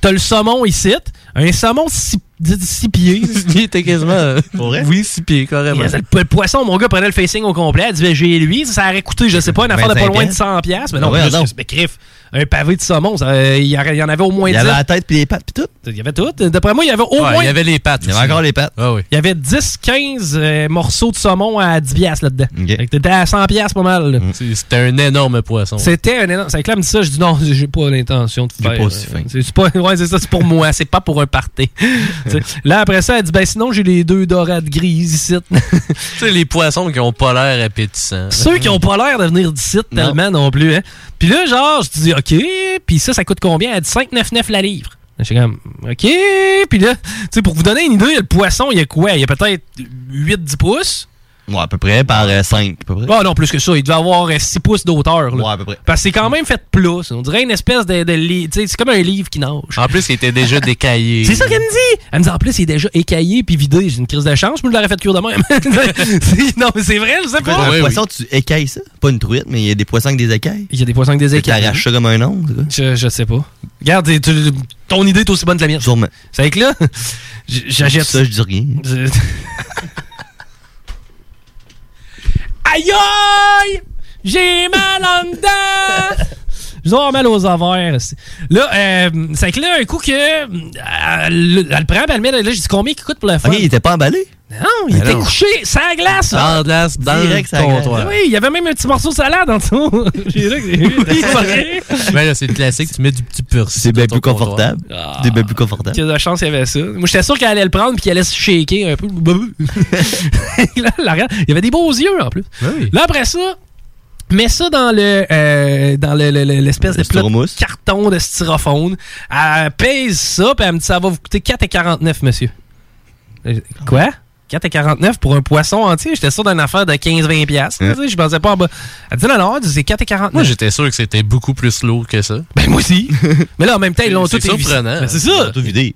S1: T'as le saumon ici, un saumon six, six pieds.
S13: Il était quasiment. euh, Oui, six pieds, carrément.
S1: Il faisait Le poisson, mon gars prenait le facing au complet. Elle dit Ben, j'ai lui. Ça aurait coûté, je sais pas,
S13: Ben,
S1: une affaire de pas
S10: 25
S1: loin de
S10: pièces.
S1: 100$. piastres. Mais non,
S10: Ah ouais,
S1: plus,
S10: non.
S1: mais crif, un pavé de saumon, ça, euh, il y aurait- il y en avait au moins
S10: Il y
S1: 10.
S10: avait la tête puis les pattes puis tout.
S1: Il y avait tout. D'après moi, il y avait au
S13: Ouais,
S1: moins
S13: il y avait les pattes.
S10: Il y avait encore les pattes.
S13: Ah oui.
S1: il y avait 10-15 euh, morceaux de saumon à 10 piastres là-dedans. Fait que T'étais à 100 piastres pas mal. là.
S13: C'était un énorme poisson.
S1: C'était un énorme. C'est que là, elle me dit ça, je dis non, j'ai pas l'intention de
S13: J'ai
S1: faire.
S13: pas aussi
S1: euh, C'est c'est pas, ouais, c'est ça, c'est pour moi, c'est pas pour un party. Tu sais, là, après ça, elle dit ben sinon, j'ai les deux dorades grises ici.
S13: Tu sais, les poissons qui ont pas l'air appétissants.
S1: Ceux qui ont pas l'air de venir d'ici tellement non, plus. Hein. Puis là, genre, je dis OK, puis ça, ça coûte combien Elle dit 5,99 la livre. Je suis comme OK. Puis là, tu sais, pour vous donner une idée, le poisson, il y a quoi Il y a peut-être 8-10 pouces.
S10: Ouais, à peu près, par 5, à peu près.
S1: Ah non, plus que ça. Il devait avoir 6 pouces d'auteur. là.
S10: Ouais, à peu près.
S1: Parce que c'est quand même fait plus. On dirait une espèce de. de li- tu sais, c'est comme un livre qui nage.
S13: En plus, ils étaient déjà décaillés.
S1: C'est ça qu'elle me dit! Elle me dit en plus, il est déjà écaillé puis vidé. J'ai une crise de chance, je me l'aurais fait cuire de même. C'est- non, mais c'est vrai, je sais
S10: Fait que
S1: pas.
S10: un poisson, tu écailles ça. Pas une truite, mais il y a des poissons avec des écailles.
S1: Il y a des poissons avec des écailles.
S10: Tu arraches ça comme un ongle.
S1: Je, je sais pas. Regarde, t'es- tu- ton idée est aussi bonne que la mienne.
S10: Sûrement.
S1: C'est avec là, j- j'achète
S10: Ça, je dis rien.
S1: Je- Aïe aïe! J'ai mal en dedans! Je dois avoir mal aux ovaires. c'est- Là, euh, c'est que là, un coup que. euh, Elle, elle le prend, puis elle le met. dans- Là, j'ai dit combien qu'il coûte pour le faire.
S10: Ok, il était pas emballé?
S1: Non, il
S10: Ben
S1: était
S10: non.
S1: couché, sans glace.
S10: Sans
S1: là.
S10: glace, dans Direct le sur la glace. comptoir.
S1: Oui, il y avait même un petit morceau de salade en dessous. J'ai là que j'ai eu.
S13: Ben là, c'est le classique, tu mets du petit persil.
S10: C'est bien
S13: dans ton
S10: plus confortable.
S13: comptoir. Ah.
S10: C'est bien plus confortable.
S1: Il y a de la chance qu'il y avait ça. Moi, j'étais sûr qu'elle allait le prendre puis qu'elle allait se shaker un peu. Là, la regarde. Il y avait des beaux yeux en plus. Là, après ça, mets ça dans le euh, dans le- le- le- l'espèce de plat de carton de styrofoam. Elle pèse ça puis elle me dit ça va vous coûter 4,49 monsieur. Euh, Quoi? 4,49 pour un poisson entier? J'étais sûr d'une affaire de 15-20$. piastres.
S13: Hein?
S1: Tu sais, Je pensais pas en bas. Elle dit non, non, elle dit, c'est 4,49.
S13: Moi, j'étais sûr que c'était beaucoup plus lourd que ça.
S1: Ben, moi aussi. Mais là, en même temps, ils l'ont
S13: C'est
S1: tout éviscé.
S13: surprenant.
S1: Ben, c'est ça.
S13: Tout vidé.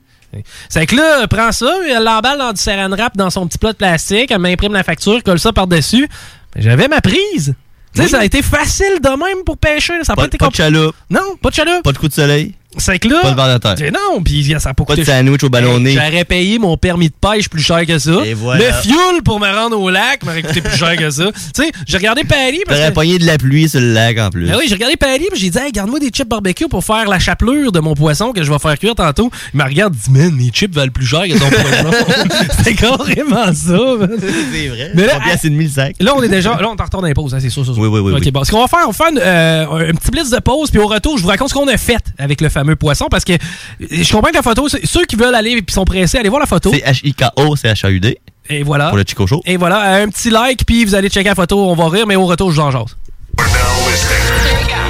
S1: C'est que là, elle prend ça, elle l'emballe dans du saran wrap dans son petit plat de plastique, elle m'imprime la facture, colle ça par-dessus. Ben, J'avais ma prise. Tu sais, ça a été facile de même pour pêcher. là. Ça a
S10: Pas,
S1: été
S10: pas de
S1: compl-
S10: chaloupe.
S1: Non, pas de chaloupe.
S10: Pas de coup de soleil.
S1: C'est que là.
S10: Pas de verre de terre.
S1: Ben Non, puis ça a pas
S10: Pas de
S1: coûté Eh,
S10: sandwich au ballonné.
S1: J'aurais payé mon permis de pêche plus cher que ça.
S10: voilà.
S1: Le fuel pour me rendre au lac m'aurait coûté plus cher que ça. Tu sais, j'ai regardé Paris parce
S10: T'aurais
S1: que.
S10: pogné de la pluie sur le lac en plus.
S1: Ben oui, j'ai regardé Paris puis j'ai dit, hey, garde-moi des chips barbecue pour faire la chapelure de mon poisson que je vais faire cuire tantôt. Il me regarde, il dit, man, mes chips valent plus cher que ton poisson. c'est carrément ça, man.
S10: C'est vrai.
S1: Mais là,
S10: Trois piastres et demi le sac.
S1: Là, on est déjà. Là, on t'en retourne dans les pauses, hein, c'est sûr, sûr, sûr.
S10: Oui, oui, oui.
S1: Ok,
S10: oui.
S1: bon. Ce qu'on va faire, on va faire une, euh, un petit blitz de pause, puis au retour, je vous raconte ce qu'on a fait avec le fameux poisson, parce que euh, je comprends que la photo, c'est- ceux qui veulent aller et sont pressés, allez voir la photo.
S10: C'est H-I-K-O, c'est H-A-U-D.
S1: Et voilà.
S10: Pour le Chico Show.
S1: Et voilà, euh, un petit like, puis vous allez checker la photo, on va rire, mais au retour, je vous en jase.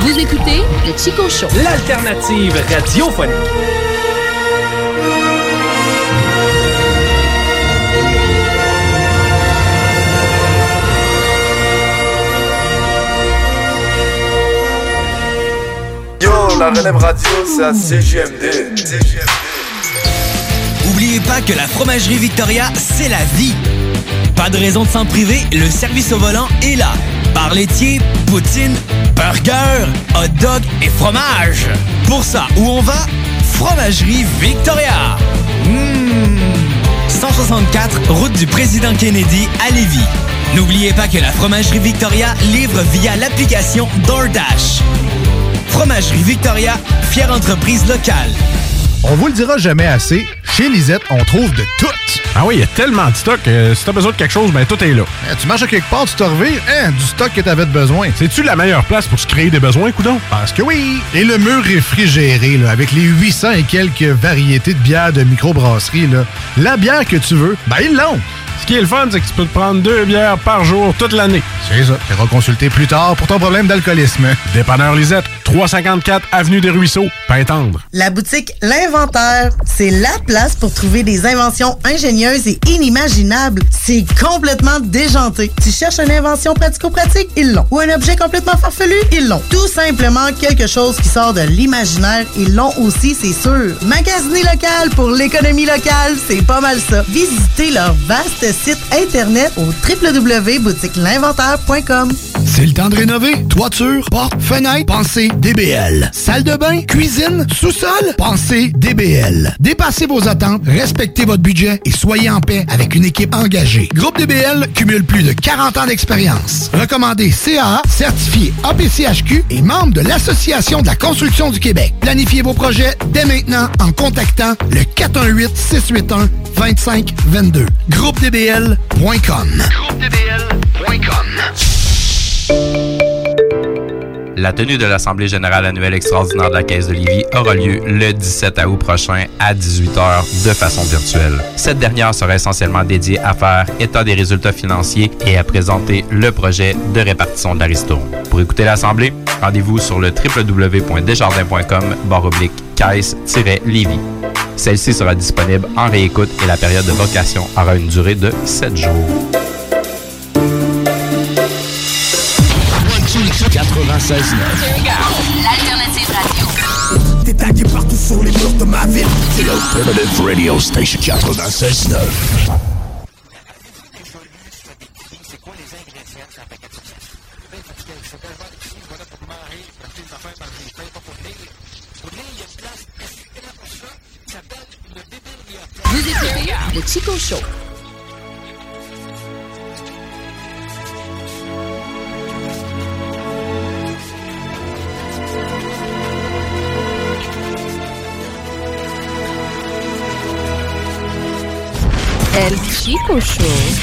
S3: Vous écoutez le Chico Show.
S1: L'alternative radiophonique.
S43: Yo, la relève radio, c'est à CGMD.
S15: Oubliez pas que la fromagerie Victoria, c'est la vie. Pas de raison de s'en priver, le service au volant est là. Bar laitier, poutine, burger, hot dog et fromage. Pour ça, où on va? Fromagerie Victoria. Mmh. 164, route du président Kennedy à Lévis. N'oubliez pas que la fromagerie Victoria livre via l'application DoorDash. Fromagerie Victoria, fière entreprise locale.
S11: On vous le dira jamais assez, chez Lisette, on trouve de tout.
S19: Ah oui, il y a tellement de stock. euh, si t'as besoin de quelque chose, ben tout est là.
S11: Eh, Tu marches à quelque part, tu te revires, hein, du stock que t'avais de besoin.
S19: C'est-tu la meilleure place pour se créer des besoins, coudon?
S11: Parce que oui! Et le mur réfrigéré, là, avec les 800 et quelques variétés de bières de microbrasserie, là, la bière que tu veux, ben ils l'ont!
S19: Ce qui est le fun, c'est que tu peux te prendre deux bières par jour toute l'année.
S11: C'est ça. Tu consulter plus tard pour ton problème d'alcoolisme.
S19: Dépanneur Lisette, 354 Avenue des Ruisseaux, Pintendre.
S20: La boutique L'Inventaire, c'est la place pour trouver des inventions ingénieuses et inimaginables. C'est complètement déjanté. Tu cherches une invention pratico-pratique, ils l'ont. Ou un objet complètement farfelu, ils l'ont. Tout simplement quelque chose qui sort de l'imaginaire, ils l'ont aussi, c'est sûr. Magasiner local pour l'économie locale, c'est pas mal ça. Visitez leur vaste site internet au www.boutiquelinventaire.com.
S19: C'est le temps de rénover. Toiture, porte, fenêtre, pensez DBL. Salle de bain, cuisine, sous-sol, pensez DBL. Dépassez vos attentes, respectez votre budget et soyez en paix avec une équipe engagée. Groupe DBL cumule plus de 40 ans d'expérience. Recommandé CAA, certifié APCHQ et membre de l'Association de la construction du Québec. Planifiez vos projets dès maintenant en contactant le 418-681-2522. GroupeDBL.com.
S21: La tenue de l'Assemblée générale annuelle extraordinaire de la Caisse de Lévis aura lieu le 17 août prochain à 18h de façon virtuelle. Cette dernière sera essentiellement dédiée à faire état des résultats financiers et à présenter le projet de répartition de la ristourne. Pour écouter l'Assemblée, rendez-vous sur le www.desjardins.com barre oblique caisse-lévis. Celle-ci sera disponible en réécoute et la période de vocation aura une durée de 7 jours.
S23: 96.9.
S14: L'alternative radio.
S23: T'es tagué partout sur les murs de ma ville. The Alternative Radio Station 96.9.
S3: Vous écoutez le Chico Show.
S12: El Chico Show.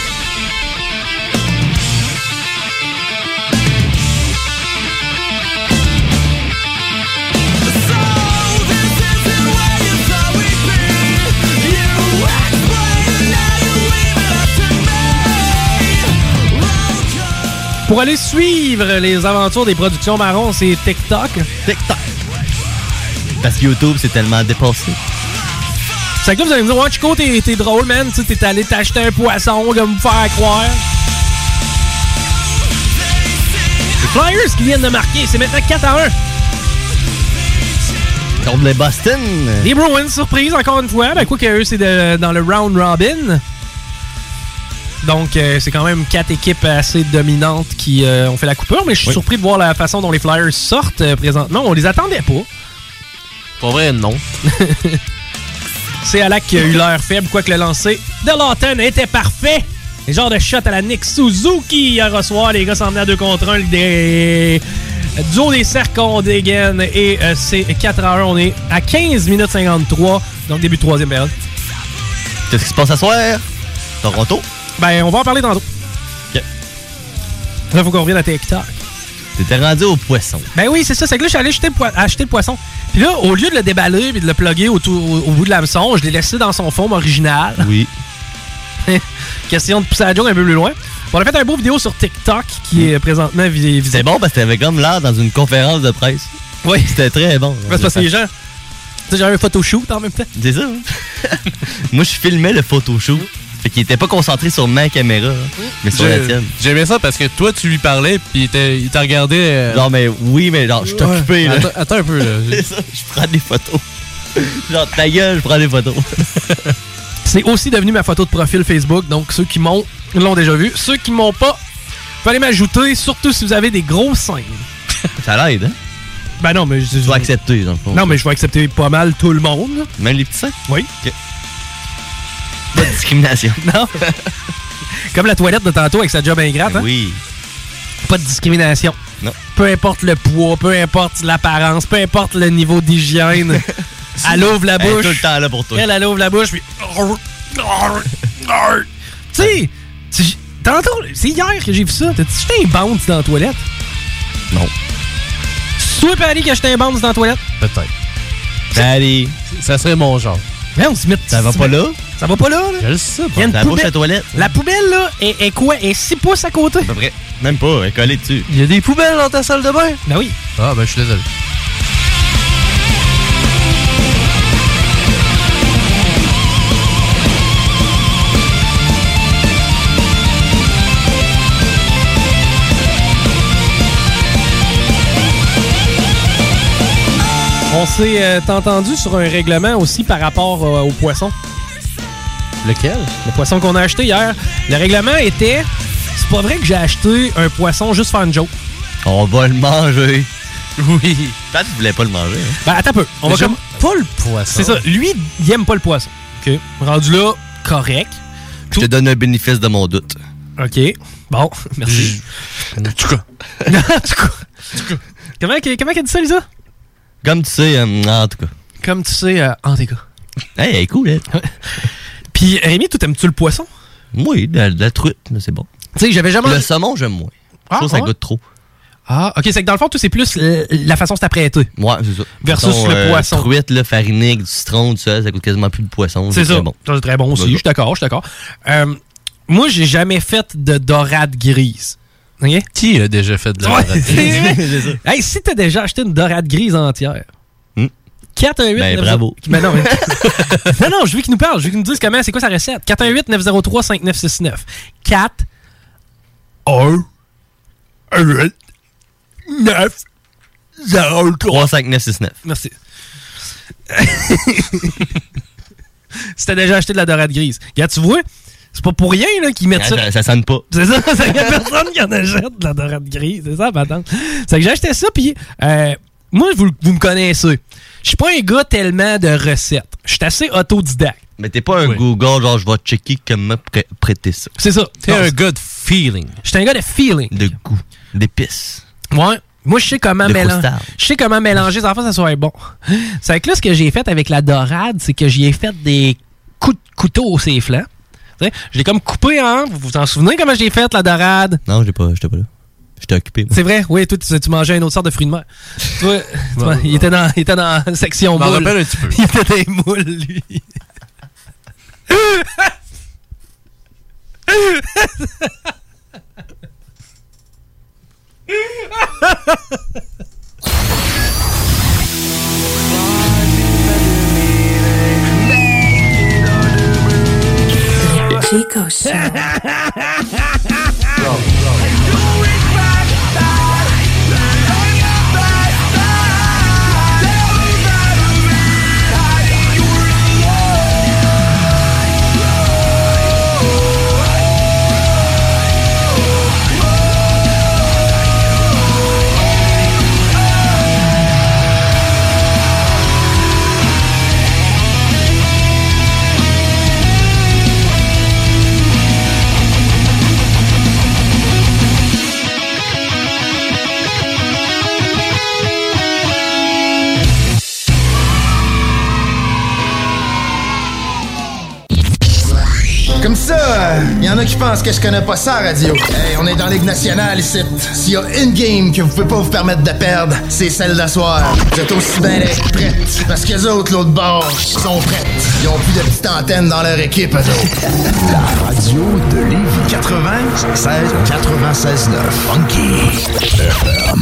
S1: Pour aller suivre les aventures des productions marron, c'est TikTok.
S10: TikTok. Parce que YouTube, c'est tellement dépassé.
S1: C'est que là, vous allez me dire, ouais, Chico, t'es t'es drôle, man. Tu sais, t'es allé t'acheter un poisson, comme me faire croire. Les Flyers qui viennent de marquer, c'est maintenant 4 à 1.
S10: Contre les Boston.
S1: Les Bruins, surprise, encore une fois. Ben, quoi que eux, c'est de- dans le round robin. Donc, euh, c'est quand même quatre équipes assez dominantes qui euh, ont fait la coupure. Mais je suis surpris de voir la façon dont les Flyers sortent euh, présentement. On les attendait pas.
S13: Pas vrai, non.
S1: C'est Alak qui a eu l'air faible, quoique le lancer de Lawton était parfait. Les genres de shot à la Nick Suzuki hier au soir. Les gars s'en venaient à 2 contre 1. Des... Duo des cercles, on dégaine. Et euh, c'est 4 à 1. On est à 15 minutes 53. Donc, début de troisième période.
S10: Qu'est-ce qui se passe à soir? Toronto?
S1: Ben, on va en parler tantôt.
S10: Ok.
S1: Là, faut qu'on revienne à TikTok.
S10: T'étais rendu au poisson.
S1: Ben oui, c'est ça. C'est que là, je suis allé jeter le poi- acheter le poisson. Puis là, au lieu de le déballer et de le plugger autour- au, au bout de l'hameçon, je l'ai laissé dans son forme originale.
S10: Oui.
S1: Question de pousser la joke un peu plus loin. On a fait un beau vidéo sur TikTok qui est présentement visible.
S10: C'est bon parce que t'avais comme l'air dans une conférence de presse.
S1: Oui.
S10: C'était très bon.
S1: Ben, c'est parce que les gens. Tu sais, j'avais un photoshoot en même temps.
S10: C'est ça. hein? Moi, je filmais le photoshoot. Fait qu'il était pas concentré sur ma caméra, hein, mais sur la
S13: J'ai-
S10: tienne.
S13: J'aimais ça parce que toi, tu lui parlais, puis il t'a- il t'a regardé. euh,
S10: Non, mais oui, mais genre, je suis
S13: Ouais.
S10: occupé, là.
S13: Attends- attends un peu, là.
S10: C'est ça, je prends des photos. genre, ta gueule, je prends des photos.
S1: C'est aussi devenu ma photo de profil Facebook, donc ceux qui m'ont l'ont déjà vu. Ceux qui m'ont pas, fallait m'ajouter, surtout si vous avez des gros seins.
S10: Ça l'aide, hein?
S1: Ben non, mais je.
S10: Tu vas accepter, dans le fond.
S1: Non, mais je vais accepter pas mal tout le monde.
S10: Même les petits seins?
S1: Oui.
S10: Pas de discrimination.
S1: Non. Comme la toilette de tantôt avec sa job ingrate.
S10: Ben
S1: hein?
S10: Oui.
S1: Pas de discrimination.
S10: Non.
S1: Peu importe le poids, peu importe l'apparence, peu importe le niveau d'hygiène. elle ouvre la
S10: Elle est
S1: bouche.
S10: tout le temps là pour toi.
S1: Elle, elle ouvre la bouche, puis... Tu sais, tu- tantôt, c'est hier que j'ai vu ça. T'as-tu jeté un bounce dans la toilette?
S10: Non.
S1: Soit Paris qui a jeté un bounce dans la toilette?
S13: Peut-être.
S10: Ben, Allez.
S13: Ça serait mon genre.
S1: Mais Ben, on se met...
S13: Ça va
S1: se
S13: pas
S1: met-
S13: là?
S1: Ça va pas là, là?
S13: Je le sais pas.
S1: Il y a une
S13: La
S1: poubelle-
S13: bouche à toilette.
S1: La poubelle, là, est, est quoi? Est 6 pouces à côté?
S10: À peu près. Même pas, elle est collée dessus.
S13: Il y a des poubelles dans ta salle de bain?
S1: Ben oui.
S13: Ah, ben je suis désolé.
S1: On s'est euh, entendu sur un règlement aussi par rapport euh, au poisson.
S13: Lequel?
S1: Le poisson qu'on a acheté hier. Le règlement était c'est pas vrai que j'ai acheté un poisson juste faire une joke.
S10: On va le manger.
S13: Oui.
S10: Toi, tu voulais pas le manger. hein?
S1: Ben, attends un peu. On
S10: Mais
S1: va
S10: j'aime
S1: Pas le poisson. C'est ça. Lui, il aime pas le poisson. OK. Rendu là, correct.
S10: Je te donne un bénéfice de mon doute.
S1: OK. Bon, merci.
S13: En tout cas.
S1: en tout cas. Comment, qu'elle- comment qu'elle dit ça, Lisa?
S10: Comme tu sais, euh, en tout cas.
S1: Comme tu sais, euh, en tout cas.
S10: Hey, elle est cool, elle.
S1: Puis, Rémi, toi, t'aimes-tu le poisson?
S10: Oui, de la, de la truite, mais c'est bon.
S1: Tu sais, j'avais jamais.
S10: Le saumon, j'aime moins.
S1: Ah,
S10: je trouve que ça
S1: ouais?
S10: goûte trop.
S1: Ah, OK. C'est que dans le fond, tout c'est plus euh, la façon dont c'est apprêté.
S10: Ouais, c'est ça. euh,
S1: Versus le poisson.
S10: Truite, le farinique, du citron, tout ça, ça coûte quasiment plus de poisson.
S1: C'est ça.
S10: très Bon.
S1: Ça, C'est très bon aussi.
S10: Voilà.
S1: Je suis d'accord, je suis d'accord. Euh, moi, j'ai jamais fait de dorade grise. OK?
S13: Qui a déjà fait de la
S1: Ouais,
S13: dorade?
S1: c'est vrai. hey, si t'as déjà acheté une dorade grise entière. 418
S13: Hmm. Ben,
S1: 90
S13: bravo.
S1: Mais non, mais- non, non, je veux qu'il nous parle, je veux qu'il nous dise comment, c'est quoi sa recette. 418 903 5969. 4 1 8 9 0 3
S10: 5 9 6 9.
S1: Merci. si t'as déjà acheté de la dorade grise. Regarde, tu vois, c'est pas pour rien là, qu'ils mettent
S10: Ah,
S1: ça.
S10: ça, ça sonne pas.
S1: C'est ça, c'est qu'il y a personne qui en achète de la dorade grise. C'est ça, patente. C'est que j'ai acheté ça, puis euh, moi, vous, vous me connaissez. Je suis pas un gars tellement de recettes. Je suis assez autodidacte.
S10: Mais t'es pas un Google, genre, je vais checker comment prê- prêter ça.
S1: C'est ça.
S10: T'es un
S13: gars de feeling.
S1: J'étais un gars de feeling.
S10: De goût, d'épices.
S1: Ouais. Moi, je sais comment
S10: De
S1: mélanger.
S10: croustage.
S1: Je sais comment mélanger ça, enfin, ça soit bon. C'est que là, ce que j'ai fait avec la dorade, c'est que j'y ai fait des coups de couteau au ses flancs. C'est-à-dire, Tu sais, Je l'ai comme coupé, hein? Vous vous en souvenez comment j'ai fait, la dorade?
S10: Non, j'ai pas, j'étais pas là. J'étais occupé. moi.
S1: C'est vrai, oui, toi, tu, tu mangeais une autre sorte de fruits de mer. Toi, tu vois, il, était dans, il était dans la section
S13: Bah, Je m'en
S1: moule.
S13: rappelle un petit peu.
S1: Il était dans les moules, lui.
S2: Chico Show.
S32: Comme ça, il y en a qui pensent que je connais pas ça, radio. Hey, on est dans Ligue nationale ici. S'il y a une game que vous pouvez pas vous permettre de perdre, c'est celle d'asseoir. Vous êtes aussi bien les prêtes. Parce que les autres, l'autre bord, ils sont prêtes. Ils ont plus de petites antennes dans leur équipe, eux autres. La radio de Lévis 96 96 9. Funky.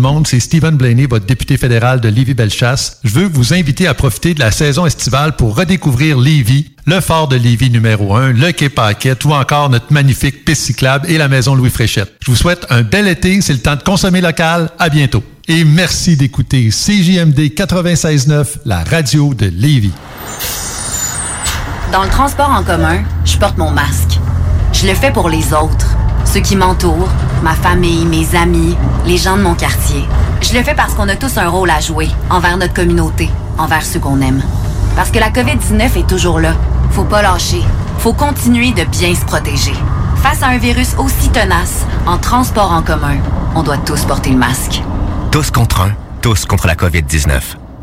S31: monde, c'est Stephen Blaney, votre député fédéral de Lévis-Bellechasse. Je veux vous inviter à profiter de la saison estivale pour redécouvrir Lévis, le fort de Lévis numéro 1, le Quai Paquette ou encore notre magnifique piste cyclable et la maison Louis Fréchette. Je vous souhaite un bel été, c'est le temps de consommer local. À bientôt. Et merci d'écouter CJMD 96.9, la radio de Lévis.
S33: Dans le transport en commun, je porte mon masque. Je le fais pour les autres, ceux qui m'entourent, ma famille, mes amis, les gens de mon quartier. Je le fais parce qu'on a tous un rôle à jouer envers notre communauté, envers ceux qu'on aime. Parce que la COVID-19 est toujours là. Faut pas lâcher. Faut continuer de bien se protéger. Face à un virus aussi tenace, en transport en commun, on doit tous porter le masque.
S21: Tous contre un, tous contre la COVID-19.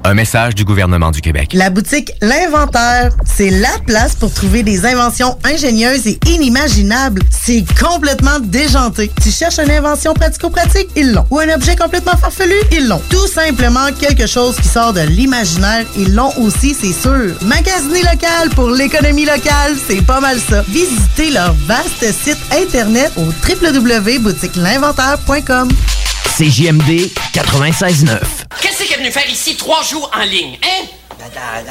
S21: Un message du gouvernement du Québec.
S20: La boutique L'Inventaire, c'est la place pour trouver des inventions ingénieuses et inimaginables. C'est complètement déjanté. Tu cherches une invention pratico-pratique? Ils l'ont. Ou un objet complètement farfelu? Ils l'ont. Tout simplement quelque chose qui sort de l'imaginaire? Ils l'ont aussi, c'est sûr. Magasiner local pour l'économie locale, c'est pas mal ça. Visitez leur vaste site internet au www.boutiquelinventaire.com.
S44: CJMD 96.9.
S23: Qu'est-ce qu'elle est venue faire ici trois jours en ligne, hein?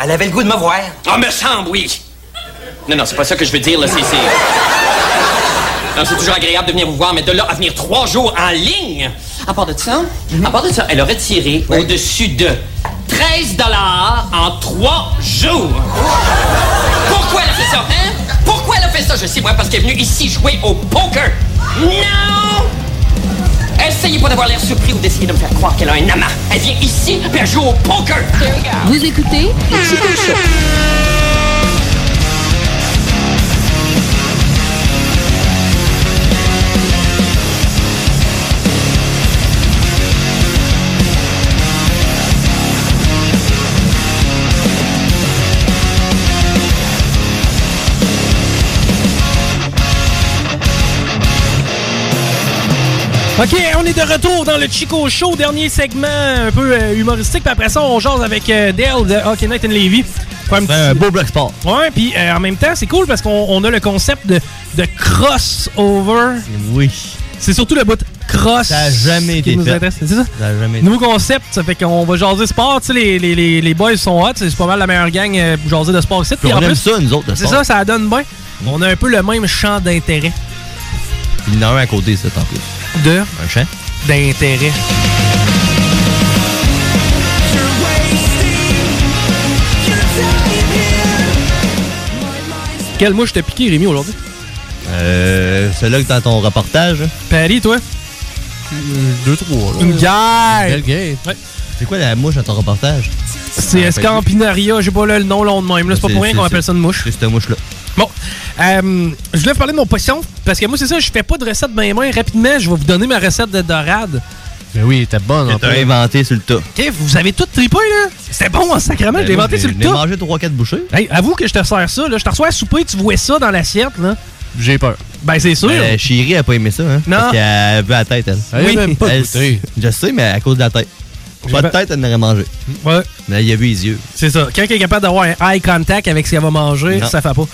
S44: Elle avait le goût de me voir.
S23: Ah, me semble, oui. Non, non, c'est pas ça que je veux dire, là, c'est... c'est- Non, c'est toujours agréable de venir vous voir, mais de là à venir trois jours en ligne, à part de ça,
S44: Mhm.
S23: à part de ça, elle a retiré au-dessus de 13 dollars en trois jours. Pourquoi elle a fait ça, hein? Pourquoi elle a fait ça? Je sais, moi, parce qu'elle est venue ici jouer au poker. Non! Essayez pas d'avoir l'air surpris ou d'essayer de me faire croire qu'elle a un amant. Elle vient ici, puis elle joue au poker.
S12: Vous écoutez le Chico Show.
S1: OK, on est de retour dans le Chico Show, dernier segment un peu euh, humoristique. Puis après ça, on jase avec euh, Dale de Hockey Night in Levy. un beau bloc sport. Ouais, puis euh, en même temps, c'est cool parce qu'on on a le concept de, de crossover. Oui. C'est surtout le bout de cross
S10: Ça a jamais
S1: qui
S10: été
S1: nous
S10: fait.
S1: intéresse. C'est ça?
S10: Ça a jamais été
S1: Nouveau concept, ça fait qu'on va jaser sport. Tu sais, les, les, les, les boys sont hot. C'est pas mal la meilleure gang euh, pour jaser de sport ici.
S10: Puis
S1: Puis
S10: on
S1: en
S10: aime
S1: plus,
S10: ça, nous autres, le
S1: C'est
S10: sport. Mm.
S1: ça, ça donne bien. On a un peu le même champ d'intérêt.
S10: Il y en a un à côté, ça, en plus.
S1: De?
S10: Un champ.
S1: D'intérêt. Quelle mouche t'as piqué, Rémi, aujourd'hui?
S10: Euh, celui-là que dans ton reportage. hein.
S1: Paris, toi?
S10: Euh, deux, trois.
S1: Une guerre!
S10: Une belle guerre. C'est quoi la mouche dans ton reportage?
S13: Ah, ben,
S1: C'est Escampinaria, j'ai pas là, le nom long de même. là. C'est pas pour rien qu'on appelle ça une mouche.
S10: ben C'est cette mouche-là.
S1: Bon, euh, je voulais vous parler de mon poisson, parce que moi, c'est ça, je fais pas de recette main main rapidement. Je vais vous donner ma recette de dorade.
S10: Mais Ben oui, t'es bonne.
S1: en
S10: T'as
S1: plus.
S10: inventé sur le tas.
S1: OK, vous avez tout tripé, là? C'était bon, en sacrament, je l'ai inventé sur le
S10: Ben J'ai
S1: tas.
S10: mangé 3-4 bouchées.
S1: Hey, avoue que je te sers ça, là. Je te reçois à souper, tu vois ça dans l'assiette, là.
S10: J'ai peur.
S1: Ben, c'est sûr.
S10: La euh, chérie, elle a pas aimé ça, hein?
S1: Non.
S10: Parce qu'elle veut la tête, elle.
S1: Elle Oui. a même pas
S10: Elle-
S1: goûté.
S10: Je sais, mais à cause de la tête. Pas de tête, elle n'aurait mangé.
S1: Ouais.
S10: Mais il a vu les yeux.
S1: C'est ça. Quand quelqu'un est capable d'avoir un eye contact avec ce qu'elle va manger,
S10: Non.
S1: ça fait pas.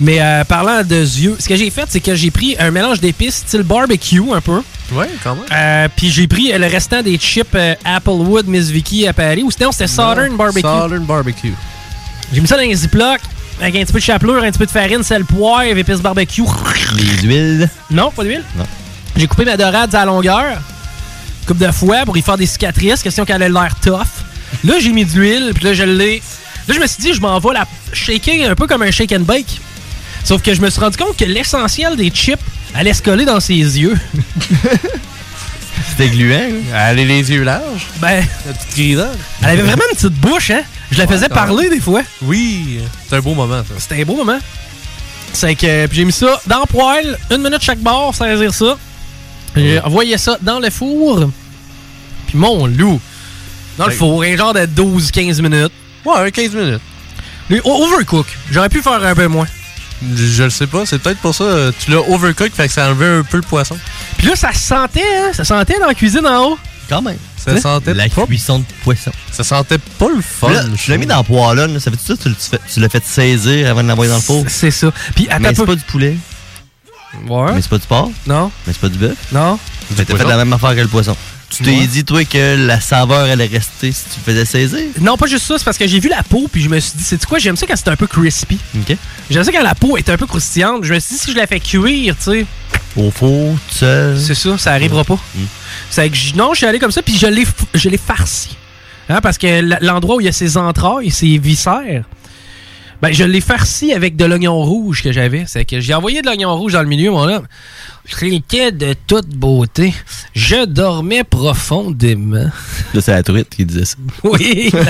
S1: Mais euh, parlant de yeux, ce que j'ai fait, c'est que j'ai pris un mélange d'épices style barbecue un peu.
S13: Ouais, quand même.
S1: Euh, Puis j'ai pris euh, le restant des chips euh, Applewood Miss Vicky à Paris. Ou sinon, c'était Southern Barbecue.
S13: Southern Barbecue.
S1: J'ai mis ça dans un Ziploc avec un petit peu de chapelure, un petit peu de farine, sel, poivre, épices barbecue.
S10: Les huiles.
S1: Non, pas d'huile.
S10: Non.
S1: J'ai coupé ma dorade à la longueur, coupe de fouet pour y faire des cicatrices, question qu'elle ait l'air tough. Là, j'ai mis de l'huile, puis là, je l'ai. Là, je me suis dit, je m'en vais la shaker un peu comme un shake and bake. Sauf que je me suis rendu compte que l'essentiel des chips allait se coller dans ses yeux.
S10: C'était gluant.
S13: Elle a les yeux larges.
S1: Ben.
S13: La petite grisante.
S1: Elle avait vraiment une petite bouche, hein? Je la
S13: Ouais,
S1: faisais
S13: quand même.
S1: parler des fois.
S13: Oui. C'est un beau moment, ça.
S1: C'était un beau moment. C'est que puis j'ai mis ça dans le poêle, une minute chaque bord, saisir ça. J'ai envoyé ça dans le four. Puis mon loup, dans le
S13: Fait-
S1: four, un genre de 12-15 minutes.
S13: Ouais, un 15 minutes.
S1: Mais o- overcook. J'aurais pu faire un peu moins.
S13: Je, je le sais pas, c'est peut-être pour ça. euh, Tu l'as overcook, fait que ça enlevait un peu le poisson.
S1: Puis là, ça sentait, hein? Ça sentait dans la cuisine en haut. Hein?
S10: Quand même.
S13: Ça sentait
S10: La cuisson de poisson.
S13: Ça sentait pas le fun.
S10: Là, tu l'as mis dans le poêlon, là. ça fait tout ça, tu, le- tu fais- tu l'as fait saisir avant de l'envoyer dans le four.
S1: C'est ça. Puis attends
S10: Mais
S1: un
S10: c'est
S1: peu.
S10: pas du poulet,
S1: Ouais.
S10: mais c'est pas du porc,
S1: Non,
S10: mais c'est pas du bœuf.
S1: non.
S10: Mais t'as fait la même affaire que le poisson. Tu t'es
S1: Ouais.
S10: dit, toi, que la saveur allait rester si tu le faisais saisir.
S1: Non, pas juste ça, c'est parce que j'ai vu la peau, puis je me suis dit, c'est quoi, j'aime ça quand c'est un peu crispy.
S10: OK.
S1: J'aime ça quand la peau est un peu croustillante. Je me suis dit, si je la fais cuire, tu sais,
S10: Au four, tout seul.
S1: C'est ça, ça arrivera pas. C'est que je- non, je suis allé comme ça, puis je l'ai, f- je l'ai farci. Hein, parce que l- l'endroit où il y a ses entrailles, ses viscères, ben, je l'ai farci avec de l'oignon rouge que j'avais. C'est que j'ai envoyé de l'oignon rouge dans le milieu, mon homme. J'étais de toute beauté. Je dormais profondément.
S10: Là, c'est la truite qui disait ça.
S1: Oui, la-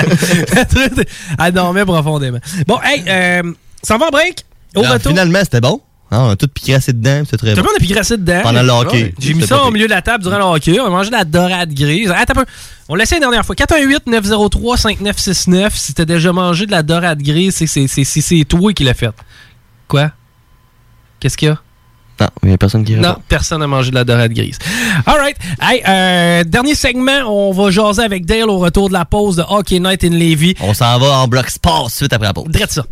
S1: la truite, elle dormait profondément. Bon, hey, euh, ça va en break? Au
S10: Alors,
S1: retour.
S10: Finalement, c'était bon. Ah, on a tout piqué assez dedans, puis c'est très
S1: T'as
S10: bon.
S1: pas on a pigrassé dedans.
S10: Pendant le hockey.
S1: J'ai mis
S10: C'était
S1: ça
S10: pas
S1: au
S10: pire.
S1: milieu de la table durant le hockey. On a mangé de la dorade grise. Attends un peu. On l'essaie la dernière fois. 418-903-5969. Si t'as déjà mangé de la dorade grise, c'est- c'est- c'est c'est- c'est toi qui l'as faite. Quoi? Qu'est-ce qu'il y a?
S10: Non, il y a personne qui
S1: Non,
S10: répond.
S1: personne n'a mangé de la dorade grise. All right. Hey, euh, dernier segment, on va jaser avec Dale au retour de la pause de Hockey Night in Levy.
S10: On s'en va en bloc sport suite après la pause.
S1: Drette ça.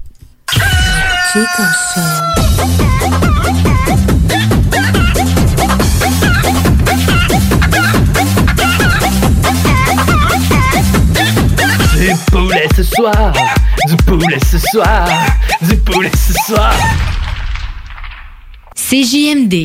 S3: Du poulet ce soir, du poulet ce soir, du poulet ce soir.
S40: CJMD.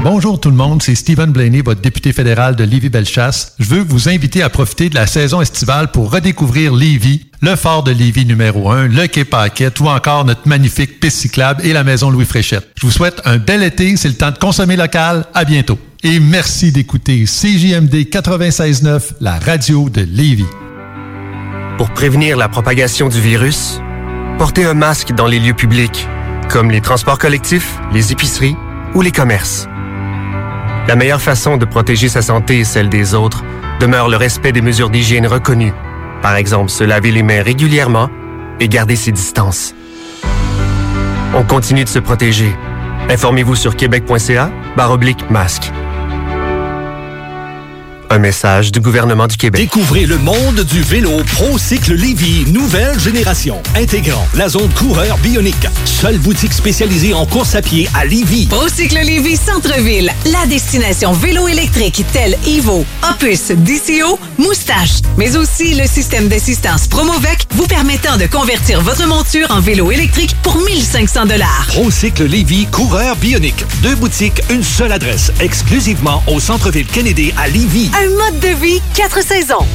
S31: Bonjour tout le monde, c'est Stephen Blaney, votre député fédéral de Lévis-Bellechasse. Je veux vous inviter à profiter de la saison estivale pour redécouvrir Lévis, le fort de Lévis numéro 1, le Quai Paquette ou encore notre magnifique piste cyclable et la maison Louis Fréchette. Je vous souhaite un bel été, c'est le temps de consommer local. À bientôt. Et merci d'écouter CJMD 96.9, la radio de Lévis.
S28: Pour prévenir la propagation du virus, portez un masque dans les lieux publics, comme les transports collectifs, les épiceries ou les commerces. La meilleure façon de protéger sa santé et celle des autres demeure le respect des mesures d'hygiène reconnues. Par exemple, se laver les mains régulièrement et garder ses distances. On continue de se protéger. Informez-vous sur québec.ca, barre oblique masque.
S29: Un message du gouvernement du Québec.
S7: Découvrez le monde du vélo ProCycle Lévy, nouvelle génération, intégrant la zone coureur bionique. Seule boutique spécialisée en course à pied à Lévy.
S45: Procycle Lévis Centre-Ville, la destination vélo électrique telle Evo, Opus, DCO, Moustache, mais aussi le système d'assistance Promovec vous permettant de convertir votre monture en vélo électrique pour 1500 dollars.
S7: ProCycle Lévy coureur bionique. Deux boutiques, une seule adresse, exclusivement au centre-ville Kennedy à Lévy.
S45: Un mode de vie 4 saisons.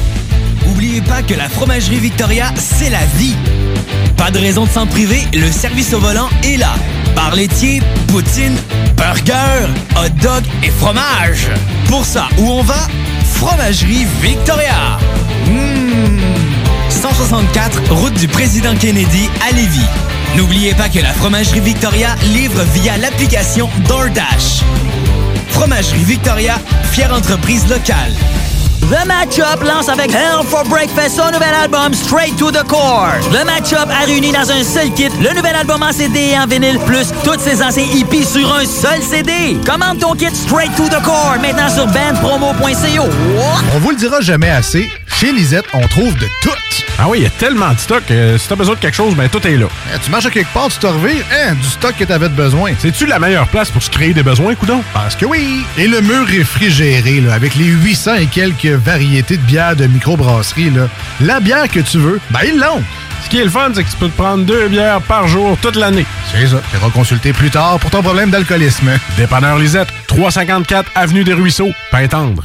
S15: N'oubliez pas que la fromagerie Victoria, c'est la vie. Pas de raison de s'en priver, le service au volant est là. Bar laitier, poutine, burger, hot dog et fromage. Pour ça, où on va? Fromagerie Victoria. Mmh. 164, route du président Kennedy à Lévis. N'oubliez pas que la fromagerie Victoria livre via l'application DoorDash. Fromagerie Victoria, fière entreprise locale.
S46: The Matchup lance avec Hell for Breakfast son nouvel album Straight to the Core. Le Matchup a réuni dans un seul kit le nouvel album en CD et en vinyle, plus toutes ses anciens hippies sur un seul CD. Commande ton kit Straight to the Core maintenant sur bandpromo.co.
S11: On vous le dira jamais assez, chez Lisette, on trouve de tout.
S47: Ah oui, il y a tellement de stock. euh, si t'as besoin de quelque chose, ben tout est là.
S11: Eh, tu marches à quelque part, tu te revires, hein, du stock que t'avais de besoin.
S47: C'est-tu la meilleure place pour se créer des besoins, coudon?
S11: Parce que oui! Et le mur réfrigéré, là, avec les 800 et quelques variétés de bières de microbrasserie, là, la bière que tu veux, ben ils l'ont!
S47: Ce qui est le fun, c'est que tu peux te prendre deux bières par jour toute l'année.
S11: C'est ça. Tu consulter plus tard pour ton problème d'alcoolisme.
S47: Dépanneur Lisette, 354 Avenue des Ruisseaux, Pintendre.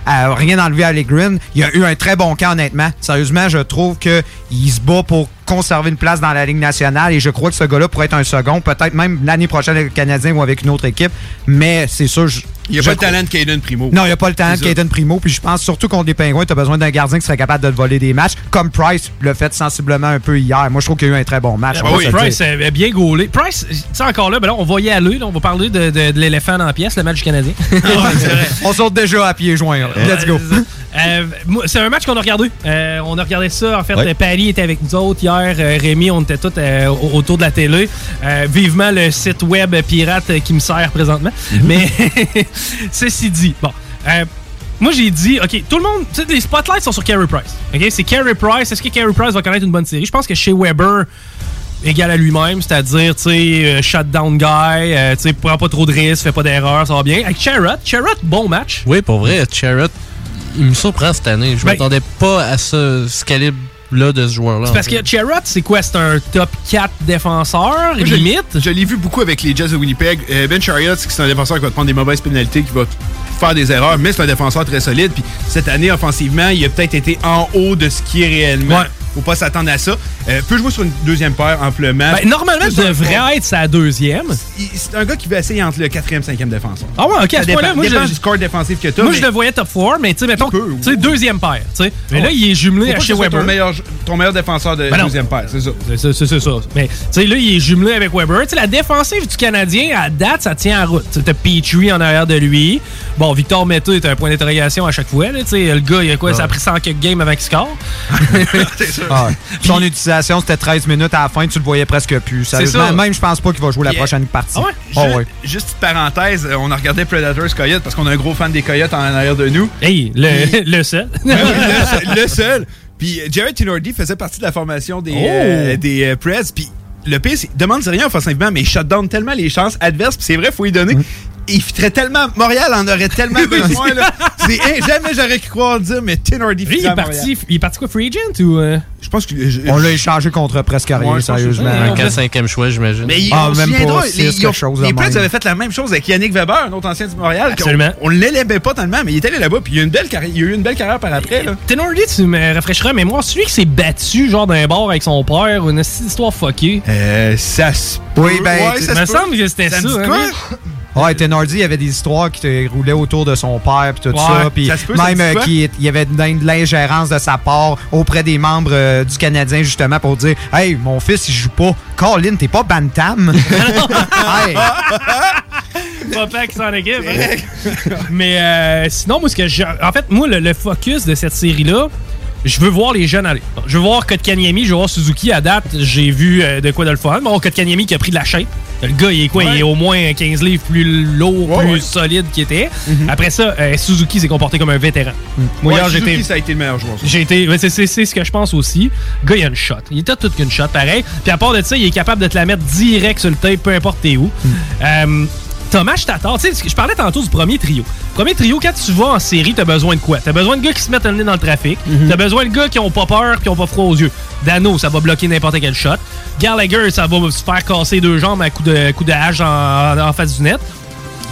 S39: euh, rien enlevé à Green. Il y a eu un très bon camp, honnêtement. Sérieusement, je trouve qu'il se bat pour conserver une place dans la Ligue nationale et je crois que ce gars-là pourrait être un second, peut-être même l'année prochaine avec le Canadien ou avec une autre équipe. Mais c'est sûr, je.
S48: Il n'y a
S39: je
S48: pas le
S39: crois-
S48: talent de Caden Primo.
S39: non, il n'y a pas le talent de
S48: C'est ça.
S39: Caden Primo. Puis je pense surtout contre les Pingouins, tu as besoin d'un gardien qui serait capable de te voler des matchs, comme Price le fait sensiblement un peu hier. Moi, je trouve qu'il y a eu un très bon match.
S1: Ah,
S39: on va se le
S1: Price
S39: dire.
S1: euh, bien gaulé. Price, tu sais, encore là, ben là, on va y aller. là, on va parler de, de- de l'éléphant dans la pièce, le match du Canadien.
S48: Ah,
S39: on saute déjà à pieds joints. là. Let's go.
S1: Euh, moi, c'est un match qu'on a regardé. Euh, on a regardé ça. En fait, euh,
S39: Ouais.
S1: Paris était avec nous autres hier. Euh, Rémi, on était tous euh, au- autour de la télé. Euh, vivement le site web pirate euh, qui me sert présentement.
S39: Mhm.
S1: Mais ceci dit, bon. euh, moi, j'ai dit, OK, tout le monde, tu sais, les spotlights sont sur Carey Price. OK, c'est Carey Price. Est-ce que Carey Price va connaître une bonne série? Je pense que chez Weber, égal à lui-même, c'est-à-dire, tu sais, euh, shutdown guy, euh, tu sais, prends pas trop de risques, fais pas d'erreurs, ça va bien. Avec Charrot, Charrot, bon match.
S13: Oui, pour vrai, Charrot, il me surprend cette année. Je
S1: Ben-
S13: m'attendais pas à ce, ce calibre-là de ce joueur-là.
S1: C'est parce que Charrot, c'est quoi? C'est un top 4 défenseur,
S48: Moi, je-
S1: limite?
S48: Je l'ai vu beaucoup avec les Jets de Winnipeg. Euh, Ben Chariot, c'est un défenseur qui va te prendre des mauvaises pénalités, qui va faire des erreurs, mais c'est un défenseur très solide. Puis cette année, offensivement, il a peut-être été en haut de ce qui est réellement. Faut pas s'attendre à ça. Euh, peut jouer sur une deuxième paire amplement.
S1: Ben, normalement,
S48: Plus
S1: il
S48: un fond.
S1: devrait être sa deuxième.
S48: Il- C'est un gars qui va essayer entre le quatrième et cinquième défenseur.
S1: Ah ouais, ok, à
S48: Ça
S1: ce point-là,
S48: dépend-
S1: moi,
S48: dépend
S1: je-
S48: du score défensif que t'as.
S1: Moi,
S48: mais-
S1: je le voyais top 4, mais tu sais, mettons, tu sais, deuxième paire. tu sais. Mais là, il est
S48: Faut Oh.
S1: jumelé
S48: pas
S1: à
S48: que
S1: chez
S48: ce soit
S1: Weber.
S48: Ton meilleur, ton meilleur défenseur de
S1: Ben non.
S48: deuxième paire, c'est ça.
S1: C'est ça, c'est ça. Mais tu sais, là, il est jumelé avec Weber. Tu sais, la défensive du Canadien, à date, ça tient en route. Tu sais, T'as Petrie en arrière de lui. Bon, Victor Meta est un point d'interrogation à chaque fois. là, tu sais, le gars, il a quoi? Ça a pris 100 quelques games avec score.
S39: Ah ouais. Son utilisation, c'était 13 minutes à la fin, tu le voyais presque plus.
S48: C'est
S39: Sérieusement,
S48: ça.
S39: même je pense pas qu'il va jouer la
S48: Puis,
S39: prochaine partie.
S48: Ah ouais?
S39: Ah
S48: Ju-
S39: ouais.
S48: Juste petite parenthèse, euh, on a regardé Predators Coyotes parce qu'on a un gros fan des Coyotes en arrière de nous.
S1: Hey, le, le seul.
S48: le, seul- le seul. Puis euh, Jared Tinordi faisait partie de la formation des,
S1: Oh!
S48: euh, des euh,
S1: Mm.
S48: Preds. Puis le pire, c'est demande rien offensivement, mais il shut down tellement les chances adverses. Puis c'est vrai, faut y donner. il fitterait tellement. Montréal en aurait tellement besoin. là. C'est- hey, jamais j'aurais cru croire dire, mais Tinardy
S1: Lui, il est parti, il est parti quoi, free agent ou. euh?
S48: Je pense que.
S39: On l'a échangé contre presque rien,
S48: Ouais, je pense que-
S39: sérieusement.
S48: Ouais,
S13: Quel cinquième choix, j'imagine?
S48: Mais
S39: Ah,
S48: on se
S39: même pas
S48: souviendra,
S39: six,
S48: les-
S39: quelque
S48: ils ont-
S39: chose de
S48: Les Preds
S39: même.
S48: avaient fait la même chose avec Yannick Weber, un autre ancien du Montréal. qu'on-
S1: Absolument.
S48: On l'élèvait pas tellement, mais il était allé là-bas, puis il y a eu une belle carrière, il y a eu une belle carrière par après. Là.
S1: Tenordi, Eh, tu me rafraîchiras la mémoire. C'est lui qui s'est battu, genre, d'un bar avec son père, ou une petite histoire fuckée.
S48: Euh, ça se
S39: Oui, ben,
S1: ça me semble que c'était ça. hein, mais-
S39: Ouais, Tenardi, il y avait des histoires qui te roulaient autour de son père, puis tout
S1: Ouais,
S39: ça. Puis
S1: ça se peut, ça
S39: même
S1: dit
S39: euh,
S1: quoi?
S39: qu'il- il y avait de, l'in- de l'ingérence de sa part auprès des membres euh, du Canadien, justement, pour dire Hey, mon fils, il joue pas. Colin, t'es pas Bantam.
S1: Papa qui s'en équipe. hein? Mais euh, sinon, moi, ce que je- en fait, moi, le, le focus de cette série-là, je veux voir les jeunes aller. Je veux voir Kotkaniemi, je veux voir Suzuki. À date, j'ai vu euh, de quoi de le fun. Bon, Kotkaniemi qui a pris de la shape. Le gars, il est quoi? Il est au moins 15 livres plus lourd, plus solide qu'il était. Après ça, euh, Suzuki s'est comporté comme un vétéran.
S48: Mhm.
S1: Moi,
S48: Ouais,
S1: hier,
S48: Suzuki,
S1: j'étais-
S48: ça a été le meilleur joueur. ça.
S1: j'ai été. ouais, c'est- C'est c'est ce que je pense aussi. Le gars, il a une shot. Il était tout qu'une shot, pareil. Puis à part de ça, il est capable de te la mettre direct sur le tape, peu importe t'es où. Euh, Thomas, je t'attends. Tu sais, je parlais tantôt du premier trio. Premier trio, quand tu vas en série, t'as besoin de quoi? T'as besoin de gars qui se mettent le nez dans le trafic. T'as besoin de gars qui ont pas peur, qui ont pas froid aux yeux. Dano, ça va bloquer n'importe quel shot. Gallagher, ça va se faire casser deux jambes à coup de, coup de hache en- en face du net.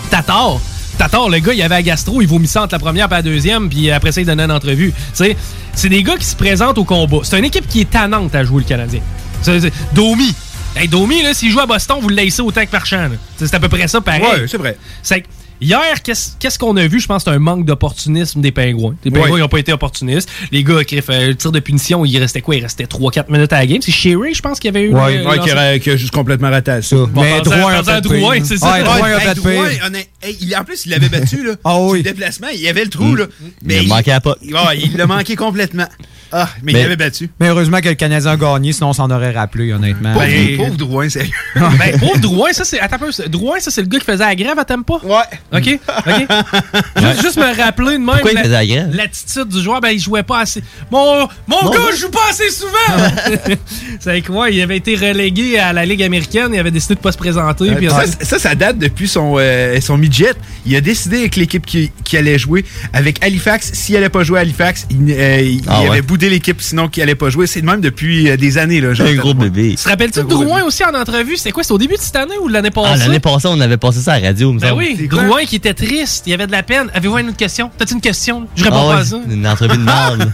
S1: Tatar. Tatar, le gars, il avait à gastro, il vomissait entre la première et la deuxième, puis après ça, il donnait une entrevue. Tu sais, c'est des gars qui se présentent au combat. C'est une équipe qui est tannante à jouer le Canadien. C'est- c'est- Domi. Hey, Domi, là, s'il joue à Boston, vous le laissez autant que Marchand. là. C'est c'est à peu près ça, pareil.
S48: Ouais, c'est vrai.
S1: C'est que Hier, qu'est-ce qu'est-ce qu'on a vu? Je pense que c'est un manque d'opportunisme des Pingouins. Les Pingouins,
S48: Ouais.
S1: ils n'ont pas été opportunistes. Les gars, qui le tir de punition, il restait quoi? Il restait 3-4 minutes à la game. C'est Sherry, je pense, qu'il y avait eu.
S48: Ouais,
S1: euh,
S48: ouais, qui
S1: lancé-
S48: aurait- qui a juste complètement raté à ça.
S1: Bon, Mais pensez à- Drouin a pensez à fait Drouin, pire. c'est ça. Ouais, Drouin a
S48: Hey,
S1: fait
S48: Drouin,
S1: pire. Ah
S48: honnête- hey, il- en plus, il l'avait battu, là. Sur le déplacement, il y avait le trou, là.
S1: Mm.
S48: Mais
S10: Il manquait pas.
S48: Ouais, il l'a manqué complètement. Ah, mais, il l'avait battu.
S39: Mais heureusement que le Canadien a gagné, sinon on s'en aurait rappelé, honnêtement.
S48: Pauvre, pauvre Drouin, sérieux.
S1: Ah, Ben, pauvre Drouin, ça c'est. Attends un peu, c'est- Drouin, ça c'est le gars qui faisait la grève à Tempa?
S48: Ouais.
S1: OK? OK? Juste, juste me rappeler de même.
S10: Pourquoi il
S1: la-
S10: faisait la grève?
S1: L'attitude du joueur, ben il jouait pas assez. Mon, mon
S10: Mon
S1: gars,
S10: gars.
S1: je joue pas assez souvent! c'est quoi? Il avait été relégué à la Ligue américaine, il avait décidé de pas se présenter. puis-
S48: Euh,
S1: euh,
S48: ça, ça, ça date depuis son, euh, son midget. Il a décidé avec l'équipe qui, qui allait jouer. Avec Halifax, s'il allait pas jouer à Halifax, il, euh, il-
S10: Ah
S48: il
S10: ouais.
S48: avait boudé l'équipe sinon qu'il allait pas jouer. C'est le même depuis euh, des années. Là,
S10: Un gros bébé.
S1: Tu te rappelles-tu de Drouin aussi en entrevue? C'était quoi? C'était au début de cette année ou de l'année
S10: Ah,
S1: passée?
S10: l'année passée, on avait passé ça à la radio, me
S1: ben
S10: semble.
S1: oui, Drouin qui était triste, il avait de la peine. Avez-vous une autre question? T'as-tu une question? Je réponds
S10: Ah
S1: pas
S10: ouais,
S1: à ça.
S10: Une entrevue de merde.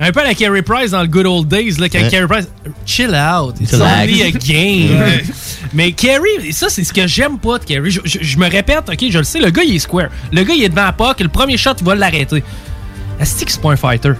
S1: Un peu à la Carey Price dans le Good Old Days, là, quand
S10: Ouais.
S1: Carey Price. Chill out, it's
S10: Chill
S1: only a
S10: out.
S1: game.
S10: Ouais.
S1: Mais Carey, ça, c'est ce que j'aime pas de Carey. Je, je- je me répète, ok, je le sais, le gars, il est square. Le gars, il est devant la puck, le premier shot, il va l'arrêter. Est-ce que c'est pas un fighter?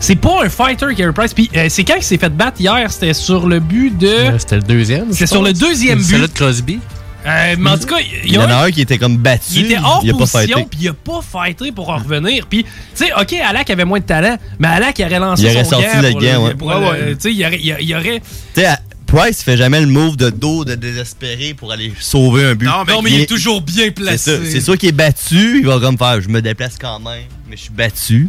S1: C'est pas un fighter, Carey Price. Puis euh, c'est quand il s'est fait battre hier, c'était sur le but de.
S13: Euh, C'était le deuxième.
S1: C'est sur le deuxième but.
S13: C'est de Crosby.
S1: Euh, mais en tout cas, il
S10: Il
S1: y
S10: y
S1: a
S10: en
S1: un-
S10: a un qui était comme battu.
S1: il était hors
S10: il a pas
S1: position,
S10: fighté.
S1: puis il a pas fighté pour en revenir. Puis, tu sais, OK, Alak avait moins de talent, mais Alak, il aurait lancé
S10: Il aurait
S1: son
S10: sorti
S1: gant
S10: le
S1: pour
S10: gant, ouais.
S1: pour
S10: Ouais,
S1: le-
S10: ouais.
S1: Tu sais, il aurait... il- il aurait
S10: Tu sais, à- Price fait jamais le move de dos de désespéré pour aller sauver un but.
S1: Non, mais, il est toujours bien
S10: C'est
S1: placé.
S10: ça. C'est sûr qu'il est battu, il va comme faire je me déplace quand même, mais je suis battu.